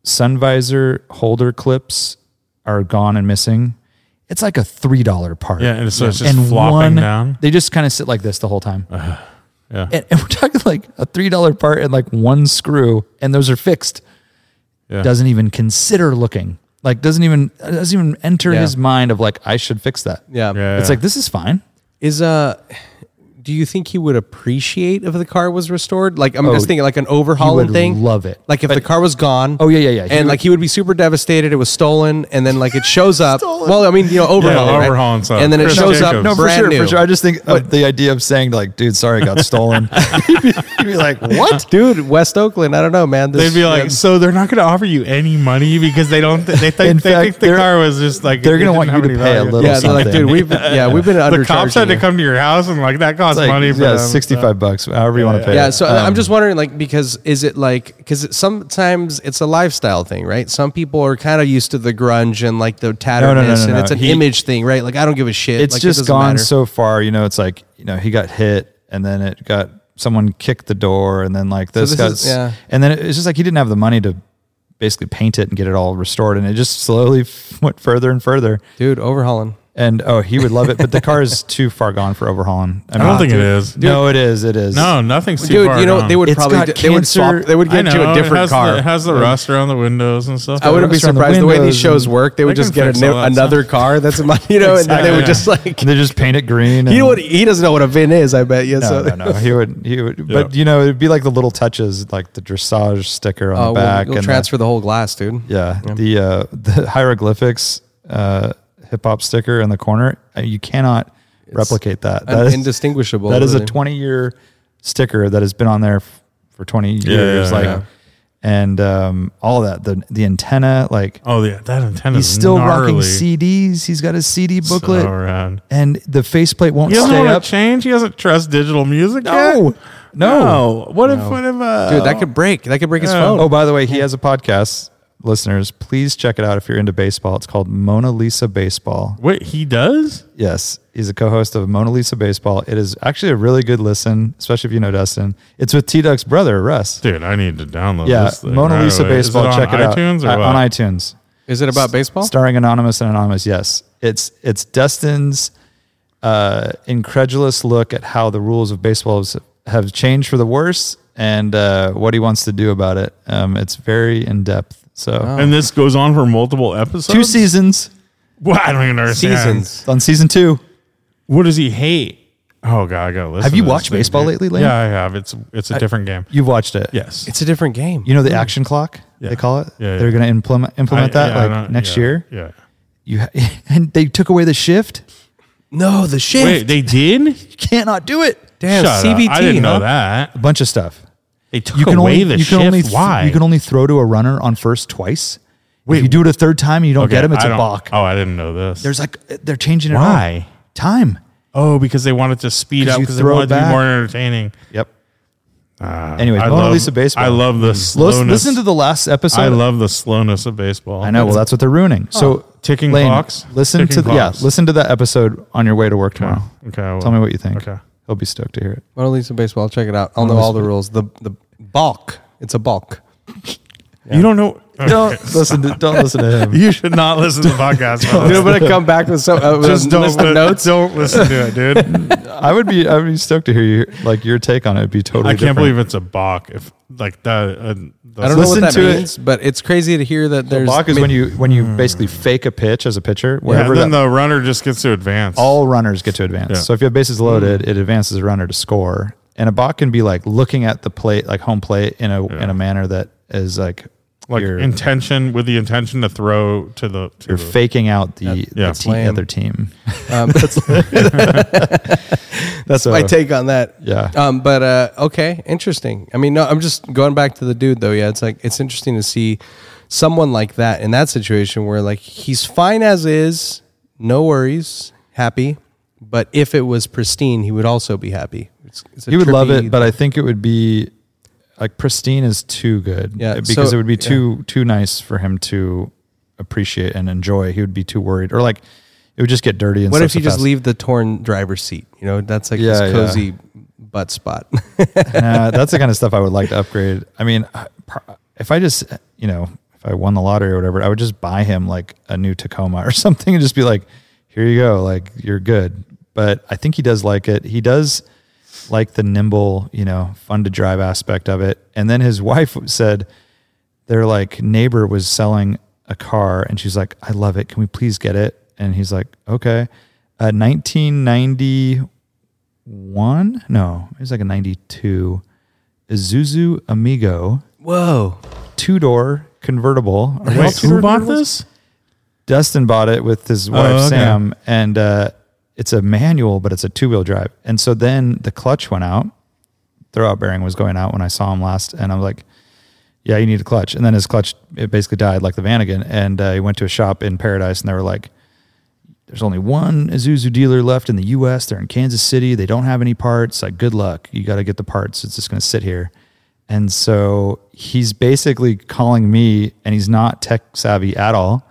Speaker 4: sun visor holder clips are gone and missing. It's like a three dollar part.
Speaker 5: Yeah, and so it's just flopping down. Uh,
Speaker 4: They just kind of sit like this the whole time.
Speaker 5: yeah.
Speaker 4: And, and we're talking like a three dollar part and like one screw, and those are fixed.
Speaker 5: Yeah.
Speaker 4: Doesn't even consider looking. Like doesn't even doesn't even enter
Speaker 2: Yeah.
Speaker 4: his mind of like I should fix that.
Speaker 2: Yeah.
Speaker 5: Yeah.
Speaker 4: It's like this is fine.
Speaker 2: Is uh do you think he would appreciate if the car was restored? Like I'm
Speaker 4: Oh,
Speaker 2: just thinking like an
Speaker 4: He
Speaker 2: overhauling
Speaker 4: would
Speaker 2: thing.
Speaker 4: love it.
Speaker 2: Like if the car was gone.
Speaker 4: Oh, yeah, yeah, yeah. He
Speaker 2: and
Speaker 4: would-
Speaker 2: like he would be super devastated. It was stolen, and then like it shows up. well, I mean, you know, overhaul,
Speaker 5: Yeah,
Speaker 2: right?
Speaker 5: overhaul and stuff.
Speaker 2: and then it
Speaker 5: Chris
Speaker 2: shows up
Speaker 5: Jacobs. No,
Speaker 4: for
Speaker 2: brand
Speaker 4: sure,
Speaker 2: new.
Speaker 4: for sure. I just think of the idea of saying like, dude, sorry, it got stolen. you'd, be, you'd be like, what?
Speaker 2: Dude, West Oakland. I don't know, man. This,
Speaker 5: They'd be like, so they're not going to offer you any money because they don't. Th- they
Speaker 4: In
Speaker 5: think they
Speaker 4: fact,
Speaker 5: think the
Speaker 4: they're-
Speaker 5: car was just like
Speaker 4: they're
Speaker 5: it
Speaker 4: gonna
Speaker 5: didn't
Speaker 4: want
Speaker 5: have
Speaker 4: you to
Speaker 5: any
Speaker 4: pay a little
Speaker 2: yeah, they're like,
Speaker 4: something.
Speaker 2: dude, we've yeah, we've been
Speaker 5: The
Speaker 2: undercharging.
Speaker 5: cops had to
Speaker 2: you.
Speaker 5: come to your house and like that
Speaker 4: It's
Speaker 5: costs
Speaker 4: like,
Speaker 5: money. For
Speaker 4: yeah,
Speaker 5: them.
Speaker 4: sixty-five bucks, however you want to pay.
Speaker 2: Yeah,
Speaker 4: it.
Speaker 2: so I'm just wondering, like, because is it like, because sometimes it's a lifestyle thing, right? Some people are kind of used to the grunge and like the tatteredness, and
Speaker 4: no.
Speaker 2: it's an
Speaker 4: He-
Speaker 2: image thing, right? Like, I don't give a shit.
Speaker 4: it's
Speaker 2: like, it
Speaker 4: just
Speaker 2: doesn't
Speaker 4: gone
Speaker 2: matter.
Speaker 4: so far. You know, it's like you know he got hit, and then it got someone kicked the door, and then like this,
Speaker 2: this
Speaker 4: got
Speaker 2: is- yeah.
Speaker 4: and then it's just like he didn't have the money to basically paint it and get it all restored. And it just slowly f- went further and further.
Speaker 2: dude. Overhauling.
Speaker 4: And oh, he would love it, but the car is too far gone for overhauling.
Speaker 5: I don't
Speaker 4: mean,
Speaker 5: think it is.
Speaker 4: No, it is. It is.
Speaker 5: No, nothing's too
Speaker 2: Dude,
Speaker 5: far
Speaker 2: you know
Speaker 5: gone.
Speaker 2: they would
Speaker 4: It's
Speaker 2: probably
Speaker 4: got
Speaker 2: d- they would swap.
Speaker 4: cancer.
Speaker 2: They would
Speaker 5: I
Speaker 2: get you
Speaker 5: know,
Speaker 2: a
Speaker 5: it
Speaker 2: different
Speaker 5: has
Speaker 2: car.
Speaker 5: The, it has the rust around the windows and stuff.
Speaker 2: I wouldn't be
Speaker 4: rust on the
Speaker 2: surprised the, way these
Speaker 4: windows
Speaker 2: shows
Speaker 4: and-
Speaker 2: work. They would
Speaker 5: They
Speaker 2: just
Speaker 5: can
Speaker 2: get a
Speaker 5: fix
Speaker 2: new,
Speaker 5: all that
Speaker 2: another car that's a mon- you know, and then they would just like
Speaker 4: And they just paint it green.
Speaker 2: you know
Speaker 4: and-
Speaker 2: what he doesn't know what a VIN is. I bet you.
Speaker 4: No,
Speaker 2: so
Speaker 4: no, no. He would, he would, but you know, it'd be like the little touches, like the dressage sticker on
Speaker 2: Oh,
Speaker 4: the
Speaker 2: we'll,
Speaker 4: back.
Speaker 2: we'll
Speaker 4: and
Speaker 2: transfer the whole glass, dude.
Speaker 4: The, yeah, the uh, the hieroglyphics uh, hip hop sticker in the corner. uh, You cannot replicate that. That is
Speaker 2: indistinguishable.
Speaker 4: That is a
Speaker 2: really.
Speaker 4: twenty year sticker that has been on there f- for twenty years,
Speaker 5: yeah,
Speaker 4: like,
Speaker 5: yeah.
Speaker 4: and um, all that. The the antenna, like,
Speaker 5: oh yeah, that antenna.
Speaker 4: he's still
Speaker 5: gnarly.
Speaker 4: rocking CDs. He's got his CD booklet,
Speaker 5: So rad.
Speaker 4: and the faceplate won't
Speaker 5: He doesn't
Speaker 4: stay
Speaker 5: want
Speaker 4: up.
Speaker 5: to change. He doesn't trust digital music
Speaker 4: No.
Speaker 5: yet.
Speaker 4: No.
Speaker 5: What if? What if? Uh,
Speaker 2: Dude, that could break. That could break his phone.
Speaker 4: Oh, by the way, he has a podcast. Listeners, please check it out if you're into baseball. It's called Mona Lisa Baseball.
Speaker 5: Wait, he does.
Speaker 4: Yes, he's a co-host of Mona Lisa Baseball. It is actually a really good listen, especially if you know Dustin. It's with T Duck's brother, Russ.
Speaker 5: Dude, I need to download.
Speaker 4: yeah,
Speaker 5: this thing
Speaker 4: Mona
Speaker 5: right
Speaker 4: Lisa
Speaker 5: away. Is
Speaker 4: Baseball.
Speaker 5: on
Speaker 4: check it out
Speaker 5: iTunes or
Speaker 4: Uh,
Speaker 5: what?
Speaker 4: on iTunes,
Speaker 2: is it about baseball?
Speaker 4: starring Anonymous and Anonymous. Yes, it's it's Dustin's uh, incredulous look at how the rules of baseball has- have changed for the worse and uh, what he wants to do about it. Um, it's very in depth. So.
Speaker 5: And this goes on for multiple episodes.
Speaker 4: two seasons
Speaker 5: Well, I don't even understand.
Speaker 2: Seasons.
Speaker 4: on season two.
Speaker 5: What does he hate? Oh god, I gotta listen.
Speaker 4: Have you
Speaker 5: to this
Speaker 4: watched
Speaker 5: thing,
Speaker 4: baseball
Speaker 5: dude.
Speaker 4: lately, Lane?
Speaker 5: Yeah, I have. It's it's a different game.
Speaker 4: You've watched it.
Speaker 5: Yes.
Speaker 2: It's a different game.
Speaker 4: You know the action clock
Speaker 5: Mm. Yeah.
Speaker 4: they call it.
Speaker 5: Yeah,
Speaker 4: They're
Speaker 5: yeah.
Speaker 4: going to implement implement
Speaker 5: I-
Speaker 4: that
Speaker 5: yeah, I
Speaker 4: like
Speaker 5: don't-
Speaker 4: next
Speaker 5: yeah,
Speaker 4: year.
Speaker 5: Yeah.
Speaker 4: You ha- and they took away the shift.
Speaker 2: no, the shift.
Speaker 5: Wait, they did?
Speaker 4: You cannot do it.
Speaker 2: Damn,
Speaker 5: Shut up.
Speaker 2: CBT.
Speaker 5: I didn't
Speaker 2: huh?
Speaker 5: know that.
Speaker 4: A bunch of stuff.
Speaker 5: They took away the shift.
Speaker 4: only th-
Speaker 5: Why?
Speaker 4: you can only throw to a runner on first twice.
Speaker 5: Wait.
Speaker 4: if you do it a third time and you don't
Speaker 5: Okay,
Speaker 4: get him, it's
Speaker 5: I
Speaker 4: a
Speaker 5: don't-
Speaker 4: balk.
Speaker 5: Oh, I didn't know this.
Speaker 4: There's like they're changing it. all.
Speaker 5: Why?
Speaker 4: time?
Speaker 5: oh, because they wanted to speed
Speaker 4: 'Cause
Speaker 5: up
Speaker 4: you
Speaker 5: because they
Speaker 4: throw
Speaker 5: wanted to be
Speaker 4: back.
Speaker 5: more entertaining.
Speaker 4: Yep. Anyways,
Speaker 5: Uh, I
Speaker 4: Mona
Speaker 5: love-
Speaker 4: Lisa baseball.
Speaker 5: I love the slowness.
Speaker 4: Listen, listen to the last episode.
Speaker 5: I love the slowness of baseball.
Speaker 4: I know. Well, that's what they're ruining. So
Speaker 5: Ticking clocks?
Speaker 4: Listen
Speaker 5: Ticking
Speaker 4: to the, yeah.
Speaker 5: clocks.
Speaker 4: Listen to that episode on your way to work tomorrow.
Speaker 5: Okay, I will.
Speaker 4: Tell me what you think.
Speaker 5: Okay.
Speaker 4: He'll be stoked to hear it.
Speaker 2: Mona Lisa baseball. Check it out. I'll know all the rules. The the balk. It's a balk.
Speaker 5: You don't know.
Speaker 4: Don't listen to don't listen to him.
Speaker 5: You should not listen to the podcast.
Speaker 2: You know, but I come back with some uh, with
Speaker 5: Just
Speaker 2: a
Speaker 5: don't
Speaker 2: list of
Speaker 5: li-
Speaker 2: notes.
Speaker 5: Don't listen to it, dude.
Speaker 4: I would be I would be stoked to hear you like your take on it. Would be totally.
Speaker 5: I can't
Speaker 4: different.
Speaker 5: believe it's a balk. If like that, uh,
Speaker 2: I don't
Speaker 5: that's-
Speaker 2: know what
Speaker 4: Listen
Speaker 2: that
Speaker 4: to it.
Speaker 2: means, but it's crazy to hear that there's.
Speaker 4: Block
Speaker 2: I
Speaker 4: is
Speaker 2: mean,
Speaker 4: when you when you basically fake a pitch as a pitcher
Speaker 5: Hmm. Yeah,
Speaker 4: wherever
Speaker 5: then
Speaker 4: that,
Speaker 5: the runner just gets to advance.
Speaker 4: all runners get to advance.
Speaker 5: Yeah. Hmm.
Speaker 4: So if you have bases loaded, it advances a runner to score. And a balk can be like looking at the plate, like home plate, in a in a manner that is like
Speaker 5: like
Speaker 4: you're,
Speaker 5: intention with the intention to throw to the to
Speaker 4: you're
Speaker 5: the,
Speaker 4: faking out the, the
Speaker 5: yeah.
Speaker 4: te-
Speaker 2: Lame.
Speaker 4: other team.
Speaker 2: um, that's
Speaker 4: That's
Speaker 2: my take on that.
Speaker 4: Yeah.
Speaker 2: Um, but uh, okay, interesting. I mean, no, I'm just going back to the dude though. Yeah, it's like it's interesting to see someone like that in that situation where like he's fine as is, no worries, happy. But if it was pristine, he would also be happy. It's, it's a
Speaker 4: He would love
Speaker 2: trippy-
Speaker 4: it, but I think it would be like pristine is too good.
Speaker 2: Yeah,
Speaker 4: because
Speaker 2: so-
Speaker 4: it would be too too nice for him to appreciate and enjoy. He would be too worried, or like it would just get dirty. And
Speaker 2: what
Speaker 4: stuff
Speaker 2: if you
Speaker 4: so
Speaker 2: just
Speaker 4: fast.
Speaker 2: leave the torn driver's seat? You know, that's like
Speaker 4: Yeah,
Speaker 2: this
Speaker 4: yeah.
Speaker 2: cozy butt spot.
Speaker 4: Nah, that's the kind of stuff I would like to upgrade. I mean, I- pro- if I just you know if I won the lottery or whatever, I would just buy him like a new Tacoma or something, and just be like, "Here you go, like you're good." But I think he does like it. He does like the nimble, you know, fun to drive aspect of it. And then his wife said their like neighbor was selling a car and she's like, I love it. Can we please get it? And he's like, okay. Uh, 1991? No, it was like a 92 Isuzu Amigo
Speaker 2: Whoa.
Speaker 4: two door convertible. Or
Speaker 5: Wait,
Speaker 4: what?
Speaker 5: who bought this? Oh,
Speaker 4: Dustin bought it with his wife
Speaker 5: okay.
Speaker 4: Sam, and uh, it's a manual, but it's a two wheel drive. And so then the clutch went out, throwout bearing was going out when I saw him last, and I'm like, "Yeah, you need a clutch." And then his clutch it basically died, like the Vanagon, and uh, he went to a shop in Paradise, and they were like. There's only one Isuzu dealer left in the U.S. They're in Kansas City. They don't have any parts. Like, good luck. You got to get the parts. It's just going to sit here. And so he's basically calling me, and he's not tech savvy at all.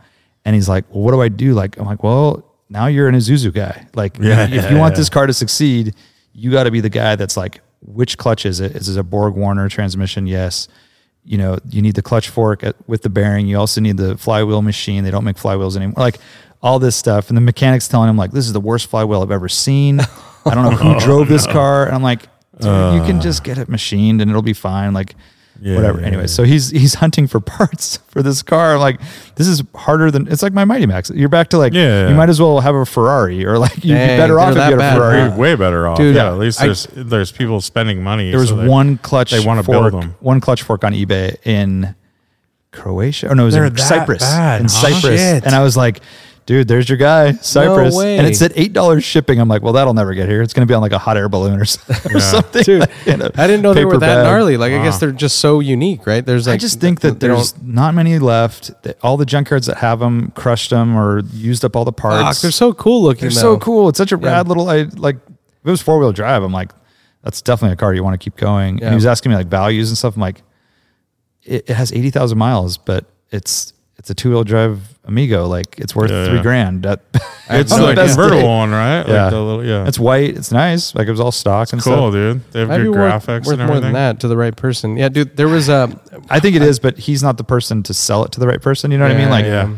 Speaker 4: And he's like, "Well, what do I do?" Like, I'm like, "Well, now you're an Isuzu guy. Like,
Speaker 5: Yeah,
Speaker 4: if
Speaker 5: yeah,
Speaker 4: you want
Speaker 5: yeah.
Speaker 4: this car to succeed, you got to be the guy that's like, which clutch is it? Is it a Borg Warner transmission? Yes. you know, you need the clutch fork at, with the bearing. You also need the flywheel machine. They don't make flywheels anymore. Like all this stuff. And the mechanic's telling him like, this is the worst flywheel I've ever seen. I don't know
Speaker 5: Oh,
Speaker 4: who drove this car. And I'm like, dude, you can just get it machined and it'll be fine. Like whatever.
Speaker 5: Uh. yeah,
Speaker 4: anyway,
Speaker 5: yeah.
Speaker 4: so he's, he's hunting for parts for this car. Like this is harder than it's like my mighty max. You're back to like,
Speaker 5: Yeah, yeah.
Speaker 4: you might as well have a Ferrari or like you'd be
Speaker 2: Dang,
Speaker 4: better
Speaker 2: they're
Speaker 4: off if you
Speaker 2: that
Speaker 4: had a
Speaker 2: bad, huh?
Speaker 4: Ferrari.
Speaker 5: Way- way better off.
Speaker 2: Dude,
Speaker 5: yeah, at least
Speaker 2: I-
Speaker 5: there's there's people spending money.
Speaker 4: There was
Speaker 5: so they-
Speaker 4: one clutch.
Speaker 5: they wanna build
Speaker 4: fork,
Speaker 5: them.
Speaker 4: One clutch fork on eBay in Croatia. Oh no, it was
Speaker 5: They're
Speaker 4: in
Speaker 5: that
Speaker 4: Cyprus.
Speaker 5: bad,
Speaker 4: in
Speaker 5: huh?
Speaker 4: Cyprus,
Speaker 5: Shit.
Speaker 4: and I was like, "Dude, there's your guy, Cyprus."
Speaker 2: way.
Speaker 4: And it said eight dollars shipping. I'm like, "Well, that'll never get here. It's going to be on like a hot air balloon or, something or something."
Speaker 2: Dude,
Speaker 4: in a
Speaker 2: I didn't know they were
Speaker 4: paper
Speaker 2: that
Speaker 4: bag.
Speaker 2: gnarly. Like I guess they're just so unique, right? There's like
Speaker 4: I just think that
Speaker 2: they don't-
Speaker 4: there's not many left. That All the junkyards that have them crushed them or used up all the
Speaker 2: Fuck,
Speaker 4: parts.
Speaker 2: they're so cool looking.
Speaker 4: They're
Speaker 2: though.
Speaker 4: so cool. It's such a rad little. I like if it was four wheel drive. I'm like, that's definitely a car you want to keep going. And
Speaker 2: Yeah.
Speaker 4: he was asking me like values and stuff. I'm like, it, it has eighty thousand miles, but it's it's a two wheel drive Amigo. Like it's worth
Speaker 5: Yeah,
Speaker 4: three
Speaker 5: yeah.
Speaker 4: grand. That,
Speaker 5: It's
Speaker 4: on the
Speaker 5: like a
Speaker 4: best
Speaker 5: convertible
Speaker 4: day.
Speaker 5: one, right?
Speaker 4: Yeah.
Speaker 5: Like the little, yeah.
Speaker 4: It's white. It's nice. Like it was all stock and
Speaker 5: cool,
Speaker 4: stuff.
Speaker 5: dude. They have
Speaker 2: Might
Speaker 5: good
Speaker 2: be worth,
Speaker 5: graphics
Speaker 2: worth more
Speaker 5: and
Speaker 2: than
Speaker 5: everything.
Speaker 2: that to the right person. Yeah, dude. There was a
Speaker 4: I think it is, but he's not the person to sell it to the right person. You know what I
Speaker 2: Yeah,
Speaker 4: mean? Like
Speaker 5: Yeah.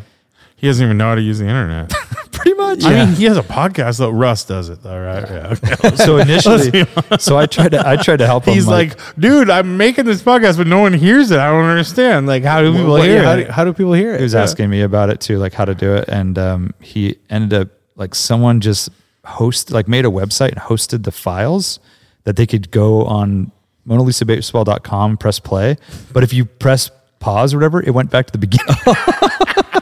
Speaker 5: He doesn't even know how to use the internet.
Speaker 4: pretty much.
Speaker 5: I mean, he has a podcast though. Russ does it though, right? Yeah. okay.
Speaker 4: so initially, so I tried to I tried to help him.
Speaker 5: He's like, dude, I'm making this podcast, but no one hears it. I don't understand. Like, how do people
Speaker 2: Well,
Speaker 5: hear
Speaker 2: yeah, how,
Speaker 5: it?
Speaker 2: do, how do people hear it?
Speaker 4: he was asking me about it too, like how to do it, and um, he ended up like someone just host like made a website and hosted the files that they could go on monalisabaseball.com, press play, but if you press pause or whatever, it went back to the beginning.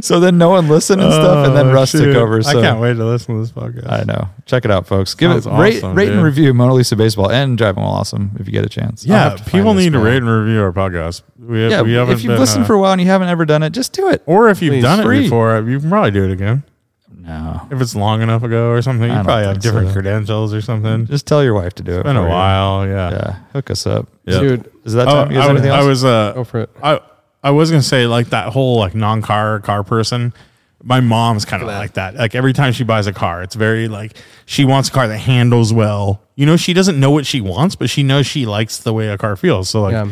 Speaker 4: so then no one listened and stuff, and then
Speaker 5: Oh,
Speaker 4: Russ
Speaker 5: shoot.
Speaker 4: took over. So
Speaker 5: I can't wait to listen to this podcast.
Speaker 4: I know. Check it out, folks. Give
Speaker 5: Sounds
Speaker 4: it rate,
Speaker 5: awesome,
Speaker 4: rate and
Speaker 5: dude.
Speaker 4: review Mona Lisa Baseball and Driving While Awesome if you get a chance. I'll
Speaker 5: yeah,
Speaker 4: have find
Speaker 5: people
Speaker 4: this
Speaker 5: need to
Speaker 4: now.
Speaker 5: rate and review our podcast. We,
Speaker 4: Yeah,
Speaker 5: we haven't
Speaker 4: if you've
Speaker 5: been,
Speaker 4: listened
Speaker 5: uh,
Speaker 4: for a while and you haven't ever done it, just do it.
Speaker 5: or if you've
Speaker 2: Please,
Speaker 5: done it
Speaker 4: free.
Speaker 5: before, you can probably do it again.
Speaker 4: No,
Speaker 5: If it's long enough ago or something,
Speaker 4: I
Speaker 5: you
Speaker 4: don't
Speaker 5: probably have
Speaker 4: think so.
Speaker 5: different credentials or something.
Speaker 4: Just tell your wife to do it.
Speaker 5: been
Speaker 4: for
Speaker 5: a
Speaker 4: you.
Speaker 5: while, yeah.
Speaker 4: Yeah, hook us up.
Speaker 5: Yeah.
Speaker 2: dude.
Speaker 4: Is that
Speaker 5: Oh,
Speaker 4: time? you guys
Speaker 5: I,
Speaker 4: have
Speaker 5: was-
Speaker 4: anything
Speaker 5: I
Speaker 4: else?
Speaker 5: was uh,
Speaker 2: Go for it.
Speaker 5: I I was gonna say like that whole like non car car person. My mom's kind of like that. Like every time she buys a car, it's very like she wants a car that handles well. You know, she doesn't know what she wants, but she knows she likes the way a car feels. So like.
Speaker 2: Yeah.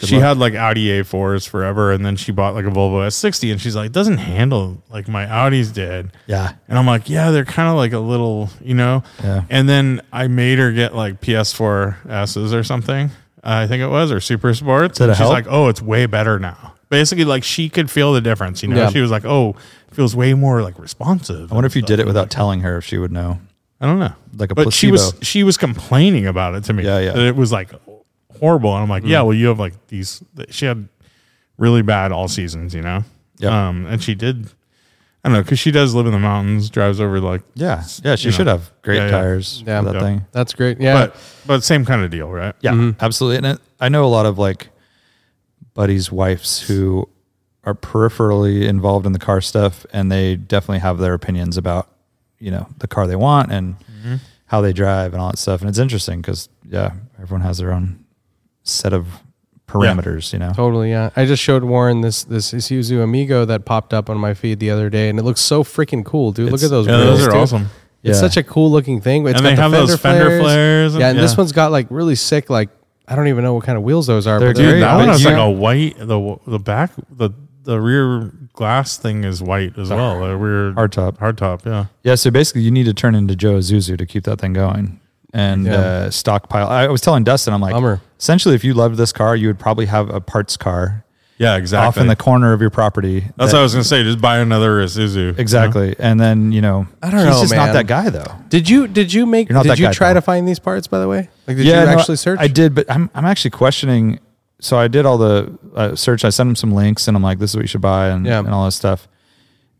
Speaker 5: She had like Audi A4s forever, and then she bought like a Volvo S60, and she's like, doesn't handle like my Audis did.
Speaker 4: yeah.
Speaker 5: And I'm like, yeah, they're kind of like a little, you know.
Speaker 4: Yeah.
Speaker 5: And then I made her get like PS4 S's or something. I think it was or Super Sports.
Speaker 4: Did
Speaker 5: and
Speaker 4: it
Speaker 5: she's
Speaker 4: help?
Speaker 5: like, oh, it's way better now. Basically, like she could feel the difference. You know,
Speaker 2: Yeah.
Speaker 5: she was like, oh, it feels way more like responsive.
Speaker 4: I wonder if you did it without telling her if she would know.
Speaker 5: I don't know.
Speaker 4: Like a
Speaker 5: but she was
Speaker 4: placebo.
Speaker 5: she was complaining about it to me.
Speaker 4: Yeah, Mm. yeah.
Speaker 5: That it was like horrible, and I'm like, yeah, well, you have like these. She had really bad all seasons, you know.
Speaker 4: Yeah.
Speaker 5: Um, and she did. I don't know because she does live in the mountains, drives over like
Speaker 4: Yeah. Yeah. She
Speaker 5: You
Speaker 4: should
Speaker 5: know.
Speaker 4: have great
Speaker 5: Yeah, yeah.
Speaker 4: tires
Speaker 2: Yeah.
Speaker 4: for that
Speaker 5: Yeah. Mm-hmm.
Speaker 4: thing.
Speaker 2: That's great. Yeah.
Speaker 5: but but same kind of deal, right?
Speaker 4: Yeah. Absolutely. And it, I know a lot of like buddies' wives who are peripherally involved in the car stuff and they definitely have their opinions about, you know, the car they want and
Speaker 5: Mm-hmm.
Speaker 4: how they drive and all that stuff. And it's interesting because, yeah, everyone has their own set of parameters, you know?
Speaker 2: Totally, yeah. I just showed Warren this this Isuzu Amigo that popped up on my feed the other day, and it looks so freaking cool, dude. Look
Speaker 4: It's-
Speaker 2: at those.
Speaker 5: Yeah,
Speaker 2: wheels,
Speaker 5: those are
Speaker 2: dude.
Speaker 5: awesome.
Speaker 2: It's
Speaker 4: Yeah.
Speaker 2: such a cool looking thing. It's
Speaker 5: And
Speaker 2: got
Speaker 5: they
Speaker 2: the
Speaker 5: have those fender flares and-
Speaker 2: Yeah, and
Speaker 5: yeah.
Speaker 2: this one's got like really sick, like I don't even know what kind of wheels those are.
Speaker 4: They're
Speaker 2: but
Speaker 4: great.
Speaker 5: Dude, that
Speaker 4: but
Speaker 5: one has
Speaker 4: you-
Speaker 5: like a white the the back the the rear glass thing is white as well. The rear
Speaker 4: Hard top.
Speaker 5: hard top, yeah.
Speaker 4: Yeah, so basically, you need to turn into Joe Zuzu to keep that thing going and
Speaker 2: Yeah.
Speaker 4: uh, stockpile. I was telling Dustin, I'm like,
Speaker 2: Bummer.
Speaker 4: essentially, if you loved this car, you would probably have a parts car
Speaker 5: Yeah, exactly.
Speaker 4: off in the corner of your property.
Speaker 5: That's
Speaker 4: that-
Speaker 5: what I was gonna say. Just buy another Isuzu.
Speaker 4: exactly. And then you know, I
Speaker 2: don't
Speaker 4: he's
Speaker 2: know,
Speaker 4: just
Speaker 2: man.
Speaker 4: not that guy though.
Speaker 2: Did you did you make
Speaker 4: You're not
Speaker 2: did
Speaker 4: that
Speaker 2: you
Speaker 4: guy,
Speaker 2: try
Speaker 4: pal.
Speaker 2: to find these parts by the way? Like did you
Speaker 4: no,
Speaker 2: actually search?
Speaker 4: I did, but I'm I'm actually questioning. So I did all the uh, search. I sent him some links, and I'm like, "This is what you should buy," and
Speaker 2: Yeah.
Speaker 4: and all this stuff.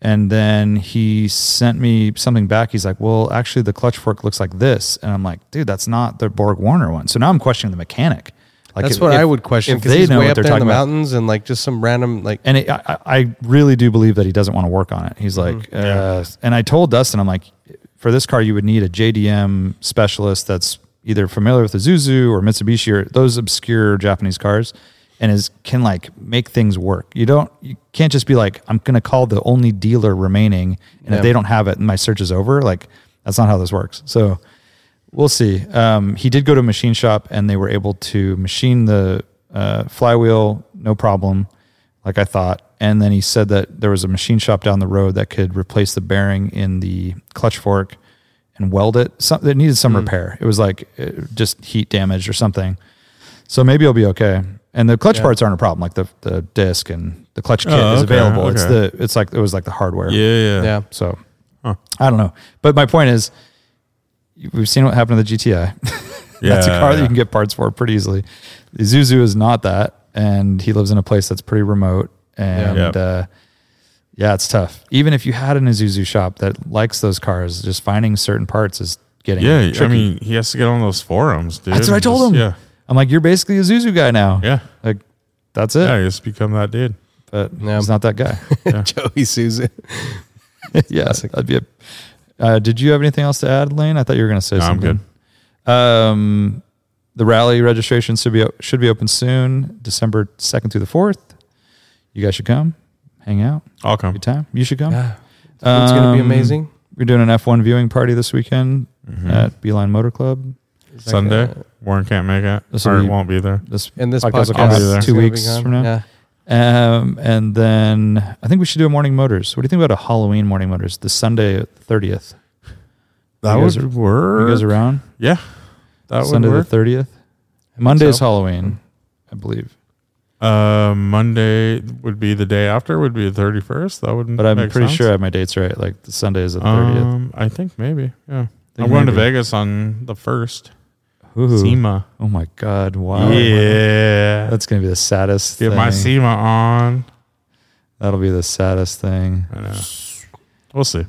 Speaker 4: And then he sent me something back. He's like, "Well, actually, the clutch fork looks like this," and I'm like, "Dude, that's not the Borg Warner one." So now I'm questioning the mechanic. Like
Speaker 2: That's
Speaker 4: if-
Speaker 2: what I
Speaker 4: if-
Speaker 2: would question
Speaker 4: if
Speaker 2: because
Speaker 4: they
Speaker 2: he's
Speaker 4: know
Speaker 2: way
Speaker 4: what
Speaker 2: up
Speaker 4: they're
Speaker 2: there in
Speaker 4: talking
Speaker 2: the
Speaker 4: about.
Speaker 2: mountains and like just some random like
Speaker 4: And it, I, I I really do believe that he doesn't want to work on it. He's like, uh, and I told Dustin, I'm like, for this car, you would need a JDM specialist that's either familiar with the Zuzu or Mitsubishi or those obscure Japanese cars, and is can like make things work. You don't, you can't just be like, I'm gonna call the only dealer remaining, and
Speaker 2: Yeah.
Speaker 4: if they don't have it, and my search is over. Like that's not how this works. So we'll see. Um, he did go to a machine shop, and they were able to machine the uh, flywheel, no problem, like I thought. And then he said that there was a machine shop down the road that could replace the bearing in the clutch fork and weld it. Some, it needed
Speaker 5: Hmm.
Speaker 4: some repair. It was like uh, just heat damage or something. So maybe it'll be okay. And the clutch parts aren't a problem. Like the the disc and the clutch kit
Speaker 5: Oh,
Speaker 4: is
Speaker 5: okay,
Speaker 4: available. It's
Speaker 5: okay.
Speaker 4: the it's like it was like the hardware.
Speaker 5: yeah,
Speaker 2: yeah.
Speaker 4: So I don't know. But my point is, we've seen what happened to the GTI. that's a
Speaker 5: Yeah,
Speaker 4: car that
Speaker 5: yeah.
Speaker 4: you can get parts for pretty easily. The Zuzu is not that, and he lives in a place that's pretty remote, and
Speaker 5: Yeah.
Speaker 4: yeah. Uh, yeah, it's tough. Even if you had an Isuzu shop that likes those cars, just finding certain parts is getting
Speaker 5: Yeah,
Speaker 4: tricky.
Speaker 5: I mean, he has to get on those forums, dude.
Speaker 4: that's what I
Speaker 5: and
Speaker 4: told
Speaker 5: just-
Speaker 4: him. I'm like, you're basically a Zuzu guy now.
Speaker 5: Yeah,
Speaker 4: like that's
Speaker 5: yeah,
Speaker 4: it.
Speaker 5: yeah. He has to become that dude.
Speaker 4: But
Speaker 2: Yeah.
Speaker 4: he's not that guy.
Speaker 2: Joey Susan.
Speaker 4: yeah, that'd be a. Uh, did you have anything else to add, Lane? I thought you were going to say
Speaker 5: No, I'm
Speaker 4: something. good. Um, the rally registration should be should be open soon, December second through the fourth. You guys should come, hang out,
Speaker 5: I'll come.
Speaker 4: good time. You should come.
Speaker 2: Yeah. It's going to be
Speaker 4: Um,
Speaker 2: amazing.
Speaker 4: We're doing an F one viewing party this weekend
Speaker 5: Mhm.
Speaker 4: at Beeline Motor Club.
Speaker 5: Sunday,
Speaker 2: Like, uh,
Speaker 5: Warren can't make it.
Speaker 4: This will
Speaker 5: or
Speaker 4: be-
Speaker 5: won't be there.
Speaker 4: This
Speaker 2: and this podcast,
Speaker 4: Podcast will
Speaker 5: come out
Speaker 2: is
Speaker 4: two
Speaker 2: gonna be
Speaker 4: weeks
Speaker 2: gone.
Speaker 4: from now.
Speaker 2: Yeah.
Speaker 4: um, and then I think we should do a morning motors. What do you think about a Halloween morning motors? The Sunday thirtieth.
Speaker 5: That
Speaker 4: You guys
Speaker 5: would
Speaker 4: You
Speaker 5: work.
Speaker 4: guys around?
Speaker 5: that would
Speaker 4: Sunday the
Speaker 5: work.
Speaker 4: thirtieth. Monday's
Speaker 2: so.
Speaker 4: Halloween, I believe.
Speaker 5: Uh, Monday would be the day after. Would be the thirty first. That would.
Speaker 4: But I'm
Speaker 5: make
Speaker 4: pretty
Speaker 5: sense.
Speaker 4: sure I have my dates right. Like the Sunday is the 30th.
Speaker 5: Um, I think maybe. Yeah,
Speaker 4: Think
Speaker 5: I'm going to
Speaker 4: maybe.
Speaker 5: Vegas on the first.
Speaker 4: Ooh.
Speaker 5: SEMA.
Speaker 4: Oh my God. Wow.
Speaker 5: Yeah,
Speaker 4: That's going to be the saddest
Speaker 5: get
Speaker 4: thing.
Speaker 5: my SEMA on.
Speaker 4: That'll be the saddest thing.
Speaker 5: I know. We'll see. It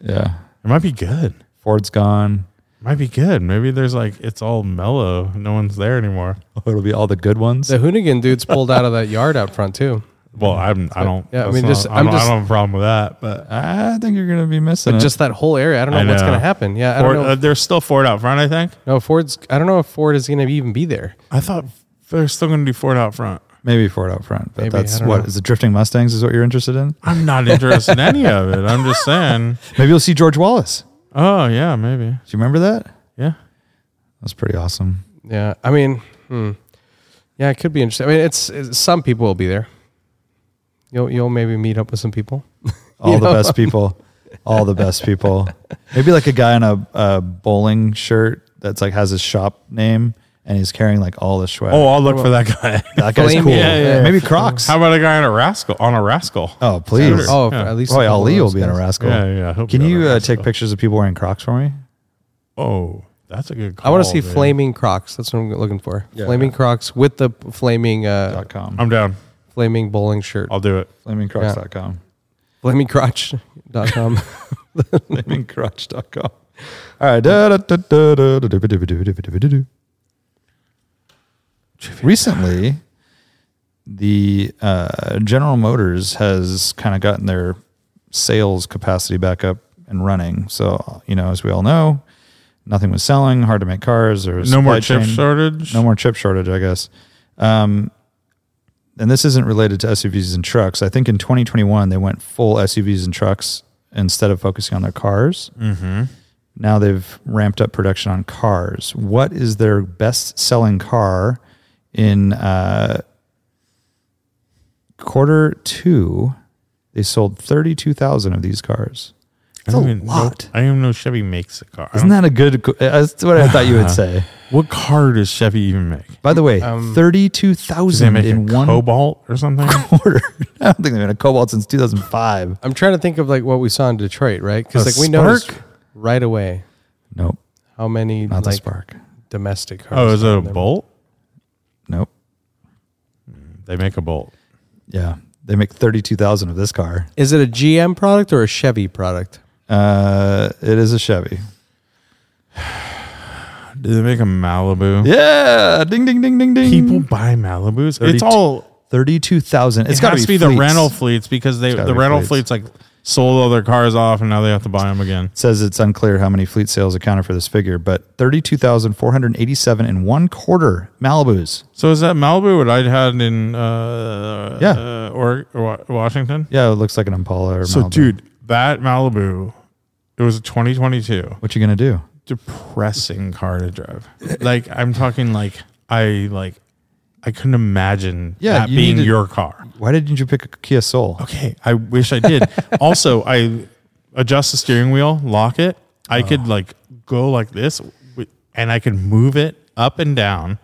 Speaker 4: Yeah.
Speaker 5: might be good.
Speaker 4: Ford's gone.
Speaker 5: Might be good. Maybe there's like it's all mellow. No one's there anymore.
Speaker 4: Oh, It'll be all the good ones.
Speaker 2: The Hoonigan dudes pulled out of that yard out front too.
Speaker 5: Well, I'm. I don't.
Speaker 2: Yeah, I
Speaker 5: that's
Speaker 2: mean,
Speaker 5: not-
Speaker 2: just-
Speaker 5: I don't,
Speaker 2: I'm
Speaker 5: I
Speaker 2: just-
Speaker 5: don't have a problem with that. But
Speaker 4: I think you're going to be missing
Speaker 2: But
Speaker 4: it.
Speaker 2: just that whole area, I don't know,
Speaker 5: I
Speaker 2: what's
Speaker 5: know.
Speaker 2: going to happen. Yeah, I don't
Speaker 5: Ford,
Speaker 2: know.
Speaker 5: uh, there's still Ford out front. I think.
Speaker 2: no, Ford's. I don't know if Ford is going to even be there.
Speaker 5: I thought they're still going to do Ford out front.
Speaker 4: maybe Ford out front. But
Speaker 2: Maybe, I
Speaker 4: that's
Speaker 2: don't
Speaker 4: what is
Speaker 2: know.
Speaker 4: the drifting Mustangs is what you're interested in?
Speaker 5: I'm not interested in any of it. I'm just saying.
Speaker 4: Maybe you'll see George Wallace.
Speaker 5: Oh yeah, maybe.
Speaker 4: Do you remember that?
Speaker 5: Yeah.
Speaker 4: That's pretty awesome.
Speaker 2: Yeah, I mean, hmm. yeah, it could be interesting. I mean, it's, it's some people will be there. You'll you'll maybe meet up with some people.
Speaker 4: All the best people. All the best people. Maybe like a guy in a, a bowling shirt that's like has his shop name and he's carrying like all the swag.
Speaker 5: Oh, I'll look for that guy.
Speaker 4: That guy's
Speaker 2: Flame-
Speaker 4: cool.
Speaker 2: yeah, yeah.
Speaker 4: Maybe Crocs.
Speaker 5: How about a guy on a rascal? On a rascal?
Speaker 4: oh, please.
Speaker 2: Oh,
Speaker 5: Yeah.
Speaker 2: at least
Speaker 4: Roy
Speaker 2: a couple
Speaker 4: Ali
Speaker 2: of
Speaker 4: will
Speaker 2: those
Speaker 4: be in a
Speaker 2: guys.
Speaker 4: rascal.
Speaker 5: Yeah, yeah. he'll
Speaker 4: Can
Speaker 5: be on
Speaker 4: you
Speaker 5: a
Speaker 4: uh,
Speaker 5: rascal.
Speaker 4: take pictures of people wearing Crocs for me?
Speaker 5: Oh, that's a good. Call,
Speaker 2: I want to see
Speaker 5: dude.
Speaker 2: flaming Crocs. That's what I'm looking for.
Speaker 4: Yeah.
Speaker 2: Flaming Crocs with the flaming uh,
Speaker 4: Dot com.
Speaker 5: I'm down.
Speaker 2: flaming bowling shirt.
Speaker 5: I'll do it.
Speaker 4: Flamingcrocs.com.
Speaker 2: Flamingcrotch.com.
Speaker 4: Flamingcrotch.com. All right. Da, da, da, da, da, da, da, da, da, da, da, da, da, da. Recently, the uh, General Motors has kind of gotten their sales capacity back up and running. So, you know, as we all know, nothing was selling, hard to make cars. Or
Speaker 5: No more chip shortage.
Speaker 4: No more chip shortage, I guess. Um, and this isn't related to SUVs and trucks. I think in 2021 they went full SUVs and trucks instead of focusing on their cars.
Speaker 5: Mm-hmm.
Speaker 4: Now they've ramped up production on cars. What is their best-selling car in uh, quarter two? They sold 32,000 of these cars. That's a lot.
Speaker 5: I don't even know Chevy makes a car. I
Speaker 4: Isn't
Speaker 5: don't-
Speaker 4: that a good? uh, That's what I thought you would say.
Speaker 5: what car does Chevy even make?
Speaker 4: By the way,
Speaker 2: Um,
Speaker 4: thirty-two
Speaker 5: Does they
Speaker 4: thousand
Speaker 5: make a
Speaker 4: in one
Speaker 5: Cobalt or something?
Speaker 4: quarter. I don't think they've been a Cobalt since two thousand five.
Speaker 2: I'm trying to think of like what we saw in Detroit, right? Because
Speaker 4: A
Speaker 2: like we noticed
Speaker 4: Spark?
Speaker 2: right away
Speaker 4: Nope,
Speaker 2: how many
Speaker 4: not the
Speaker 2: like
Speaker 4: Spark.
Speaker 2: domestic cars.
Speaker 5: oh, is it
Speaker 2: are
Speaker 5: a
Speaker 2: in there.
Speaker 5: Bolt?
Speaker 4: Nope.
Speaker 5: They make a Bolt.
Speaker 4: Yeah, they make thirty-two thousand of this car.
Speaker 2: Is it a GM product or a Chevy product?
Speaker 4: Uh, it is a Chevy.
Speaker 5: Do they make a Malibu?
Speaker 4: Yeah, ding, ding, ding, ding, ding.
Speaker 5: People buy Malibus. It's
Speaker 4: 32
Speaker 5: all.
Speaker 4: thirty-two thousand. It's
Speaker 5: it
Speaker 4: got
Speaker 5: has to be, the
Speaker 4: fleets.
Speaker 5: rental fleets because they
Speaker 4: gotta
Speaker 5: the
Speaker 4: be
Speaker 5: rental
Speaker 4: fleets.
Speaker 5: fleets. like sold all their cars off and now they have to buy them again.
Speaker 4: It says it's unclear how many fleet sales accounted for this figure, but thirty-two thousand four hundred eighty-seven in one quarter Malibus.
Speaker 5: So is that Malibu? What I had in uh,
Speaker 4: Yeah.
Speaker 5: uh, or, or Washington?
Speaker 4: Yeah, it looks like an Impala. Or
Speaker 5: So,
Speaker 4: Malibu.
Speaker 5: dude, that Malibu, it was a 2022
Speaker 4: what you gonna do?
Speaker 5: depressing car to drive. like I'm talking like I like I couldn't imagine
Speaker 4: Yeah,
Speaker 5: that
Speaker 4: you
Speaker 5: being
Speaker 4: need to-
Speaker 5: your car.
Speaker 4: Why didn't you pick a Kia Soul?
Speaker 5: Okay, I wish I did. also, I adjust the steering wheel, lock it. I could like go like this, wi- and I could move it up and down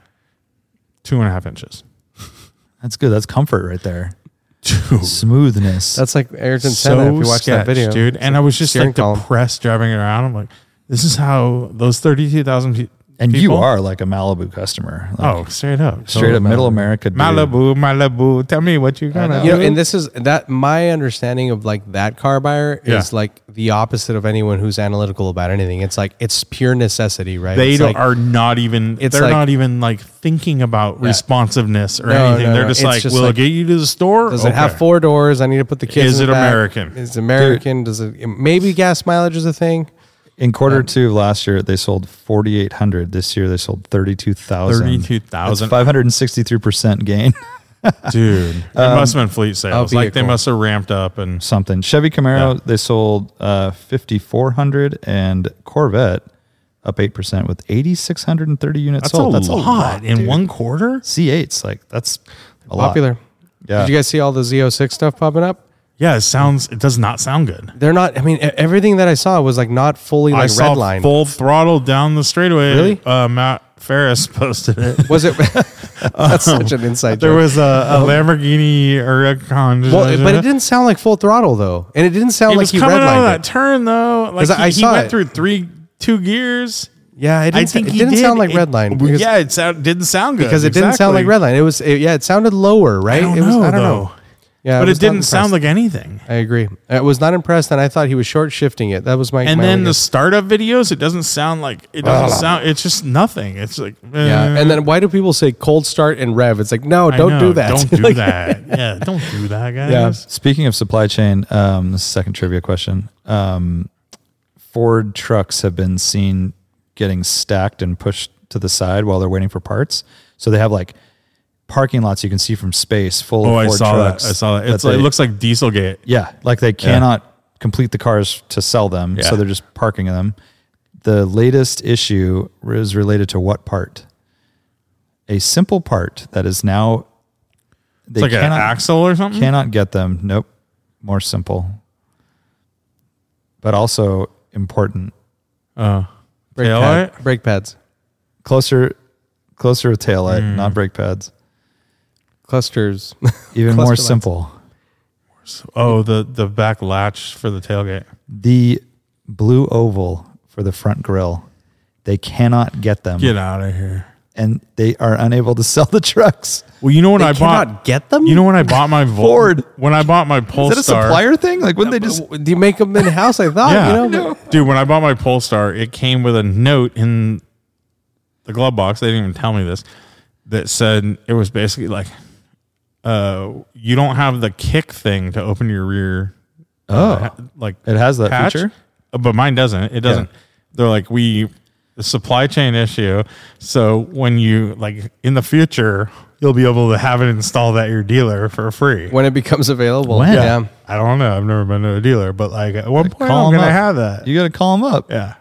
Speaker 5: two and a half inches.
Speaker 4: That's good. That's comfort right there.
Speaker 5: Dude,
Speaker 4: Smoothness.
Speaker 2: That's like Ayrton Senna. if you watch
Speaker 5: sketch,
Speaker 2: that video,
Speaker 5: dude. And I was just
Speaker 2: steering
Speaker 5: like
Speaker 2: column.
Speaker 5: depressed driving it around. I'm like, this is how those thirty-two thousand people.
Speaker 4: and you are like a Malibu customer. Like,
Speaker 5: Oh, straight up,
Speaker 4: straight up middle America. Dude.
Speaker 5: Malibu, Malibu. Tell me what you gonna.
Speaker 2: you know,
Speaker 5: do.
Speaker 2: and this is that my understanding of like that car buyer is
Speaker 5: Yeah.
Speaker 2: like the opposite of anyone who's analytical about anything. It's like it's pure necessity, right?
Speaker 5: they
Speaker 2: It's
Speaker 5: don't,
Speaker 2: like,
Speaker 5: are not even.
Speaker 2: it's
Speaker 5: they're
Speaker 2: like-
Speaker 5: not even like thinking about responsiveness or
Speaker 2: No,
Speaker 5: anything.
Speaker 2: no,
Speaker 5: they're
Speaker 2: no.
Speaker 5: just
Speaker 2: It's
Speaker 5: like,
Speaker 2: just
Speaker 5: will
Speaker 2: like,
Speaker 5: it get you to the store?
Speaker 2: Does it
Speaker 5: Okay.
Speaker 2: have four doors? I need to put the kids.
Speaker 5: Is
Speaker 2: in
Speaker 5: it
Speaker 2: the back.
Speaker 5: American?
Speaker 2: Is it American? Does it maybe gas mileage is a thing?
Speaker 4: In quarter two of last year, they sold 4,800. This year, they sold 32,000.
Speaker 5: 32,000.
Speaker 4: That's 563% gain.
Speaker 5: dude? It must have been fleet sales.
Speaker 2: a
Speaker 5: Like they
Speaker 2: Um, vehicle.
Speaker 5: must have ramped up and
Speaker 4: Something. Chevy Camaro, they sold uh, 5,400 and Corvette up 8% with 8,630 units
Speaker 5: that's, a,
Speaker 4: sold.
Speaker 5: lot, in
Speaker 4: dude.
Speaker 5: one quarter.
Speaker 4: C8s. Like, that's a lot.
Speaker 2: Popular.
Speaker 4: Yeah.
Speaker 2: Did you guys see all the Z06 stuff popping up?
Speaker 5: Yeah, it sounds. It does not sound good.
Speaker 2: They're not. I mean, e- everything that I saw was like not fully
Speaker 5: I
Speaker 2: like
Speaker 5: saw
Speaker 2: red line.
Speaker 5: full throttle down the straightaway.
Speaker 2: Really?
Speaker 5: Uh, Matt Ferris posted it.
Speaker 2: was it? that's such an inside
Speaker 5: Oh. There
Speaker 2: joke.
Speaker 5: was a, a Lamborghini or a Con.
Speaker 2: well, it- but it didn't sound like full throttle though, and it didn't sound
Speaker 5: It
Speaker 2: like
Speaker 5: was
Speaker 2: he
Speaker 5: coming out of
Speaker 2: redlined
Speaker 5: that
Speaker 2: it.
Speaker 5: turn though. Like
Speaker 2: 'Cause
Speaker 5: he,
Speaker 2: I- I
Speaker 5: he
Speaker 2: saw
Speaker 5: went
Speaker 2: it.
Speaker 5: through three two gears.
Speaker 2: Yeah, it didn't,
Speaker 5: I think
Speaker 2: it
Speaker 5: he
Speaker 2: didn't
Speaker 5: did.
Speaker 2: sound like
Speaker 5: It-
Speaker 2: redline.
Speaker 5: well,
Speaker 2: because-
Speaker 5: yeah, it sound, didn't sound good
Speaker 2: because it didn't sound like
Speaker 5: Exactly.
Speaker 2: redline. It was it, yeah, it sounded lower, right?
Speaker 5: I don't
Speaker 2: it was,
Speaker 5: know.
Speaker 2: I don't
Speaker 5: though.
Speaker 2: know. Yeah, I
Speaker 5: but
Speaker 2: was
Speaker 5: it
Speaker 2: not
Speaker 5: didn't sound
Speaker 2: impressed.
Speaker 5: like anything.
Speaker 2: I agree. I was not impressed, and I thought he was short shifting it. That was my
Speaker 5: And
Speaker 2: my
Speaker 5: then
Speaker 2: only- Ah.
Speaker 5: the startup videos, it doesn't sound like it doesn't sound. It's just nothing. It's like
Speaker 2: yeah.
Speaker 5: eh,
Speaker 2: And then why do people say cold start and rev? It's like no,
Speaker 5: I
Speaker 2: don't
Speaker 5: know,
Speaker 2: do that.
Speaker 5: Don't do
Speaker 2: Like,
Speaker 5: that. Yeah, don't do that, guys.
Speaker 4: Speaking of supply chain, um, this is the second trivia question. Um, Ford trucks have been seen getting stacked and pushed to the side while they're waiting for parts. So they have like parking lots you can see from space full
Speaker 5: Oh,
Speaker 4: of
Speaker 5: I
Speaker 4: Ford
Speaker 5: saw
Speaker 4: trucks.
Speaker 5: that. I saw that. It's
Speaker 4: they-
Speaker 5: like, it looks like Dieselgate.
Speaker 4: yeah, like they cannot complete the cars to sell them,
Speaker 5: Yeah.
Speaker 4: so they're just parking them. The latest issue is related to what part? A simple part that is now they
Speaker 5: It's like an axle or something.
Speaker 4: Mm-hmm. Cannot get them. Nope. More simple. But also important.
Speaker 5: Oh,
Speaker 2: brake,
Speaker 5: Taillight?
Speaker 2: pad- brake pads,
Speaker 4: Closer closer with taillight,
Speaker 5: Mm.
Speaker 4: not brake pads.
Speaker 2: clusters.
Speaker 4: Even more
Speaker 2: Cluster lights.
Speaker 4: simple.
Speaker 5: Oh, the the back latch for the tailgate.
Speaker 2: Hmm.
Speaker 4: The blue oval for the front grill. They cannot get them.
Speaker 5: Get out of here.
Speaker 4: And they are unable to sell the trucks.
Speaker 5: Well, you know when
Speaker 2: They
Speaker 5: I
Speaker 2: cannot
Speaker 5: bought.
Speaker 2: get them.
Speaker 5: You know when I bought my Vol-
Speaker 4: Ford.
Speaker 5: When I bought my Polestar.
Speaker 4: Is that a supplier thing? Like wouldn't they
Speaker 5: Uh,
Speaker 4: just
Speaker 2: do you make them in house? I thought.
Speaker 5: Yeah,
Speaker 2: You know,
Speaker 5: dude. When I bought my Polestar, it came with a note in the glove box. They didn't even tell me this. That said, it was basically like, uh, you don't have the kick thing to open your rear. uh, ha- like
Speaker 4: Oh. It has that
Speaker 5: hatch,
Speaker 4: feature?
Speaker 5: uh, but mine doesn't. It doesn't. They're like we the supply chain issue. So when you like in the future, you'll be able to have it installed at your dealer for free.
Speaker 2: when it becomes available.
Speaker 4: When?
Speaker 2: Yeah.
Speaker 5: I don't know. I've never been to a dealer, but like at one point,
Speaker 4: um, call
Speaker 5: I'm
Speaker 4: 'em
Speaker 5: gonna
Speaker 4: up.
Speaker 5: have that.
Speaker 4: you gotta call them up.
Speaker 5: yeah.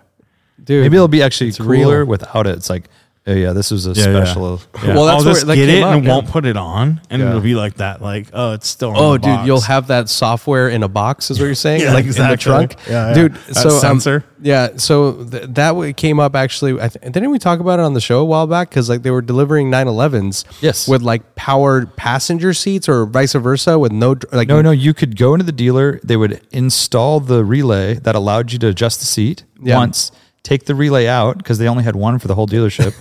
Speaker 2: dude.
Speaker 4: Maybe it'll be actually cooler
Speaker 2: real.
Speaker 4: without it. It's like, oh yeah, this was a
Speaker 5: yeah.
Speaker 4: special
Speaker 2: Well, that's
Speaker 5: I'll
Speaker 2: where
Speaker 5: just
Speaker 2: it, like,
Speaker 5: get
Speaker 2: came
Speaker 5: it
Speaker 2: up,
Speaker 5: and
Speaker 2: yeah.
Speaker 5: won't put it on, and it'll be like that. Like, oh, it's still. On
Speaker 2: Oh,
Speaker 5: the
Speaker 2: dude,
Speaker 5: box.
Speaker 2: you'll have that software in a box, is what you're saying?
Speaker 5: Yeah,
Speaker 2: like in
Speaker 5: exactly.
Speaker 2: the trunk,
Speaker 5: Yeah, yeah.
Speaker 2: dude.
Speaker 5: That
Speaker 2: so um,
Speaker 5: sensor.
Speaker 2: yeah. So th- that way it came up actually. I th- didn't we talk about it on the show a while back? Because like they were delivering 911s,
Speaker 4: Yes.
Speaker 2: with like powered passenger seats or vice versa with no dr- like
Speaker 4: No, no, you could go into the dealer. They would install the relay that allowed you to adjust the seat
Speaker 2: Yeah.
Speaker 4: once, take the relay out because they only had one for the whole dealership.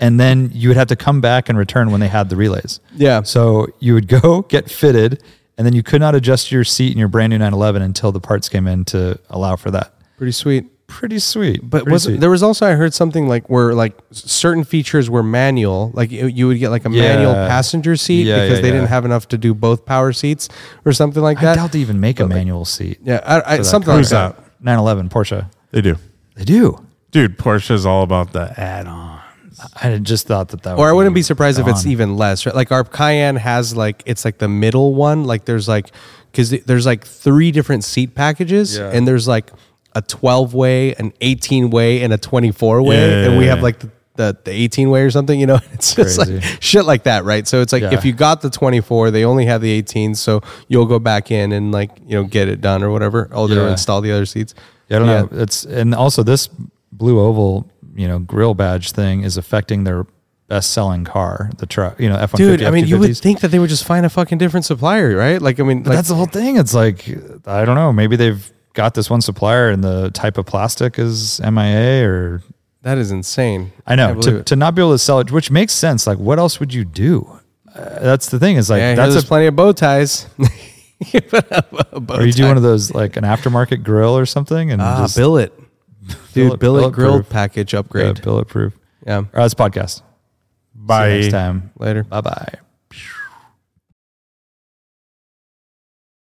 Speaker 4: and then you would have to come back and return when they had the relays.
Speaker 2: Yeah.
Speaker 4: So you would go get fitted and then you could not adjust your seat in your brand new 911 until the parts came in to allow for that.
Speaker 2: Pretty sweet.
Speaker 4: Pretty sweet.
Speaker 2: But
Speaker 4: Pretty
Speaker 2: was
Speaker 4: sweet.
Speaker 2: there was also I heard something like where like s- certain features were manual, like you, you would get like a manual
Speaker 4: Yeah.
Speaker 2: passenger seat
Speaker 4: Yeah,
Speaker 2: because
Speaker 4: yeah,
Speaker 2: they didn't
Speaker 4: yeah.
Speaker 2: have enough to do both power seats or something like
Speaker 4: I
Speaker 2: that.
Speaker 4: doubt they even make a manual seat.
Speaker 2: yeah, I, I, something like
Speaker 5: Who's
Speaker 2: that.
Speaker 5: that?
Speaker 4: 911 Porsche.
Speaker 5: They do,
Speaker 4: They do.
Speaker 5: dude. Porsche is all about the add-on.
Speaker 4: I had just thought that that
Speaker 2: or I
Speaker 4: would
Speaker 2: wouldn't be surprised if it's
Speaker 4: gone.
Speaker 2: even less. Right? Like our Cayenne has like it's like the middle one. Like there's like because there's like three different seat packages, and there's like a 12 way, an 18 way, and a 24 way,
Speaker 5: Yeah.
Speaker 2: and we have like the the, the 18 way or something, you know, it's just like
Speaker 4: Crazy.
Speaker 2: shit like that, right? So it's like
Speaker 4: Yeah.
Speaker 2: if you got the 24, they only have the 18, so you'll go back in and like, you know, get it done or whatever. Oh, they'll
Speaker 4: Yeah.
Speaker 2: install the other seats.
Speaker 4: Yeah, I don't
Speaker 2: Yeah.
Speaker 4: know. It's and also this blue oval, you know, grill badge thing is affecting their best selling car, the truck, you know, F one
Speaker 2: Dude,
Speaker 4: fifty.
Speaker 2: I mean, you would think that they would just find a fucking different supplier, right? Like, I mean,
Speaker 4: but
Speaker 2: like,
Speaker 4: that's the whole thing. It's like I don't know. Maybe they've got this one supplier, and the type of plastic is MIA or
Speaker 2: that is insane.
Speaker 4: I
Speaker 2: Can't
Speaker 4: know
Speaker 2: believe
Speaker 4: to,
Speaker 2: it.
Speaker 4: to not be able to sell it, which makes sense. Like, what else would you do? Uh, that's the thing. Is like
Speaker 2: Yeah, I hear
Speaker 4: that's
Speaker 2: there's
Speaker 4: a,
Speaker 2: plenty of bow ties. a bow
Speaker 4: or you do
Speaker 2: tie.
Speaker 4: one of those like an aftermarket grill or something, and
Speaker 2: Ah,
Speaker 4: just uh,
Speaker 2: billet. Dude,
Speaker 4: Billet-
Speaker 2: billet grill
Speaker 4: bulletproof.
Speaker 2: package
Speaker 4: yeah,
Speaker 2: upgrade.
Speaker 4: bulletproof. Uh,
Speaker 2: Yeah.
Speaker 4: All right, it's podcast. See you
Speaker 3: Bye.
Speaker 4: next time.
Speaker 2: Later.
Speaker 4: Bye bye.